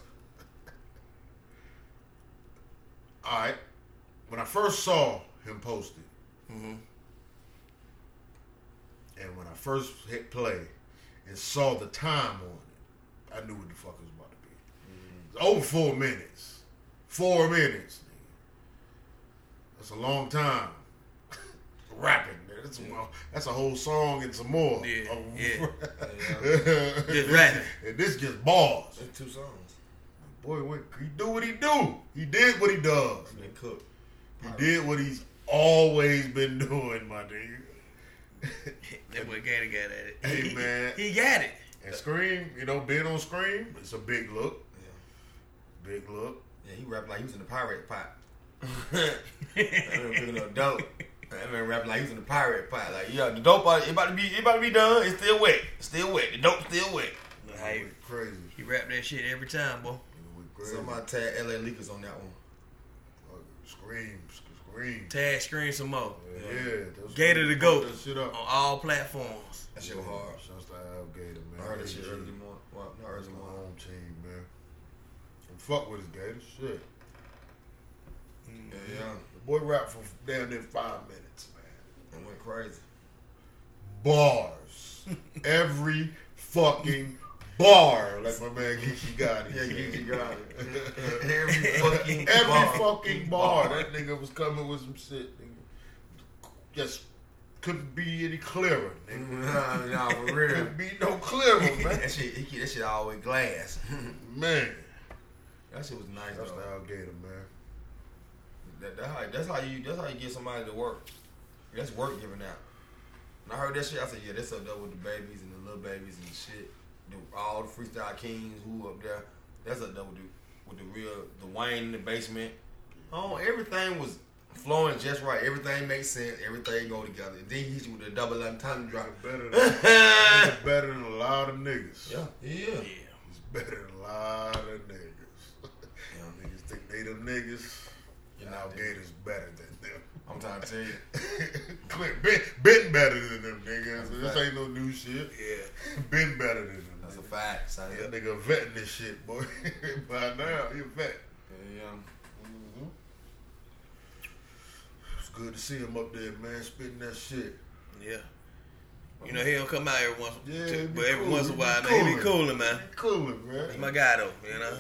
S1: All right. When I first saw him post it,
S3: Mm-hmm.
S1: and when I first hit play and saw the time on it, I knew what the fuck it was about to be.
S3: Mm.
S1: It's over four minutes. Four minutes. nigga. That's a long time. Rapping. nigga. That's a, that's a whole song and some more.
S3: Yeah,
S1: Of-
S3: yeah.
S1: just
S3: rapping.
S1: And this just bars.
S5: That's two songs.
S1: Boy, what, he do what he do. He did what he does.
S5: And then Cook.
S1: He did what he's always been doing, my nigga.
S3: That boy Gator got at it.
S1: Hey,
S3: He-
S1: man.
S3: He got it.
S1: And Scream, you know, being on Scream, it's a big look. Big look.
S5: Yeah, he rapped like he was in the pirate pot. that man picking up dope. That man rapping like he was in the pirate pot. Like, yeah, the dope about- it about to be it about to be done. It's still wet. It's still wet. The dope still wet.
S3: Hey,
S1: It went crazy.
S3: he rap that shit every time, boy.
S1: It went crazy.
S5: Somebody tag LA Leakers on that one.
S1: Fucking Scream, sc- Scream.
S3: Tag Scream some more
S1: Yeah, that's-
S3: Gator the GOAT.
S1: That shit up.
S3: on all platforms.
S5: Oh, That shit was hard.
S1: Shouts to Al Gator, man.
S5: I heard that
S1: Hey,
S5: shit
S1: G.
S5: early this morning. Well, not early
S1: That's
S5: this
S1: my
S5: morning.
S1: own team, man. And fuck with his Gator. Shit.
S5: Yeah, yeah.
S1: The boy rapped for damn near five minutes, man.
S5: It went crazy.
S1: bars. Every fucking bar. Like my man Geeky Gotti.
S5: Yeah, Geeky got it.
S1: Gotti.
S5: Every fucking
S1: Every
S5: bar.
S1: fucking bar. That nigga was coming with some shit. Nigga. Just couldn't be any clearer, nigga.
S5: Nah, nah, for real.
S1: Couldn't be no clearer, man.
S5: that shit, he keep that shit always glass.
S1: Man.
S5: that shit was nice
S1: That's the
S5: though.
S1: alligator, man.
S5: That, that how, that's how you that's how you get somebody to work. That's work giving out. When I heard that shit, I said, yeah, that's up there with the babies and the little babies and shit. The, all the freestyle kings who up there. That's up there with the with the real the Wayne in the basement. Oh, everything was flowing just right. Everything makes sense. Everything go together. And then he hit you with a double entendre.
S1: Better than,
S5: yeah,
S1: it's better than a lot of niggas.
S5: yeah, yeah.
S3: Yeah.
S1: It's better than a lot of niggas. niggas think they them niggas.
S5: You're not
S1: Alligator's better than them.
S5: I'm trying to tell you.
S1: Clint been, been better than them niggas.
S5: That's
S1: This
S5: a
S1: ain't no new shit.
S3: Yeah.
S1: Been better than them.
S5: That's a
S1: niggas.
S5: fact, son.
S1: That nigga vetting this shit, boy. By now, he a vet.
S5: Yeah.
S1: It's good to see him up there, man, spitting that shit.
S3: Yeah. You know, he'll come out every once,
S1: Yeah,
S3: to-
S1: it be
S3: but every
S1: cool,
S3: once in
S1: it
S3: a
S1: be
S3: while, man. He be
S1: coolin'.
S3: cooling, man.
S1: Cooling, man.
S3: He's my guy, though, you know.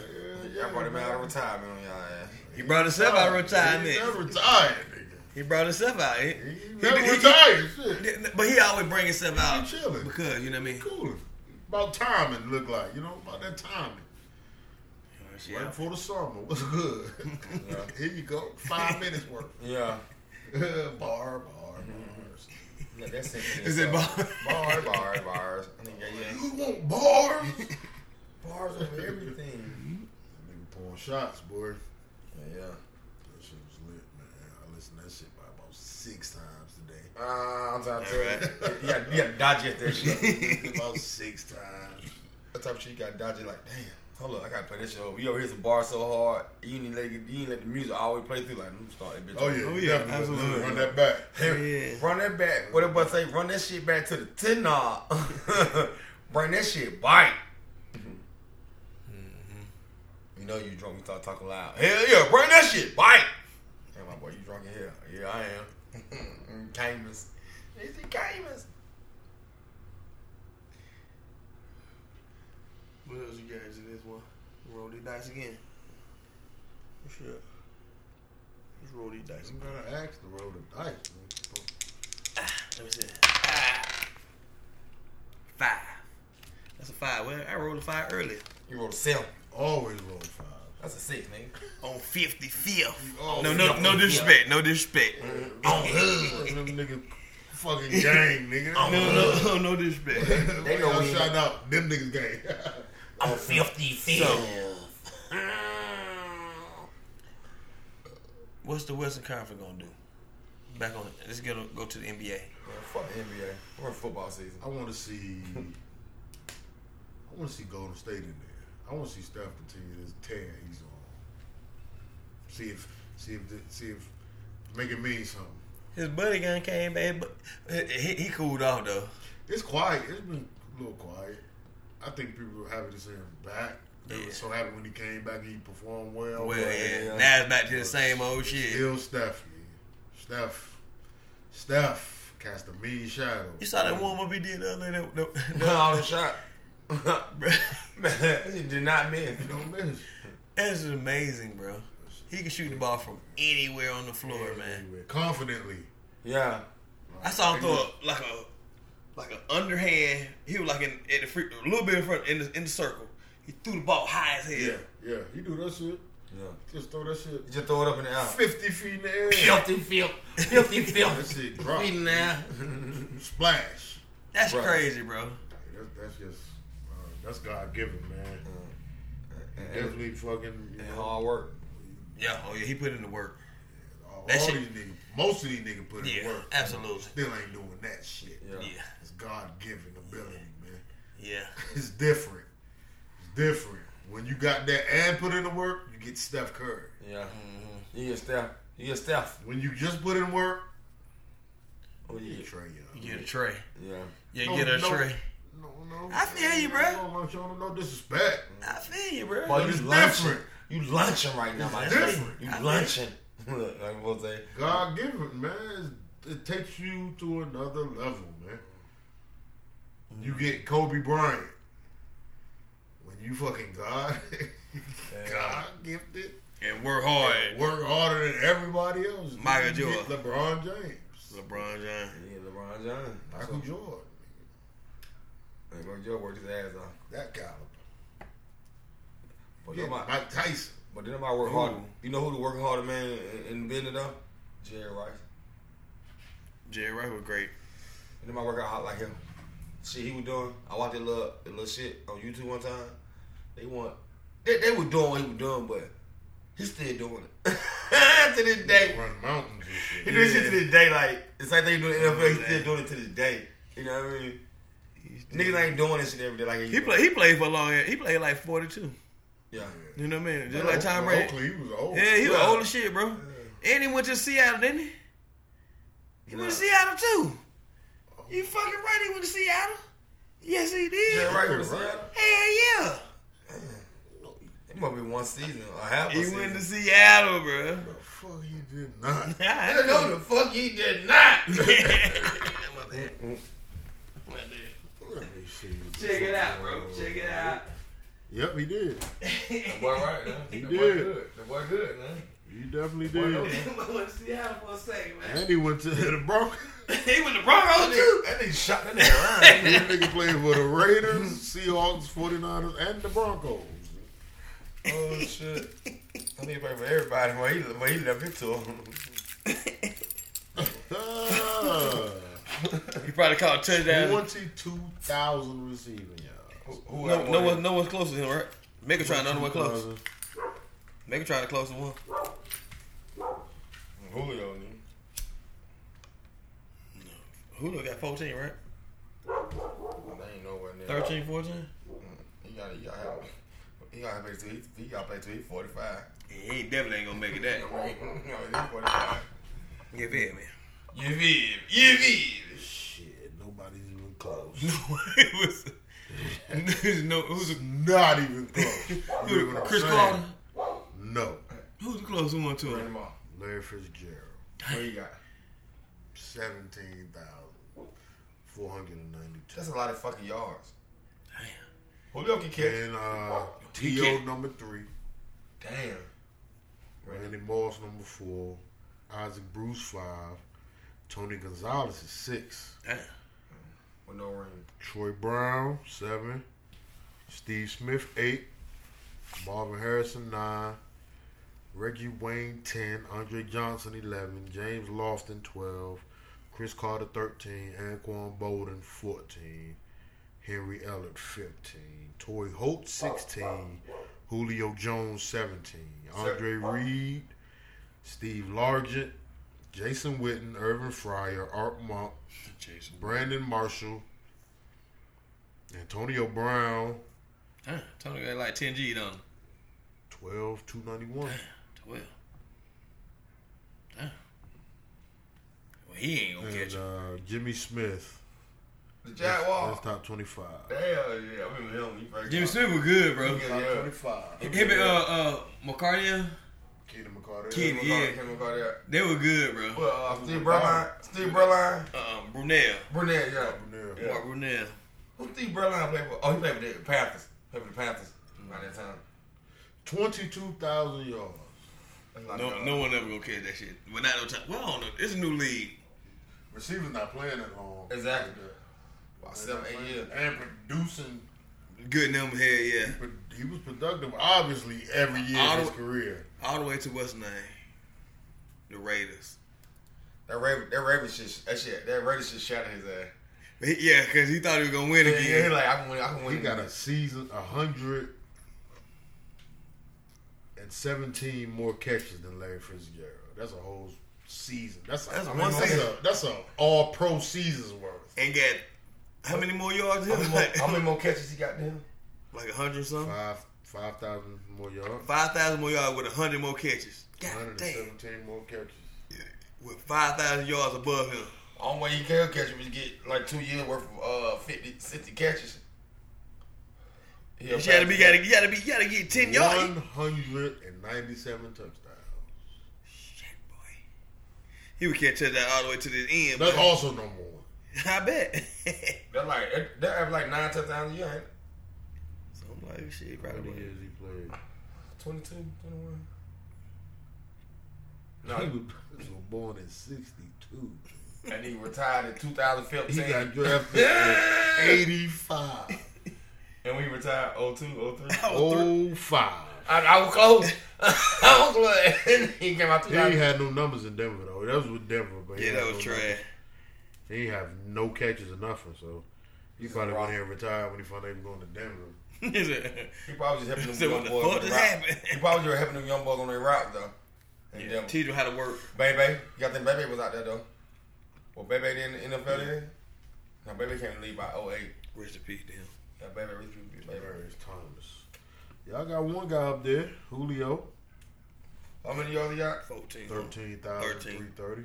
S1: yeah,
S5: Y'all brought him out of retirement on y'all ass.
S3: He brought himself out of
S1: Oh, He never
S3: retirement.
S1: retired, nigga.
S3: He brought himself out.
S1: He
S3: He, he-
S1: never
S3: he-
S1: retired, shit.
S3: But he always bring himself out
S1: chilling.
S3: because you know what I mean.
S1: Cooling. About timing, look like. You know, about that timing. Right
S3: Yeah.
S1: before the summer. What's good? Here you go. Five minutes worth.
S5: Yeah.
S1: bar, bar, bars.
S5: yeah that's
S3: Is it bar?
S5: Bar, bar, bars. I think, yeah, yeah.
S1: You want bars?
S5: Bars over everything.
S1: Nigga pouring shots, boy.
S5: Yeah, yeah.
S1: That shit was lit, man. I listened to that shit by about six times today.
S5: Uh, I'm trying to tell you. You gotta, you gotta digest that shit.
S1: about six times.
S5: that type of shit you gotta digest like, damn. Hold up, I gotta play this shit over. You over here's a bar so hard, you need let it, you need let the music always play through. Like, I'm gonna start that bitch.
S1: Oh
S5: over.
S1: yeah,
S3: Oh,
S1: oh,
S3: yeah,
S1: yeah definitely.
S3: absolutely.
S1: Run that back.
S3: Yeah.
S5: Run that back. What about say? Run that shit back to the ten knob. Bring that shit bite.
S3: Hmm.
S5: You know you drunk. You start talking loud. Hell yeah, bring that shit bite. Hey, my boy, you drunk in here? Yeah, I am. Camus. Is it Camus?
S3: What else you got in this one? Roll these dice again. What's up? Let's roll these dice.
S1: I'm gonna ask the roll of dice. man.
S3: Let me see. Ah. Five. That's a five. Well, I rolled a five early.
S5: You rolled a seven.
S1: Always roll five.
S5: That's a six, nigga.
S3: On 55th.
S1: Oh,
S3: No, no, no disrespect. No disrespect.
S5: On hood.
S1: Them nigga fucking gang, nigga.
S3: No, no, no, no disrespect.
S1: They
S5: know
S1: know
S5: we-
S1: shout out them niggas gang.
S5: On fifty
S3: So,
S5: fifth.
S3: What's the Western Conference gonna do? Back on. Let's go go to the NBA.
S5: Man, fuck the NBA. We're in football season.
S1: I want to see. I want to see Golden State in there. I want to see Steph continue this tear he's on. See if see if the- see if make it mean something.
S3: His buddy gun came back, but he, he cooled off though.
S1: It's quiet. It's been a little quiet. I think people were happy to see him back. They
S3: Yeah.
S1: were so happy when he came back. He performed well.
S3: Well,
S1: but
S3: Oh, yeah, now it's back to the same old shit.
S1: Still Steph. yeah. Steph. Steph cast a mean shadow.
S3: You saw that warm up he did the other day. that- that-
S5: No, I was shot.
S3: that-
S5: Man, he did not miss.
S1: You don't miss.
S3: That's amazing, bro. He can shoot the ball from anywhere on the floor, man.
S1: Confidently.
S5: Yeah.
S3: I saw him throw a, like a like a underhand. He was like in at the free, a little bit in front in the, in the circle. He threw the ball high as hell.
S1: Yeah, yeah. He do that shit.
S5: Yeah.
S1: Just throw that shit
S5: Just throw it up in the air.
S1: 50 feet in the air.
S5: Filthy, filth, filthy,
S1: That
S5: filth.
S1: shit drop.
S5: Feet in the air.
S1: Splash.
S3: That's
S5: Right.
S3: crazy, bro.
S1: That's, that's just, uh, that's God given, man. Definitely fucking, you
S5: And
S1: know,
S5: hard work.
S3: Yeah, oh yeah, he put in the work.
S1: all,
S3: that
S1: all
S3: shit-
S1: these niggas, most of these niggas put in
S3: Yeah,
S1: work.
S3: absolutely.
S1: Still ain't doing that shit.
S5: Yeah.
S3: Yeah,
S1: It's God given ability, man.
S3: yeah.
S1: It's different. It's different. When you got that and put in the work, you get Steph Curry.
S5: Yeah.
S3: Mm-hmm.
S5: You get Steph. You get Steph.
S1: When you just put in work,
S5: Oh,
S1: you
S5: yeah.
S1: get Trey Young.
S3: You get a tray.
S5: Yeah.
S3: Yeah,
S1: No,
S3: get a
S1: no.
S3: tray.
S1: No, no.
S3: I feel you, bruh.
S1: No, no, no disrespect.
S3: I feel you, bro.
S5: Boy,
S1: But
S5: you
S1: it's
S5: lunching.
S1: different.
S5: You lunching right now, my
S1: different.
S5: nigga. You lunching. Look, I'm gonna say.
S1: God given, man. It takes you to another level, man. You get Kobe Bryant. When you fucking God, God gifted,
S3: And work hard.
S1: work harder than everybody else.
S3: Michael
S1: You get
S3: Jordan.
S1: LeBron James,
S3: LeBron James.
S5: Yeah, LeBron James.
S1: Michael Jordan,
S5: Michael Jordan worked his ass off.
S1: that caliber.
S3: Oh,
S5: But
S1: Yeah,
S5: them I-
S1: Mike Tyson.
S5: But then I work harder.
S3: Who?
S5: You know who the working harder man in, in the business though? Jerry Rice.
S3: Jerry Rice was great.
S5: And then I work out hard like him. Shit he was doing. I watched that little that little shit on YouTube one time. They want they, they were doing what he was doing, but he still doing it. to this day.
S1: Run mountains and shit.
S5: He doing shit to this day, like it's like they doing in the NFL, he still doing it to this day. You know what I mean? Niggas ain't doing this shit every day like
S3: He played. He played for a long. He played like forty two.
S5: Yeah.
S3: You know what I mean? Just like Tom Brady.
S1: Oakley, he was old.
S3: Yeah, he was
S5: Yeah.
S3: old as shit, bro. And he went to Seattle, didn't he? He went to Seattle too. You fucking right. He went to Seattle. Yes, he did.
S5: Jerry Rice was
S1: Right.
S5: Seattle.
S3: Hell yeah.
S5: It must be one season or half a
S3: He
S5: season.
S3: went to Seattle, bro.
S1: The fuck he did not.
S5: I know the fuck he did not.
S1: Let me see.
S3: Check it out, bro. Check it out.
S1: Yep, he did.
S5: That boy right, man.
S1: He did.
S5: That Boy good. That boy good, man.
S1: He definitely
S5: Boy, that
S1: did.
S5: was-
S3: went to Seattle for a second, man.
S1: And he went to the Broncos.
S3: he went to Broncos too.
S5: That nigga shot that nigga around.
S1: That nigga played for the Raiders, Seahawks, 49ers, and the Broncos.
S5: oh shit. I need to pay for everybody when he, when he left it to him.
S1: Ah,
S3: He probably caught a touchdown.
S1: 22,000 receiving yards.
S5: Who, who
S3: No,
S5: that boy
S3: no
S5: is?
S3: one, no one's close to him, right? Mega trying the only one close. Mega trying the closest one.
S5: Julio, nigga.
S3: Julio got 14, right?
S5: They ain't nowhere near.
S3: 13, 14?
S5: He gotta, he gotta have. He gotta play till he, he gotta play till he's forty five.
S3: He ain't definitely ain't gonna make it that. Yeah, man.
S5: You feel? me? You feel? me?
S1: Shit, nobody's even close.
S3: it was, there's no, who's the,
S1: Not even close. You hear what I'm
S3: Chris
S1: saying?
S3: Carter?
S1: No.
S3: Who's the closest one to
S5: Bring
S3: him?
S5: him on.
S1: Larry Fitzgerald,
S5: What you got?
S1: 17,492.
S5: That's a lot of fucking yards. Damn. Julio can catch.
S1: And uh,
S3: He
S1: T.O.
S3: can't-
S1: number three.
S5: Damn.
S1: Randy Moss number four, Isaac Bruce five, Tony Gonzalez is six,
S3: Damn.
S5: With no ring.
S1: Troy Brown seven, Steve Smith eight, Marvin Harrison nine, Reggie Wayne ten, Andre Johnson eleven, James Lofton twelve, Chris Carter thirteen, Anquan Bolden fourteen, Henry Ellard fifteen, Torrey Holt sixteen, Julio Jones seventeen, Andre Reed Steve Largent, Jason Witten, Irvin Fryer, Art Monk,
S3: Jason.
S1: Brandon Marshall, Antonio Brown,
S3: Damn, Tony got like 10 G on him.
S1: 12, 291.
S3: 12. Damn. Well, he ain't gonna catch
S1: And
S3: you.
S1: uh, Jimmy Smith.
S5: The
S1: That's,
S5: Jack Wall.
S1: that's top 25.
S5: Hell yeah, I remember him. He first
S3: Jimmy
S5: got-
S3: Smith was good, bro.
S5: Yeah,
S1: Top
S5: yeah.
S1: 25.
S3: Him and uh, uh, McCartney,
S1: Keenan McCarter.
S3: Keenan.
S5: Kevin
S3: Yeah.
S5: Carter, Kevin Carter.
S3: they were good, bro.
S5: Well, uh, Steve Berline, Steve Berline,
S3: Uh, Brunel.
S5: Brunette, yeah.
S1: Yeah.
S5: Yeah.
S3: Mark Brunel.
S5: Who Steve Berline played for? Oh, he played for the Panthers. Played for the Panthers by that time.
S1: 22,000 yards.
S5: That's uh, not
S3: No,
S5: good.
S3: no one ever gonna catch that shit. But not no time. Well, I don't know. It's a new league.
S1: Receivers not playing that long.
S5: Exactly.
S1: Yeah.
S5: About seven, eight years.
S1: And producing.
S3: Good number here, yeah.
S1: He was productive, obviously, every year of his
S3: Auto-
S1: career.
S3: All the way to what's name? The Raiders.
S5: That Raven, that Raven shit, that shit, that Raven shit shattered his ass.
S3: But he- Yeah, because he thought he was gonna win
S5: Yeah, yeah, he
S3: again.
S5: like I can win, I can win.
S1: He got a season, 117 more catches than Larry Fitzgerald. That's a whole season. That's a,
S3: That's
S1: I mean,
S3: one
S1: that's
S3: season.
S1: a, that's a all pro season's worth.
S3: And got how many more yards?
S5: How many more,
S3: Like
S5: how many more catches he got then?
S3: like a hundred something.
S1: Five 5,000 more yards.
S3: Five thousand more yards with a hundred more catches. God damn.
S1: 117 more catches.
S3: With five thousand yards above him.
S5: Only way he can catch was get like two years worth of uh 50, 60 catches. He'll
S3: You gotta be,
S5: pass-
S3: gotta, you gotta be, you gotta get ten yards.
S1: 197 touchdowns.
S3: Shit, boy. He would catch that all the way to the end.
S1: That's
S3: boy.
S1: also number one.
S3: I bet.
S5: That like that, that have like nine touchdowns a year, ain't
S3: so I'm like, shit,
S1: How many
S3: probably.
S1: years he played?
S5: it? 22, 21.
S1: He
S5: No,
S1: was, he was born in 62.
S5: and he retired in
S1: He
S5: 2015.
S1: got drafted at 85.
S5: and we retired 02, 03.
S3: Oh,
S1: Oh five.
S5: I, I was close. I was close. And he came out
S1: He ain't
S5: 2000.
S1: had no numbers in Denver though. That was with Denver, but he
S3: yeah,
S1: had
S3: that was
S1: no
S3: trash.
S1: numbers. He ain't have no catches or nothing, so he probably
S5: rock.
S1: went here and retired when he found out he was going to Denver.
S5: He probably just helping
S3: So
S5: them young
S3: what the fuck
S5: boys on their
S3: just
S5: route.
S3: happened?
S5: He probably just helping them young boys on their route though. And them.
S3: Teach him how to work.
S5: Bebe, you got them Bebe was out there though. Well, Bebe didn't in the NFL then. No, Bebe came to leave by 08.
S3: Rest in peace, damn.
S5: Yeah, Bebe, Rich Bebe, Bebe.
S1: Demarius Thomas. Y'all got one guy up there, Julio,
S5: How many yards he got?
S3: 14.
S1: 13,330.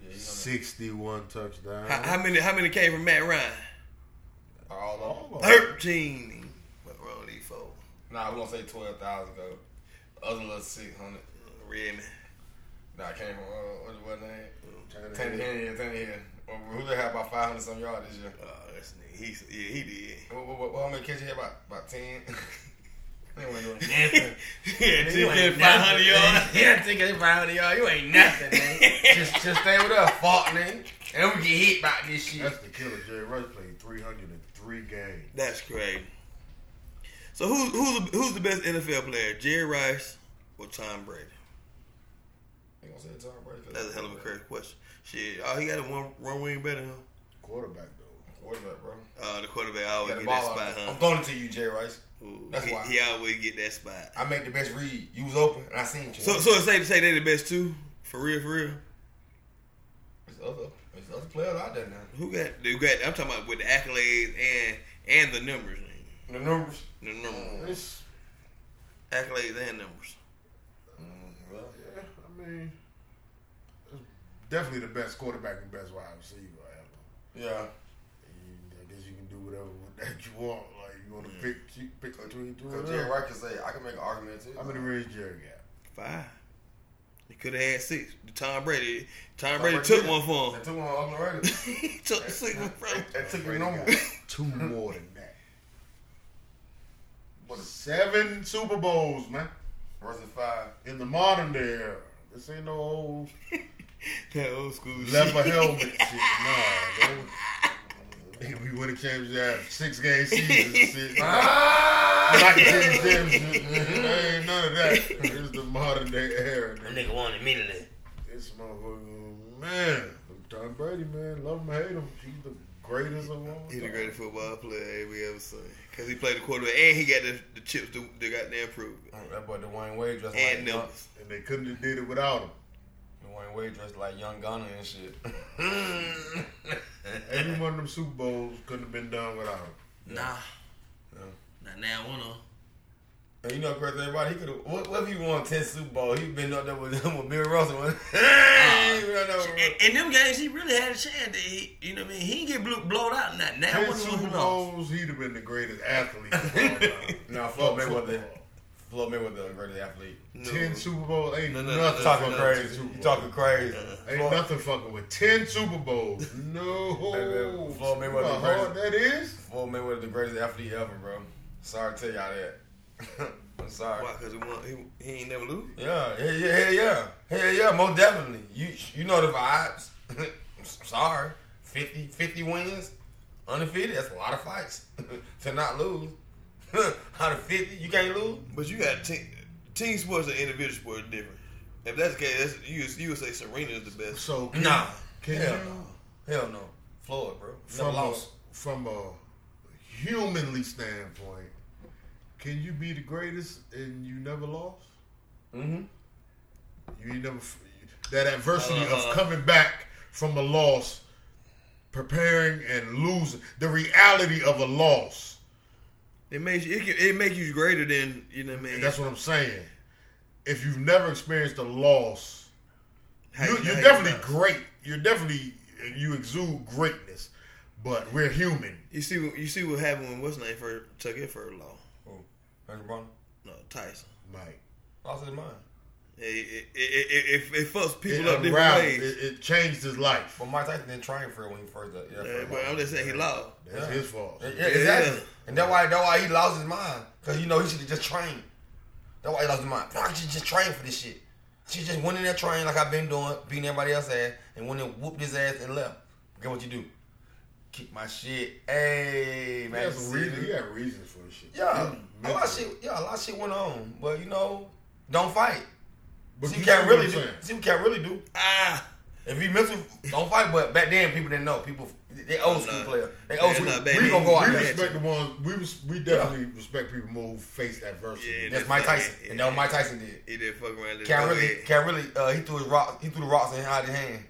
S5: Yeah, he on
S1: 61 touchdowns.
S3: How, how many? How many came from Matt Ryan?
S5: the- all of them.
S1: All of them.
S3: Thirteen. What wrong with these folks?
S5: Nah, we gonna say 12,000 go. Other little 600.
S3: Redman.
S5: Nah, I came from, uh, what was name?
S1: Tannehill.
S5: Tandy Henry, Tandy Henry. Who they had about 500 some yards this year?
S3: Oh, that's nigga. He, yeah, he did.
S5: What, what, what, what, how many catches he had? About, about 10? they weren't doing nothing.
S3: yeah,
S5: Man,
S3: he
S5: you
S3: had
S5: ain't
S3: 500
S5: nothing,
S3: yards.
S5: man. Yeah, think it's 500 yards. You ain't nothing, man. just, just stay with us, Faulkner. And we get hit by this shit.
S1: That's the killer. Jerry Rice played 303 games.
S3: That's crazy. So who's who's the, who's the best NFL player? Jerry Rice or Tom Brady?
S5: They gonna say Tom Brady. 'cause
S3: That's a hell of a crazy question. Shit, oh, he got a one one wing better than him.
S1: Quarterback though.
S5: Quarterback, bro.
S3: Uh, the quarterback
S5: You
S3: always
S5: got the
S3: get that
S5: ball
S3: spot,
S5: out. there.
S3: huh?
S5: I'm throwing it to you, Jay Rice.
S3: Ooh,
S5: That's
S3: he,
S5: why.
S3: he always get that spot.
S5: I make the best read. You was open, and I seen you.
S3: So, so it's safe to say they the best two, for real, for real.
S5: there's other, there's other players out there now.
S3: Who got? Who got? I'm talking about with the accolades and and the numbers, nigga.
S5: The numbers.
S3: the numbers,
S1: It's,
S3: accolades and numbers.
S5: Mm, Well,
S1: yeah, I mean, it's definitely the best quarterback and best wide receiver ever.
S5: yeah.
S1: And I guess you can do whatever with that you want. Like you want to pick, you pick between two of
S5: Because Jay
S1: them.
S5: Rice can say, I can make an argument too.
S1: How many rings Jerry got?
S3: Five. He could have had six. Tom Brady. Tom,
S5: Tom
S3: Brady,
S5: Brady
S3: took
S5: did.
S3: one for him.
S5: That took one on Oakland Raiders.
S3: he took the six one from him.
S5: That took me
S1: Brady
S5: no more.
S1: got two more than that. Seven Super Bowls, man.
S5: Versus five.
S1: In the modern day era, this ain't no old
S3: That old school
S1: leather
S3: shit.
S1: helmet shit. Nah, bro. We would have championship six game seasons and shit.
S5: Ah!
S1: Not the championship. There ain't none of that. It's the modern day era. nigga.
S2: nigga won immediately.
S1: This motherfucker, man. Tom Brady, man. Love him, hate him. He's the greatest of all.
S3: He's the
S1: time.
S3: greatest football player we ever seen. Because he played the quarterback and he got the, the chips to, to goddamn prove it.
S5: That boy Dwayne Wade dressed
S3: And
S5: like
S3: numbers.
S1: And they couldn't have did it without him.
S5: Dwayne Wade dressed like Young Gunner and shit.
S1: Every one of them Super Bowls couldn't have been done without him.
S3: Nah.
S5: Yeah.
S3: Not now, one of them.
S5: And you know, correct everybody. He could have. What, what if he won ten Super Bowl? He been up there with with Bill Russell.
S1: Ah.
S5: He been up there
S3: And,
S5: with-
S3: and them games, he really had a chance. That he, you know what I mean? He didn't get blew, blowed out. Not now,
S1: Ten
S3: one of them.
S1: Super
S3: who lost.
S1: Bowls, he'd have been the greatest athlete. Of all time.
S5: No, Floyd Mayweather. Floyd Mayweather, the greatest athlete.
S1: Ten Super Bowls ain't
S3: No, no, no,
S1: nothing.
S3: no,
S5: Talking
S1: fucking with
S5: crazy.
S1: Super
S5: You
S1: Bowls.
S5: talking crazy.
S1: Ain't
S5: Floyd-
S1: nothing fucking with ten Super Bowls.
S5: Hey,
S1: No,
S5: man, Floyd
S1: You
S5: Mayweather
S1: know how hard that is.
S5: Floyd Mayweather, the greatest athlete ever, bro. Sorry to tell y'all that. I'm sorry.
S3: Why? Because he, won- he, he ain't never lose.
S5: Yeah, yeah, yeah, hell yeah, hell yeah, most definitely. You you know the vibes. I'm sorry, 50, 50 wins, undefeated. That's a lot of fights to not lose. Out of fifty, you can't lose.
S3: But you got team, team sports and individual sports different. If that's the case, that's, you, you would say Serena is the best.
S1: So can,
S5: Nah,
S1: can
S5: hell
S1: you,
S5: no, hell no. Floyd, bro, never
S1: from a,
S5: lost.
S1: from a humanly standpoint, can you be the greatest and you never lost?
S5: Mm-hmm.
S1: You ain't never f- that adversity
S3: Uh-huh.
S1: of coming back from a loss, preparing and losing the reality of a loss.
S3: It makes you, it, can, it make you greater than you know what I mean.
S1: And that's what I'm saying. If you've never experienced a loss,
S3: How
S1: you,
S3: you-
S1: you're
S3: how you
S1: definitely
S3: bounce.
S1: great. You're definitely you exude greatness, but we're human.
S3: You see, what- you see what happened when what's his name first took it for law.
S5: Andrew Brown
S3: No, Tyson.
S1: Mike.
S5: lost his mind,
S3: It it it, it, it, it fucks
S1: It
S3: people up different
S1: unraveled.
S3: ways.
S1: It, it changed his life.
S5: but Mike Tyson didn't train for it when he first. Yeah,
S3: Uh,
S5: first
S3: but I'm
S5: lost.
S3: just saying he lost.
S1: That's
S5: Yeah.
S1: his fault.
S5: Yeah, exactly.
S3: Yeah.
S5: And that's why that's why he lost his mind. Cause you know he should have just trained. That's why he lost his mind. Nah, I should just train for this shit. She just went in that train like I've been doing, beating everybody else ass, and went and whooped his ass and left. Get what you do? Kick my shit. Hey,
S1: He
S5: man.
S1: has some reason. He had reasons for his shit.
S5: Yeah, Oh, a lot of
S1: Mentally.
S5: shit. Yeah, a lot of shit went on, but you know, don't fight.
S1: But
S5: see,
S1: you
S5: we can't
S1: know what
S5: really
S1: I'm
S5: do.
S1: saying.
S5: See, we can't really do.
S3: Ah,
S5: If you mental, don't fight. But back then, people didn't know. People, they old school
S3: Nah.
S5: player. They old
S3: Yeah,
S5: school.
S3: nah, back
S5: we
S3: then,
S5: gonna go out
S1: we
S5: there.
S1: respect the ones we res- we definitely respect people more who faced adversity.
S3: Yeah,
S5: That's Mike Tyson, and that's what Mike Tyson did.
S3: he did fuck around.
S5: Cat really, Cat really, uh, he threw his rock, he threw the rocks in his hand.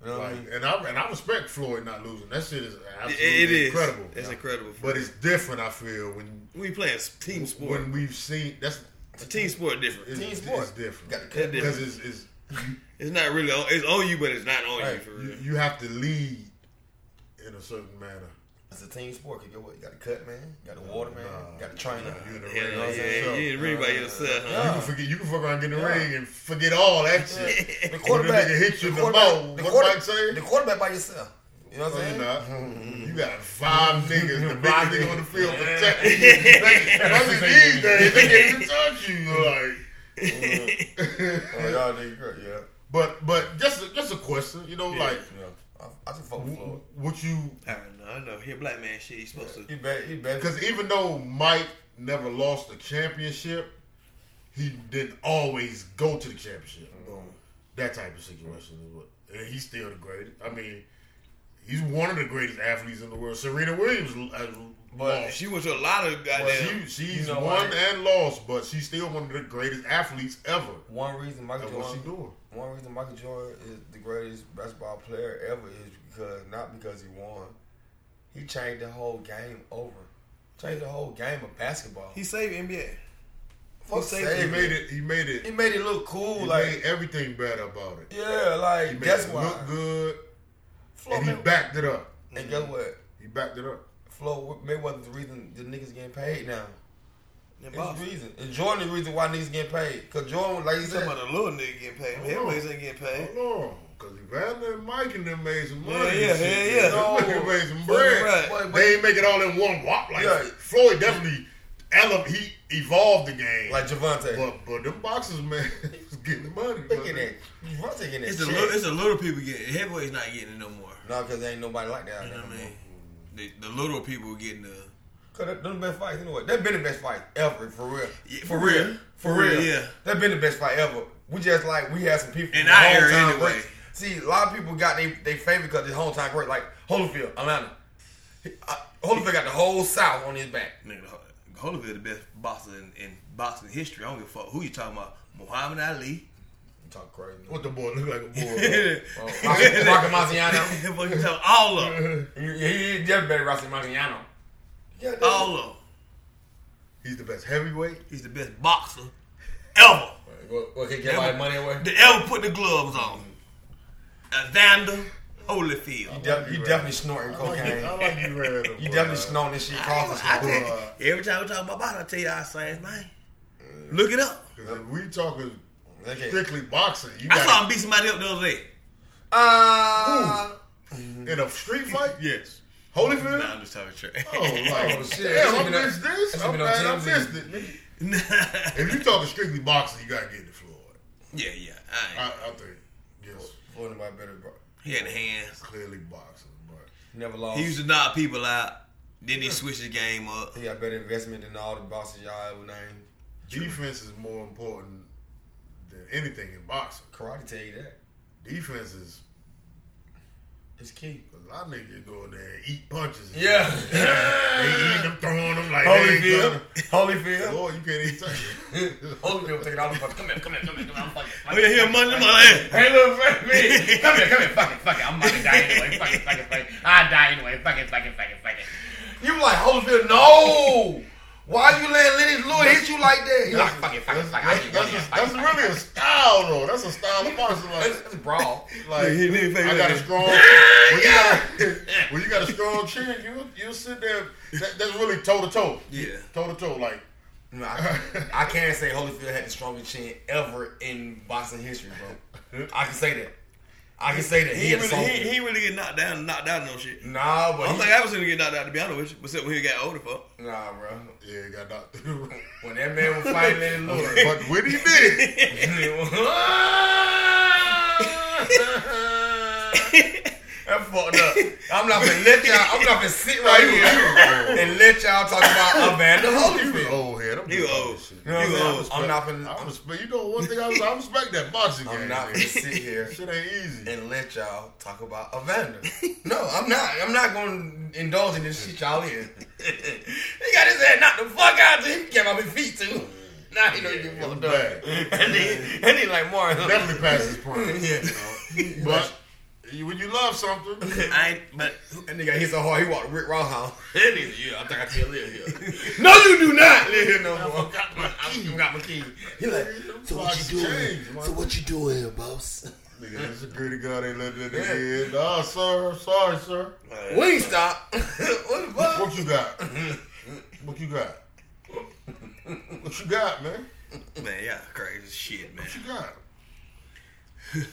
S5: You know what I
S1: Like,
S5: mean?
S1: and I and I respect Floyd not losing. That shit is
S3: It,
S1: absolutely
S3: it is
S1: incredible.
S3: It's
S1: Yeah.
S3: incredible.
S1: but it's different. I feel when
S3: we playing s- team sport.
S1: when we've seen that's
S3: It's a team sport different.
S1: it's,
S3: It's,
S5: Team
S1: it's
S5: sport.
S1: different
S5: Got the
S3: It's different.
S1: because it's, it's
S3: not really. On, it's on you, but it's not on you
S5: Right.
S3: for
S1: you,
S3: real.
S1: you have to lead in a certain manner.
S5: It's a team sport. You, get what? you got the cut man, you got the water man, you got the trainer.
S1: You in the
S3: yeah,
S1: ring.
S3: yeah,
S1: all that
S3: yeah,
S1: stuff.
S3: you ain't really by yourself, huh?
S1: You can forget. You can fuck around, get in the ring, and forget all that shit.
S5: The
S1: quarterback-
S5: quarterback
S1: hit you in the mouth,
S5: the,
S1: what
S5: quarter-
S1: Mike say?
S5: the quarterback by yourself. You know what
S1: No,
S5: I'm
S1: you're
S5: saying?
S1: not. You got five niggas, the biggest
S5: Five
S1: nigga on the field
S5: niggas.
S1: protecting you. That's it these days. They can't even touch you. Like.
S5: Oh, y'all nigga, great, yeah.
S1: But but just a, just a question, you know, like
S5: yeah. I, I just fuck with Floyd.
S1: w- would you?
S3: I don't know. I know. He a black man. Shit, he's supposed
S5: He bad, he bad.
S1: Because even though Mike never lost a championship, he didn't always go to the championship.
S5: Mm-hmm.
S1: That type of situation is what. And he's still the greatest. I mean, he's one of the greatest athletes in the world. Serena Williams has
S5: But
S3: to.
S1: lost.
S3: She went to a lot of goddamn.
S1: She, she's
S5: You know
S1: won
S5: why?
S1: and lost, but she's still one of the greatest athletes ever.
S5: One reason Michael
S1: That's what Oh, she
S5: Jordan
S1: doing.
S5: One reason Michael Jordan is the greatest basketball player ever is because not because he won. He changed the whole game over. Changed the whole game of basketball.
S3: he saved NBA.
S5: Fuck
S3: saved
S5: saving
S1: He made it. He made it.
S5: He made it look cool,
S1: He
S5: like
S1: made everything better about it.
S5: yeah,
S1: He
S5: like
S1: made
S5: that's
S1: it
S5: why.
S1: look good,
S5: Floyd
S1: and he
S5: Maywe-
S1: backed it up.
S5: and guess what?
S1: He backed it up.
S5: Floyd Mayweather's the reason the niggas getting paid now.
S3: Them
S5: It's
S3: boss.
S5: the reason. And Jordan the reason why niggas getting paid. Cause Jordan, like you
S3: You talking
S5: said,
S3: about the little nigga getting paid? Man,
S1: Hold on.
S3: Everybody's ain't getting paid.
S1: Hold on, because Evander and Mike and them made some money.
S3: Yeah,
S1: and
S3: yeah,
S1: shit.
S3: yeah, yeah.
S1: Them
S5: No.
S1: niggas made some
S3: Fucking
S1: bread.
S3: right.
S5: But- but-
S1: They ain't make it all in one whop. Like
S5: Yeah.
S1: Floyd definitely, ele- he evolved the game.
S5: like Javante.
S1: but but them boxers, man, they was getting money.
S5: They
S1: man.
S5: getting that. Javante getting that.
S3: It's the
S5: check.
S3: little, it's the little people getting. Heavyweights not getting it no more.
S5: No, because ain't nobody like that out
S3: You
S5: there.
S3: know
S5: no
S3: what I
S5: more.
S3: mean? The, the little people getting the
S5: Cause that, them the best fights, you know what? That been the best fight ever, for real.
S3: Yeah,
S5: for real. For real.
S3: yeah.
S5: That been the best fight ever. We just like we had some people
S3: In
S5: from
S3: our era
S5: hometown
S3: anyway.
S5: greats. See, a lot of people got they they favorite because their hometown great. Like Holyfield, Atlanta. He- uh, Holyfield got the whole South on his back.
S3: Nigga, Ho- Holyfield the best boxer in, in boxing history. I don't give a fuck who you talking about. Muhammad Ali.
S5: You talk crazy.
S1: What the boy look like a boy?
S3: Rocky
S5: Oh, Rocky Rocky Marciano.
S3: All of them.
S5: You- Yeah, he is definitely better than Rocky Marciano. Yeah, that-
S3: All of them.
S1: He's the best heavyweight.
S3: He's the best boxer ever.
S5: What, what can get my money away?
S3: That ever put the gloves on. Evander Holyfield.
S5: Def- you definitely snorting
S1: I like you- I
S5: cocaine.
S1: like you ran
S5: You definitely snorting this shit.
S3: I,
S5: Coffee
S3: I
S5: snorting.
S3: tell you, every time we talk about boxing, I tell you I say his name. Look it up.
S1: We talking
S5: Okay.
S1: strictly boxing. You
S3: I saw
S1: got
S3: him beat somebody up the other day.
S5: Uh,
S1: in a street fight?
S3: Yes.
S1: Holyfield?
S3: Nah, I'm just talking shit.
S1: Oh, like,
S5: Oh, shit. That should
S1: damn,
S5: be
S1: I
S5: on-
S1: missed this.
S5: that should
S1: I'm
S5: be on
S1: glad I
S5: TMZ.
S1: missed it. nigga. If you talking strictly boxing, you gotta get to Floyd.
S3: yeah, yeah. I
S1: I,
S3: ain't.
S1: I think yes,
S5: Floyd Mayweather better, bro.
S3: He had the hands.
S1: clearly boxing, but
S5: Never lost.
S3: He used to knock people out. Then he switched his game up.
S5: He got better investment than all the bosses y'all ever named.
S1: defense is more important than anything in boxing.
S5: Karate tell you that.
S1: Defense is
S5: It's key.
S1: cause a lot of niggas go in there and eat punches. and
S5: Yeah.
S1: shit. they eating them, throwing them like they ain't
S5: Holyfield.
S1: gonna-
S5: Holyfield.
S1: Lord, you can't even touch it.
S5: Holyfield taking all the fuck. Come here, come here, come here, come here. I'm fucking.
S3: Oh yeah, he a money man.
S5: Hey, little friend, me. Come here, come here. Fuck it, fuck it. I'm about to die anyway. Fuck it, fuck it, fuck it. I die anyway. Fuck it, fuck it, fuck it, fuck it. You like Holyfield? No. Why you letting Lenny Lewis hit you like that? He's like, fuck it, fuck it,
S1: That's,
S5: fuck it. I
S1: that's,
S5: keep going
S1: that's,
S5: here.
S1: just-
S5: Fuck it,
S1: that's
S5: fuck it,
S1: really a style though. That's a style of boxing. Like,
S5: That's brawl.
S1: Like
S3: Yeah, he- he- he-
S1: I got a
S3: he-
S1: strong when you got a, when you got a strong chin, you you'll sit there. That, that's really toe to toe.
S3: Yeah.
S1: toe to toe. Like
S5: No, I, I can't say Holyfield had the strongest chin ever in boxing history, bro. I can say that. I can say that. He,
S3: He
S5: had a
S3: really,
S5: strong
S3: he,
S5: chin.
S3: he really get knocked down, knocked out and no shit.
S5: Nah,
S3: I
S5: but
S3: don't
S5: he,
S3: think I ever seen him get knocked out to be honest with you, except when he got older. Fuck.
S5: nah, bro.
S1: yeah, he got knocked through.
S5: When that man was fighting Lenny Lewis,
S1: but when he did it,
S5: that fucked up. I'm not gonna let y'all. I'm not gonna sit right
S1: you, you,
S5: here and let y'all talk about Evander
S1: you was
S5: Holyfield.
S1: old head. I'm
S3: He
S1: just
S3: old.
S1: talking shit.
S5: You know what I'm
S3: You
S5: saying?
S3: old,
S5: I'm not gonna.
S1: I
S5: I'm,
S1: respect. You know one thing I, I respect that boxing game.
S5: I'm not gonna
S1: man.
S5: sit here
S1: Shit ain't easy.
S5: and let y'all talk about Evander. no, I'm not. I'm not going to indulge in this shit y'all in. he got his head knocked the fuck out. He came off his feet too. Now he don't give
S1: it
S5: a
S1: was
S5: fuck.
S1: bad.
S5: And he, and he like more.
S1: Definitely past his prime.
S5: Yeah.
S1: But you- when you love something,
S3: I ain't, but
S5: That nigga hit so hard, he walked Rick Ross house. And he's like, yeah, I think I still live here.
S3: no, you do not.
S5: live here no more. I forgot my, I got my key. He like,
S1: so what you doing? So what you doing, boss? Nigga, the security guard ain't letting that nigga in. Oh, sir, sorry, sir.
S3: Uh,
S5: we stop. what the fuck?
S1: What you got? What you got? What you got, man?
S3: Man, y'all crazy as shit, man.
S1: What you got?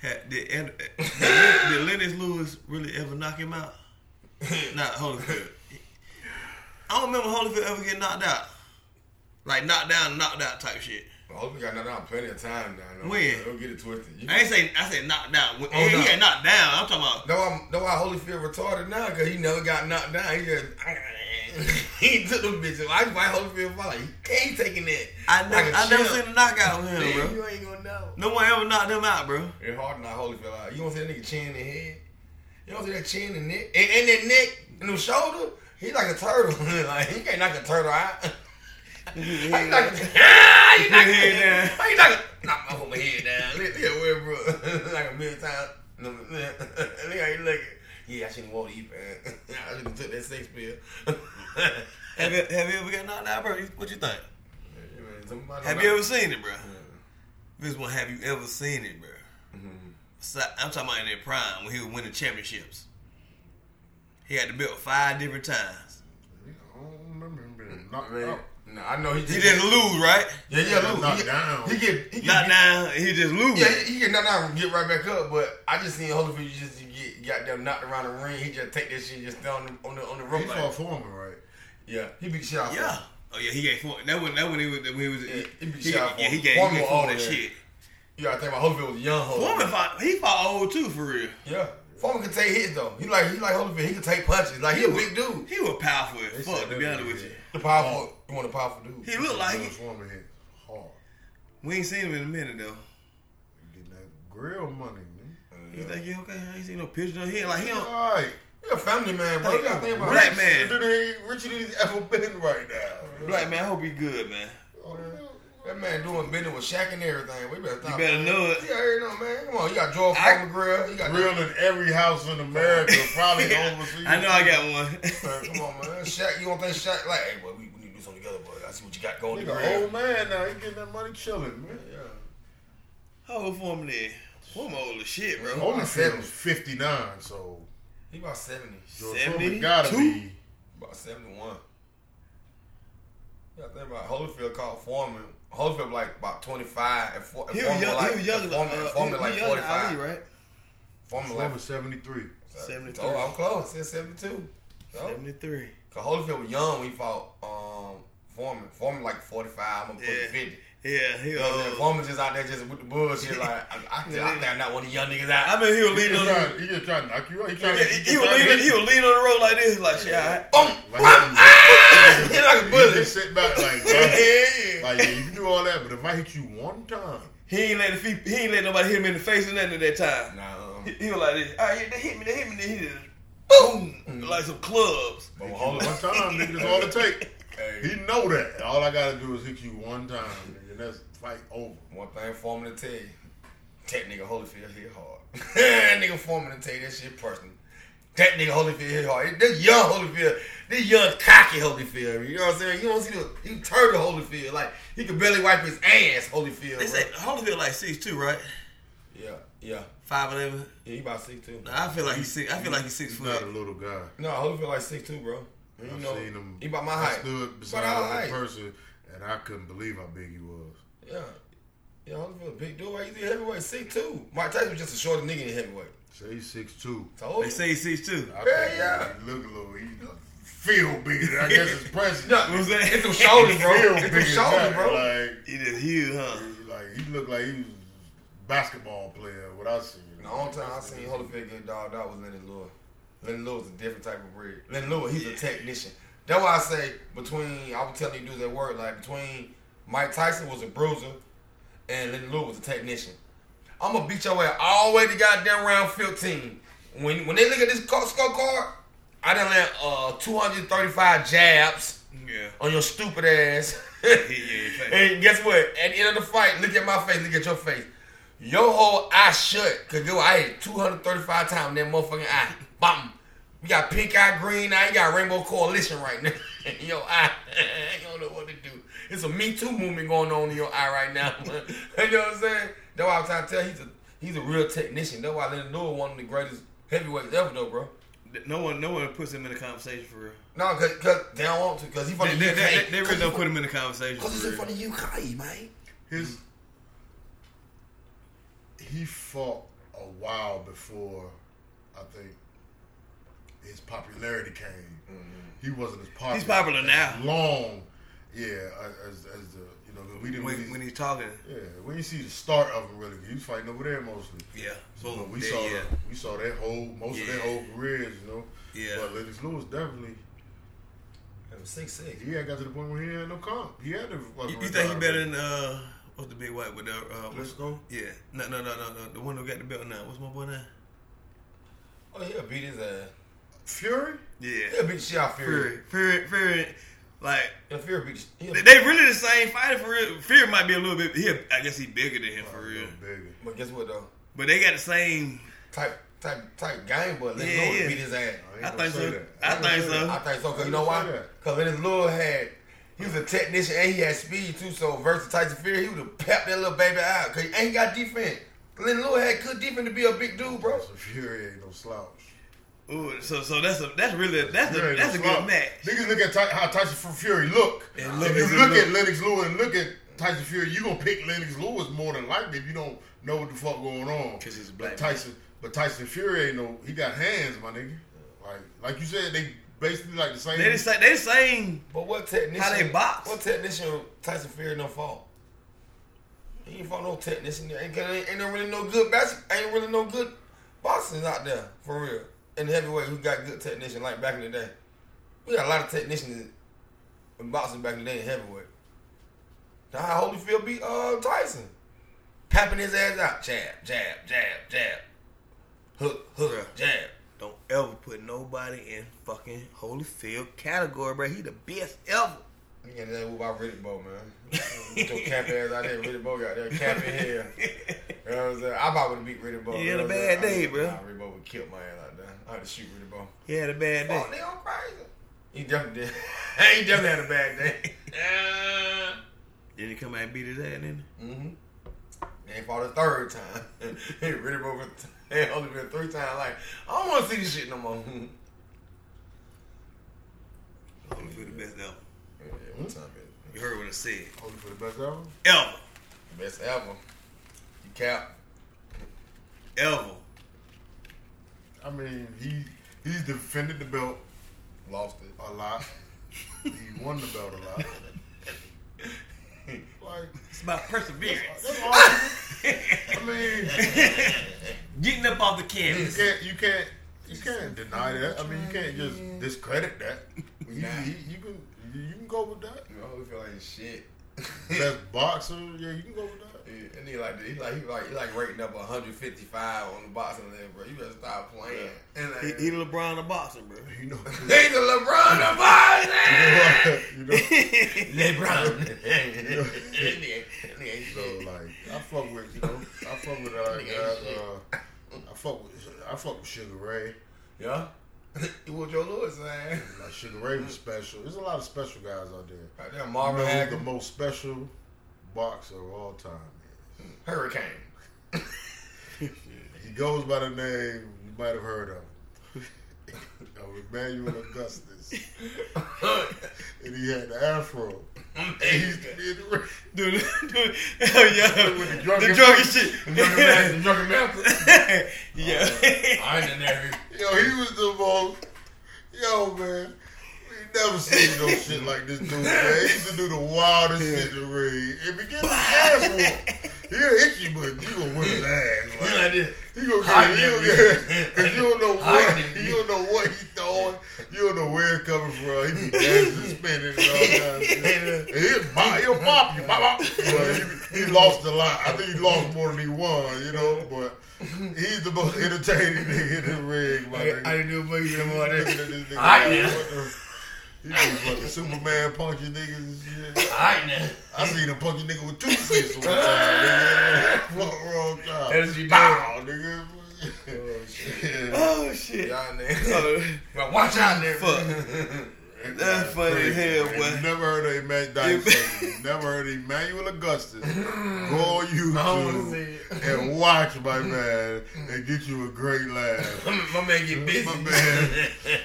S3: Had- Did, and- did, did Lennox Lewis really ever knock him out? Nah, Holyfield. I don't remember Holyfield ever getting knocked out. Like knocked down, knocked out type shit.
S5: I hope we got nothing on plenty of time now. No,
S3: When?
S5: Don't get it twisted. You
S3: I ain't say I said knocked down. When, he
S5: Oh, no.
S3: got knocked down. I'm talking about.
S5: No, I'm no, I Holyfield retarded now because he never got knocked down. He just he took them bitches. I can fight Holyfield fight. He can't taking that.
S3: I never,
S5: Like a
S3: I never
S5: champ.
S3: seen a knockout with him,
S5: Man,
S3: bro.
S5: you ain't gonna know.
S3: No one ever knocked him out, bro.
S5: It's hard to knock Holyfield out. You don't see that nigga chin and head. You don't see that chin and neck and, and that neck and them shoulder. He like a turtle. like he can't knock a turtle out. How you knock a- Ah, you knock
S3: Yeah,
S5: a- how you knock a- Knock my whole head down. Look at where, bro. like a million times. Look how you looking. Yeah, I shouldn't want to eat, man. I shouldn't took that sex pill.
S3: Have you, have you ever got knocked out, bro? You- What you think?
S5: Somebody
S3: Have you ever seen it, bro? This one, have you ever seen it, bro?
S5: Mm-hmm.
S3: So, I'm talking about in their prime when he was winning championships. He had the belt five different times.
S1: I don't remember him being knocked
S5: Man,
S1: out.
S5: No, I know he
S3: He
S5: just
S3: didn't lose, right?
S5: Yeah, yeah, Lou.
S1: Knocked
S5: he, get-
S1: down.
S5: He get he get
S3: Not now. He just lose.
S5: Yeah, he he get knocked out and get right back up, but I just seen Holyfield just get goddamn knocked around the ring. He just take that shit just down on the on the, on the
S1: He
S5: rope.
S1: fought
S5: Like,
S1: Foreman, right?
S5: yeah, he beat the shit out. of him.
S3: Yeah. Oh yeah, he gave four. That one. That one. He was. When he was.
S5: Yeah, he
S3: he,
S5: beat
S3: he, yeah,
S5: Shaw
S3: he
S5: Foreman.
S3: gave. He
S5: Foreman
S3: gave
S5: all
S3: four that
S5: that.
S3: shit.
S5: you gotta think about Holyfield was young. Holyfield.
S3: Foreman fought. He fought old too for real.
S5: Yeah, Foreman can take hits though. He like he like Holyfield. He can take punches. Like he a big dude.
S3: He was powerful
S1: said
S3: as fuck. To
S1: that
S3: be
S1: nigga
S3: honest with
S1: did.
S3: you,
S5: The powerful. You want a powerful dude?
S3: Oh. he looked like
S1: George
S3: it.
S1: Foreman hit hard.
S3: We ain't seen him in a minute though.
S1: Getting that grill money, man.
S5: Yeah,
S3: You think he okay? I ain't seen no picture of him. Like he don't.
S1: All right.
S5: You're a family man, bro. You gotta think about
S3: Black
S5: it.
S3: man.
S1: Richard ain't richer than he's ever been right now. Oh,
S3: Black man, I hope he good, man.
S5: That man doing business with Shaq and everything. We better
S3: You
S5: think.
S3: better know it.
S5: Yeah, you know, man. Come on, you got Joel
S3: I-
S5: Farmer Grill. You got
S1: Real in every house in America, probably overseas.
S3: I know I got one.
S5: Man, Come on, man. Shaq, you don't think Shaq like? Hey, boy, we, we need to do something together, boy. I see what you got going.
S1: He's
S5: to
S1: an old man now. He getting that money chilling, man.
S3: How old for him then? Form old as shit, bro.
S1: Only
S5: seven.
S1: was 59, so
S5: He about seventy.
S1: George
S3: 72?
S1: Foreman gotta be.
S5: About seventy-one. Yeah, think about it. Holyfield called Foreman. Holyfield like about twenty-five, and, for, and
S3: He was
S5: Foreman
S3: young.
S5: like
S3: he was younger. than,
S5: Foreman,
S3: uh,
S5: Foreman
S3: he,
S5: like
S3: he younger than
S5: forty-five.
S3: Ali, right?
S5: Foreman like
S1: Foreman 73.
S3: Seventy-three.
S5: Oh, I'm close. It's seventy-two. So,
S3: Seventy-three.
S5: Cause Holyfield was young when he fought um, Foreman. Foreman like forty-five. I'm gonna put
S3: Yeah.
S5: him fifty.
S3: Yeah, he.
S5: You know what I'm saying?
S3: Uh,
S5: Foreman just out there just with the bullshit. Like I, I, think- I think I'm not one of the young niggas out.
S3: I mean, he was
S1: He
S3: leading
S1: just
S3: on the.
S1: trying, he just trying to knock you out. He
S3: He,
S1: trying to
S3: he was leading. He was leading on the road like this. Like, shit, all right.
S5: Boom!
S1: Like, ah!
S5: Hit like a
S1: You
S5: bullet.
S1: just sit back like, bruh, like yeah, you can do all that, but if I hit you one time,
S3: He ain't let the feet, he ain't let nobody hit him in the face or nothing at that time.
S5: Nah, um,
S3: He, he was like this. All right, they hit me, they hit me, they hit me. Boom!
S1: Mm.
S3: Like some clubs.
S5: but
S1: hit you one
S5: Holy-
S1: time, niggas all it take.
S5: hey,
S1: He know that. All I gotta do is hit you one time, nigga, and that's fight over.
S5: one thing Foreman to tell you, that nigga Holyfield hit hard. that nigga Foreman to tell you that shit personally. That nigga Holyfield hit hard. This young Holyfield, this young cocky Holyfield. You know what I'm saying? You don't see the he turtle Holyfield like he could barely wipe his ass Holyfield.
S3: They
S5: Bro.
S3: say Holyfield like six two, right?
S5: Yeah, yeah,
S3: Five eleven.
S5: yeah. He about six two.
S3: I feel like he's six. I feel like he's six
S1: He's not a
S3: foot.
S1: little guy.
S5: No, Holyfield like six two, bro. You
S1: I've
S5: know,
S1: seen him.
S5: He about my
S1: I
S5: height.
S1: stood
S5: About our
S1: beside
S5: height.
S1: him in person, and I couldn't believe how big he was.
S5: Yeah. Yeah, Holyfield, a big dude. Why you think heavyweight? Six two. Mike Tyson was just a shorter nigga than heavyweight.
S1: Say six two.
S5: Told
S3: They
S5: you.
S3: say he's six two.
S1: I
S5: Yeah,
S1: think
S5: yeah.
S1: He look a little. He look- feel bigger. than- I guess his presence.
S5: Yeah,
S3: What was that?
S5: It's them shoulders,
S1: He
S5: bro.
S1: feel
S5: It's
S1: bigger
S5: them
S1: than
S5: shoulders,
S1: that,
S5: bro.
S1: Like,
S3: He just huge, huh?
S1: he- like he looked like he was a basketball player. What I seen.
S5: the only time I seen Holyfield get dogged out was Lenny Lewis. Lenny Lewis is a different type of breed. Lenny Lewis, he's a technician. That's why I say between I was telling you dudes at work, like between Mike Tyson was a bruiser and Lenny Lewis was a technician. I'm gonna beat your ass all the way to goddamn round 15. When when they look at this co- scorecard, I done land uh 235 jabs.
S3: Yeah.
S5: on your stupid ass.
S3: yeah.
S5: and guess what? At the end of the fight, look at my face, look at your face. Your whole eye shut. Cause yo, I hit 235 times in that motherfucking eye. Bam. You got pink eye, green eye, you got rainbow coalition right now. in your eye. you don't know what to do. It's a Me Too movement going on in your eye right now. you know what I'm saying? That's why I was trying to tell you, he's a he's a real technician. That's why Lennon Lewis one of the greatest heavyweights ever though, bro.
S3: No one, no one puts him in a conversation for real.
S5: No, cause, cause they don't want to, cause he from
S3: They,
S5: the
S3: they,
S5: UK.
S3: they, they really don't put him in a conversation
S5: Cause
S3: for
S5: he's
S3: real.
S5: from the UK, man.
S1: His he fought a while before I think his popularity came.
S3: Mm-hmm.
S1: He wasn't as popular.
S3: He's popular
S1: as
S3: now.
S1: Long, yeah. As, as the you know 'cause we didn't
S3: When,
S1: really-
S3: when he's talking.
S1: yeah we didn't see the start of him really. 'cause He was fighting over there mostly.
S3: Yeah.
S1: So
S3: Boom.
S1: we
S3: There,
S1: saw
S3: yeah.
S1: we saw that whole most of
S3: Yeah.
S1: their whole careers, you know.
S3: Yeah.
S1: But Lennox Lewis definitely
S5: Six six.
S1: he had got to the point where he had no comp. He had to.
S3: You, you think he better than uh what's the big white with the uh what's,
S1: Klitschko?
S3: yeah no no no no no the one who got the belt now what's my boy now
S5: Oh, he'll beat his ass.
S1: Fury?
S3: yeah
S5: He'll beat the shit out of Fury.
S3: Fury, Fury, Fury, like
S5: Yeah, Fury beat. the- he'll
S3: they
S5: beat-
S3: they really the same fighter for real. Fury might be a little bit. He, I guess he bigger than him for real.
S1: Oh, Baby.
S5: But guess what though?
S3: But they got the same.
S5: Type type type game, but Lenny
S3: Yeah,
S5: Lewis
S3: yeah.
S5: beat his ass.
S1: ain't
S3: I
S1: gonna
S3: think
S1: say
S3: so.
S1: that.
S3: I
S1: ain't gonna
S3: think
S1: say
S3: so.
S5: I think so. Cause you know why?
S1: Yeah.
S5: Cause Lenny Lewis had. He was a technician and he had speed too. So versus Tyson Fury, he would have pepped that little baby out. Cause he ain't got defense. Lenny Lewis had good defense to be a big dude, bro.
S1: Tyson Fury ain't no slouch.
S3: Ooh, so so that's a that's really that's
S1: Fury
S3: a
S1: ain't
S3: that's a
S1: no
S3: good
S1: slouch.
S3: match.
S1: Niggas look at Ty- how Tyson Fu- Fury look.
S3: And look-
S1: if you
S3: and
S1: look,
S3: look.
S1: at Lennox Lewis and look at Tyson Fury, you gonna pick Lennox Lewis more than likely if you don't know what the fuck going on.
S3: 'Cause he's a black
S1: But Tyson, but Tyson Fury ain't no. He got hands, my nigga. Like like you said, they basically like the same.
S3: They the same. They the same.
S5: But what technician?
S3: How they box?
S5: What technician? Tyson Fury no fault. He ain't fought no technician. There ain't, ain't, ain't no really no good bas- Ain't really no good boxers out there for real. In the heavyweight, who got good technician like back in the day? We got a lot of technicians in boxing back in the day in heavyweight. Now how Holyfield beat uh, Tyson, papping his ass out, jab, jab, jab, jab.
S3: hook, hook, jab. Don't ever put nobody in fucking Holyfield category, bro. He the best ever.
S5: You got that about Riddick Bowe, man. Get your cap ass out there, Riddick Bowe out there, cap in here. You know what I'm saying? I probably would have beat Riddick Bowe.
S3: He
S5: you
S3: had
S5: know
S3: a
S5: what I'm saying?
S3: bad day,
S5: I,
S3: bro.
S5: Nah, Riddick Bowe would kill my ass out there. I had to shoot Riddick Bowe.
S3: He had a bad day.
S5: Oh, they on crazy. He definitely did. he definitely had a bad day.
S3: Then he come out and beat his ass, didn't
S5: Mm-hmm. They fought a third time. They really broke it. They only been three times. Like I don't want to see this shit no more. Yeah,
S3: he? Holyfield the best ever.
S5: One time, it-
S3: You heard what I said.
S1: Only for the best ever.
S3: Ever.
S5: best ever. You cap.
S3: Ever.
S1: I mean, he he's defended the belt
S5: Lost it.
S1: a lot. he won the belt a lot. Like
S3: It's about perseverance.
S1: that's all. I mean,
S3: Getting up off the
S1: you
S3: canvas.
S1: can't you can't you can't deny that. I mean, you can't just discredit that. You, you, you can you can go with that.
S5: You know, he feel like shit.
S1: Best boxer, yeah, you can go with that.
S5: Yeah, And he like he like he like he like rating up 155 on the boxing level, bro. You better stop playing. And like,
S3: He, he LeBron of boxing, bro.
S1: You know,
S5: he's a LeBron of boxing.
S1: you know.
S5: LeBron. Nigga, nigga ain't
S1: So
S5: shit.
S1: like, I fuck with you know, I fuck with uh, guys, uh I fuck with I fuck with Sugar Ray.
S5: Yeah. You want Joe Lewis, man?
S1: Like Sugar Ray was special. There's a lot of special guys out there.
S5: Right there,
S1: I know
S5: Marvin
S1: who
S5: Hagler.
S1: the most special boxer of all time. is.
S5: Hurricane.
S1: He goes by the name you might have heard of. of Emmanuel Augustus, and he had the afro. He used to be in the ring.
S3: Dude, dude, hell yeah.
S1: the
S3: The
S1: drunken-
S3: drunken, shit.
S5: Drunken Master.
S3: yeah.
S5: I ain't in there.
S1: Yo, he was the most. Yo, man. We never seen no shit like this dude, man. He used to do the wildest shit in the ring. If he gets his ass whooped, he'll hit you, but you gonna whip his ass.
S5: He
S1: Like,
S5: like this.
S1: he gonna
S5: I
S1: get you.
S5: never-
S1: Because you don't know what, you don't know what he's throwing. You don't know where it's coming from. He be dancing, spinning, and all that shit. And he'll bop, he'll bop you. Bop, bop. But he, he lost a lot. I think he lost more than he won, you know, but... He's the most entertaining nigga in the ring, my nigga.
S5: I didn't do a boogie no more.
S1: Look at this nigga,
S5: I
S1: man.
S5: know.
S1: What the- He was fucking Superman punching niggas and shit.
S5: I ain't there.
S1: I seen a punky nigga with two fists one time, nigga. Fuck wrong time.
S5: That's what you
S1: Bow, nigga. Yeah.
S3: Oh, shit.
S5: Y'all in there.
S3: Oh,
S5: But watch out there.
S3: Fuck. That's funny as hell, boy.
S1: Never heard of Emmanuel Dyson. Never heard of Emmanuel Augustus. Go on
S5: I don't want to see
S1: YouTube
S5: it.
S1: and watch my man and get you a great laugh.
S5: My man get busy.
S1: My man,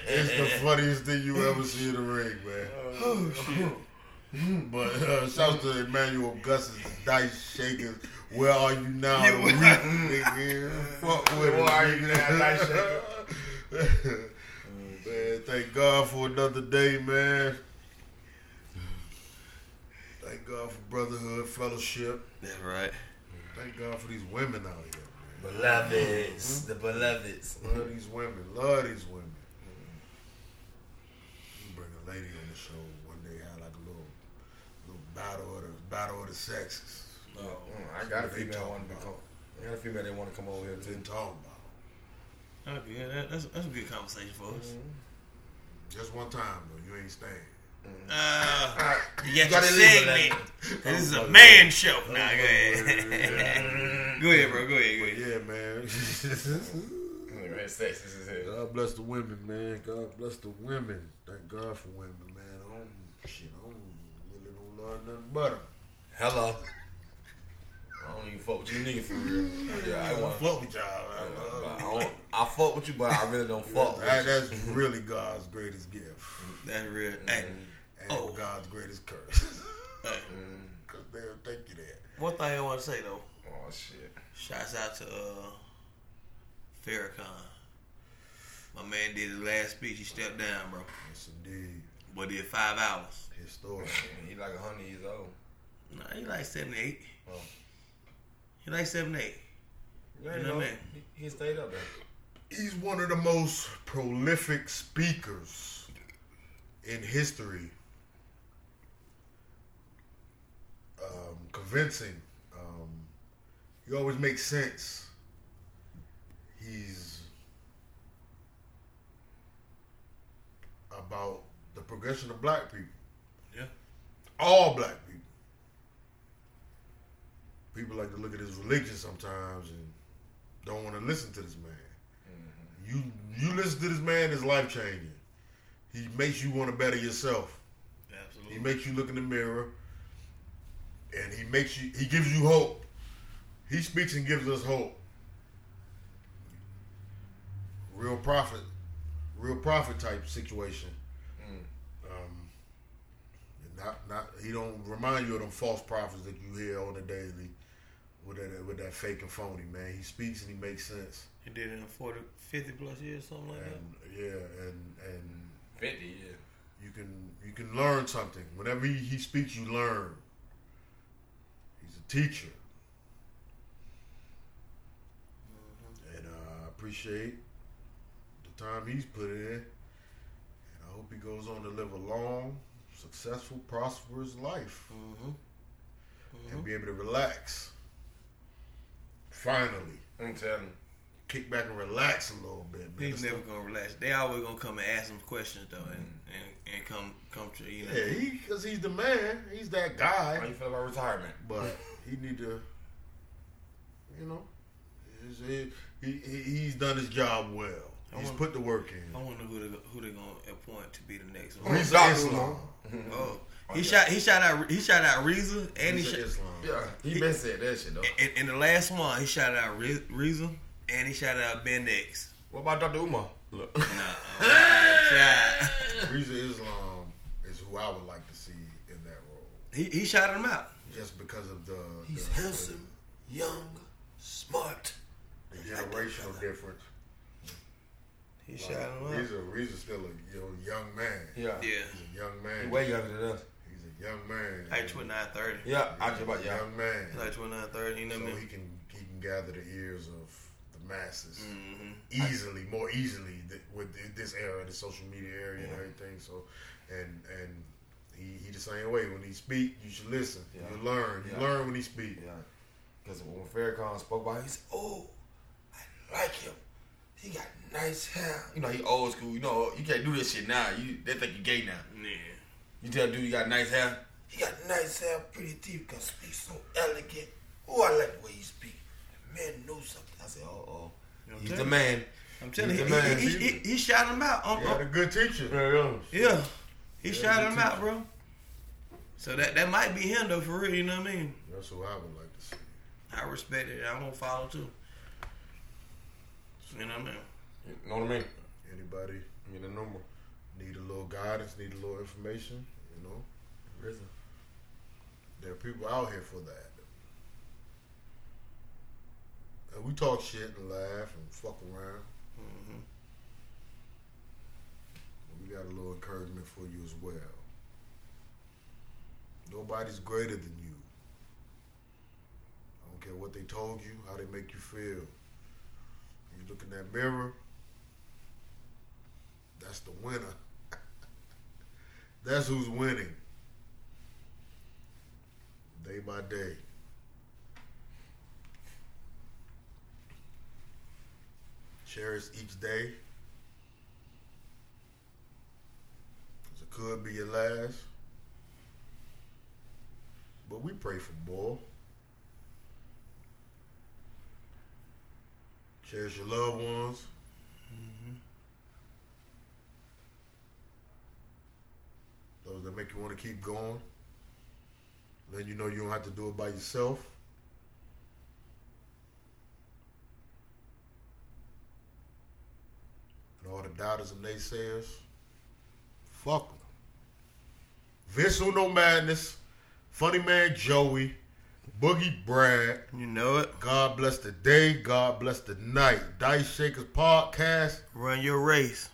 S1: it's the funniest thing you ever see in the ring, man.
S3: Oh, shit.
S1: But uh, shout out to Emmanuel Gus's Dice Shakers. Where are you now?
S3: Yeah, where-
S1: nigga? Fuck with
S5: Where
S1: it,
S5: are you
S1: nigga.
S5: now, Dice Shaker?
S1: man, thank God for another day, man. Thank God for brotherhood, fellowship.
S3: That's right.
S1: Thank God for these women out here.
S5: Beloveds. The beloveds.
S1: Love these women. Love these women. You Bring a lady on the show one day, have like a little, little battle of the battle of the sexes.
S5: Oh, I got a
S1: They
S5: female
S1: talking
S5: want to
S1: about-
S5: come. I got a female that want to come over here too.
S1: been talking about.
S3: Yeah, that, that's, that's a good conversation for
S5: Mm-hmm.
S3: us.
S1: Just one time though, you ain't staying.
S3: Uh, you got your
S5: gotta leave it
S3: segment. This is a
S1: Motherfucker.
S3: man show. Nah, go ahead. go ahead, bro. Go ahead. Go ahead.
S1: Yeah, man.
S5: Red sex. This is it.
S1: God bless the women, man. God bless the women. Thank God for women, man. I don't shit. I don't really don't love nothing but 'em.
S5: Hello. I don't even fuck with you nigga for real. Yeah, I want.
S1: Fuck with y'all. I love
S5: I, don't, I fuck with you, but I really don't fuck with
S1: That,
S5: you. Mm-hmm. Mm.
S1: that's really God's greatest gift
S3: That's real. Hey,
S1: and
S3: Oh.
S1: God's greatest curse.
S3: hey,
S1: Cause they'll thank you that.
S3: one thing I want to say though.
S5: Mm-hmm. Oh shit.
S3: Shouts out to uh, Farrakhan. My man did his last speech. He stepped down, bro.
S1: Yes, indeed.
S3: But did five hours.
S1: Historic.
S5: He like a hundred years old.
S3: Nah, he like seventy eight.
S5: Oh.
S3: He like seventy eight.
S5: Yeah,
S3: You
S5: you
S3: know
S5: know,
S3: what I mean?
S5: he, he stayed up there.
S1: He's one of the most prolific speakers in history. Um, convincing. Um, he always makes sense. He's about the progression of black people.
S3: Yeah.
S1: All black people. People like to look at his religion sometimes and don't want to listen to this man. You you listen to this man, it's life changing. He makes you want to better yourself. He
S3: Absolutely.
S1: makes you look in the mirror, and he makes you. He gives you hope. He speaks and gives us hope. Real prophet, real prophet type situation. Um, and not not he don't remind you of them false prophets that you hear on the daily with that with that fake and phony man. He speaks and he makes sense.
S3: He did it in 40, 50 plus years, something like that.
S1: And yeah, and and
S5: 50, yeah.
S1: you can you can learn something. Whenever he, he speaks, you learn. He's a teacher, and uh, I appreciate the time he's put in. And I hope he goes on to live a long, successful, prosperous life
S3: Mm-hmm.
S1: and be able to relax. Finally,
S5: I'm telling you.
S1: kick back and relax a little bit. Man.
S3: He's never gonna relax. They always gonna come and ask him questions though, and, and, and come come to you know.
S1: yeah, he because he's the man. He's that guy.
S5: How you feel about retirement?
S1: but he need to, you know, he's- he, he he's done his job well. He's
S3: wanna-
S1: put the work
S3: I
S1: in.
S3: wonder who they who they gonna appoint to be the next one.
S1: Reza
S5: Dr.
S1: Islam.
S3: Mm-hmm. Oh, he shot he shot out he shot out Reza and he
S1: Reza
S3: shot,
S1: Islam.
S5: Yeah, he been said that shit, though.
S3: in, in the last one he shot out Re- Reza and he shot out Ben X.
S5: What about Dr. Umar? Look.
S3: Shot-
S1: Reza Islam is who I would like to see in that role,
S3: he he shot him out.
S1: just because of the
S7: He's
S1: the,
S7: handsome, young, smart.
S1: the generational difference.
S3: He shot him out.
S1: Reza Reza's still a you know, young man.
S5: Uh-huh. Yeah.
S3: Yeah,
S1: He's a young man.
S5: Way younger than us.
S1: He's a young man.
S3: like twenty nine thirty.
S5: Yeah, I
S1: He's
S5: just
S1: a
S5: about, yeah.
S1: young man.
S3: Like twenty nine thirty. You know
S1: So
S3: what I
S1: he
S3: mean?
S1: can he can gather the ears of the masses.
S3: hmm
S5: Mm-hmm.
S1: easily, more easily th- with th- this era, the social media era, and everything. So, and and he, he the same way. When he speak, you should listen.
S5: Yeah.
S1: You learn.
S5: Yeah.
S1: You learn when he speak.
S5: Yeah. Because when Farrakhan spoke about him, he said, Oh, I like him. He got nice hair. You know, he old school. You know, you can't do this shit now. You They think you gay now.
S3: Yeah,
S5: You tell a dude you got nice hair. He got nice hair, pretty teeth, can speak so elegant. Oh, I like the way he speak. The man knows something. I said, oh, oh. He's the man.
S3: I'm telling you,
S5: He's the man.
S3: he, he, he, he shot him out. Um,
S1: You had a
S3: um,
S1: good teacher.
S3: yeah, he shot him out, bro. So that that might be him though, for real. You know what I mean?
S1: That's who I would like to see.
S3: I respect it. I'm gonna follow too. You know what I mean?
S5: You know what I mean?
S1: Anybody
S5: You the number.
S1: need a little guidance? Need a little information? You know, there are people out here for that. And we talk shit and laugh and fuck around. We got a little encouragement for you as well. Nobody's greater than you. I don't care what they told you, how they make you feel. You look in that mirror, that's the winner. that's who's winning. Day by day. Cherish each day. Cause it could be your last. But we pray for boy. Cherish your loved ones. Those that make you want to keep going. Then you know you don't have to do it by yourself. And all the doubters and naysayers, fuck them. Vince Uno Madness, Funny Man Joey, Boogie Brad,
S3: You know it.
S1: God bless the day, God bless the night. Dice Shakers Podcast,
S3: Run your race.